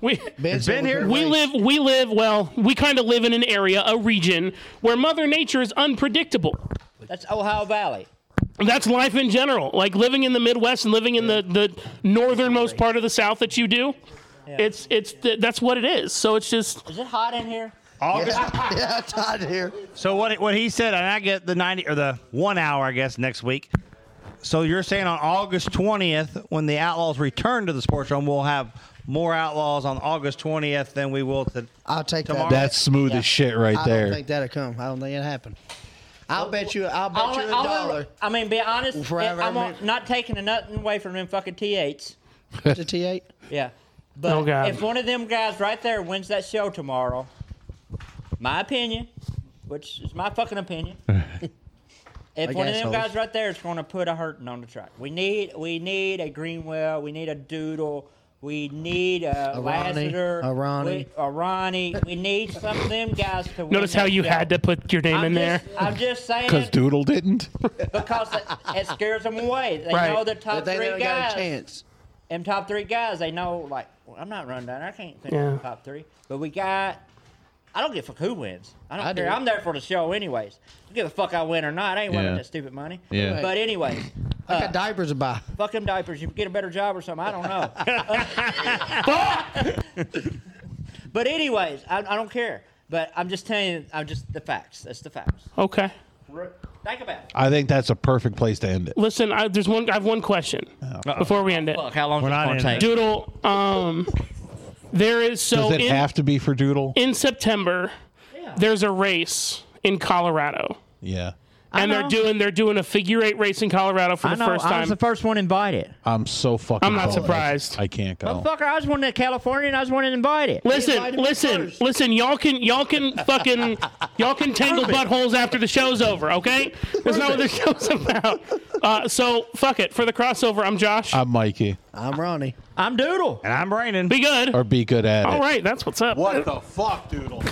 Speaker 2: We,
Speaker 7: Ben
Speaker 6: Ben here?
Speaker 2: we live we live well we kind of live in an area a region where mother nature is unpredictable
Speaker 5: that's Ohio Valley.
Speaker 2: that's life in general like living in the midwest and living in the the northernmost part of the south that you do it's it's th- that's what it is so it's just
Speaker 5: Is it hot in here?
Speaker 6: August.
Speaker 7: yeah, Todd here.
Speaker 6: So what what he said, and I get the ninety or the one hour, I guess, next week. So you're saying on August twentieth, when the Outlaws return to the sports room, we'll have more Outlaws on August twentieth than we will to.
Speaker 7: I'll take
Speaker 6: Tomorrow.
Speaker 7: that. bet.
Speaker 3: That's smooth as shit right
Speaker 7: I
Speaker 3: there.
Speaker 7: don't think that'll come. I don't think it happened. I'll bet you. I'll bet
Speaker 5: All-
Speaker 7: you a
Speaker 5: all-
Speaker 7: dollar
Speaker 5: I mean, be honest.
Speaker 7: Forever,
Speaker 5: I'm
Speaker 7: man.
Speaker 5: not taking nothing away from them fucking T8s.
Speaker 7: to T8.
Speaker 5: Yeah. But
Speaker 2: Oh, God.
Speaker 5: if one of them guys right there wins that show tomorrow, my opinion, which is my fucking opinion, if one of them
Speaker 7: assholes.
Speaker 5: guys right there is going to put a hurting on the track, we need we need a Greenwell, we need a Doodle, we need a,
Speaker 7: A Ronnie,
Speaker 5: Lassiter,
Speaker 7: a Ronnie.
Speaker 5: we, a Ronnie. We need some of them guys to win.
Speaker 2: notice how
Speaker 5: that
Speaker 2: you
Speaker 5: show.
Speaker 2: had to put your name
Speaker 5: I'm
Speaker 2: in there
Speaker 5: just, I'm just saying
Speaker 3: Because Doodle didn't.
Speaker 5: because it, it scares them away. They
Speaker 2: Right.
Speaker 5: know the top
Speaker 7: But they
Speaker 5: three
Speaker 7: never got
Speaker 5: guys
Speaker 7: a chance.
Speaker 5: them top three guys, they know like well, I'm not running down. I can't think
Speaker 2: Yeah.
Speaker 5: of the top three. But we got. I don't give a fuck who wins. I don't
Speaker 7: I
Speaker 5: care.
Speaker 7: do.
Speaker 5: I'm there for the show anyways. I don't give a fuck I win or not. I ain't winning
Speaker 3: Yeah.
Speaker 5: that stupid money.
Speaker 3: Yeah.
Speaker 5: But anyways,
Speaker 7: I got diapers to buy.
Speaker 5: fuck them diapers. You get a better job or something. I don't know. but anyways, I, I don't care. But I'm just telling you. I'm just the facts. That's the facts.
Speaker 2: okay
Speaker 5: Re- Think about it.
Speaker 3: I think that's a perfect place to end it.
Speaker 2: listen I, there's one i have one question before we end it
Speaker 5: Fuck, how long
Speaker 6: We're
Speaker 5: is it
Speaker 6: not
Speaker 5: gonna
Speaker 6: in
Speaker 5: take?
Speaker 2: doodle um there is so
Speaker 3: Does it
Speaker 2: in-
Speaker 3: have to be for Doodle?
Speaker 2: in September, there's a race in Colorado,
Speaker 3: Yeah.
Speaker 2: and they're
Speaker 5: know.
Speaker 2: doing they're doing a figure eight race in Colorado for
Speaker 5: I
Speaker 2: the
Speaker 5: know.
Speaker 2: first
Speaker 5: I
Speaker 2: time.
Speaker 5: was the first one invited.
Speaker 3: I'm so fucking.
Speaker 2: I'm not
Speaker 3: bummed.
Speaker 2: surprised.
Speaker 3: I can't go.
Speaker 5: Fucker, I was one in California and I was one invited.
Speaker 2: listen,
Speaker 7: invited me
Speaker 2: listen,
Speaker 7: first.
Speaker 2: listen. Y'all can y'all can fucking y'all can tangle buttholes after the show's over. Okay, that's not what the show's about. Uh, so fuck it for the crossover. I'm Josh.
Speaker 3: I'm Mikey.
Speaker 7: I'm Ronnie.
Speaker 5: I'm Doodle.
Speaker 6: And I'm Brandon.
Speaker 2: Be good.
Speaker 3: Or be good at it.
Speaker 2: All right, that's what's up.
Speaker 8: What the fuck, Doodle?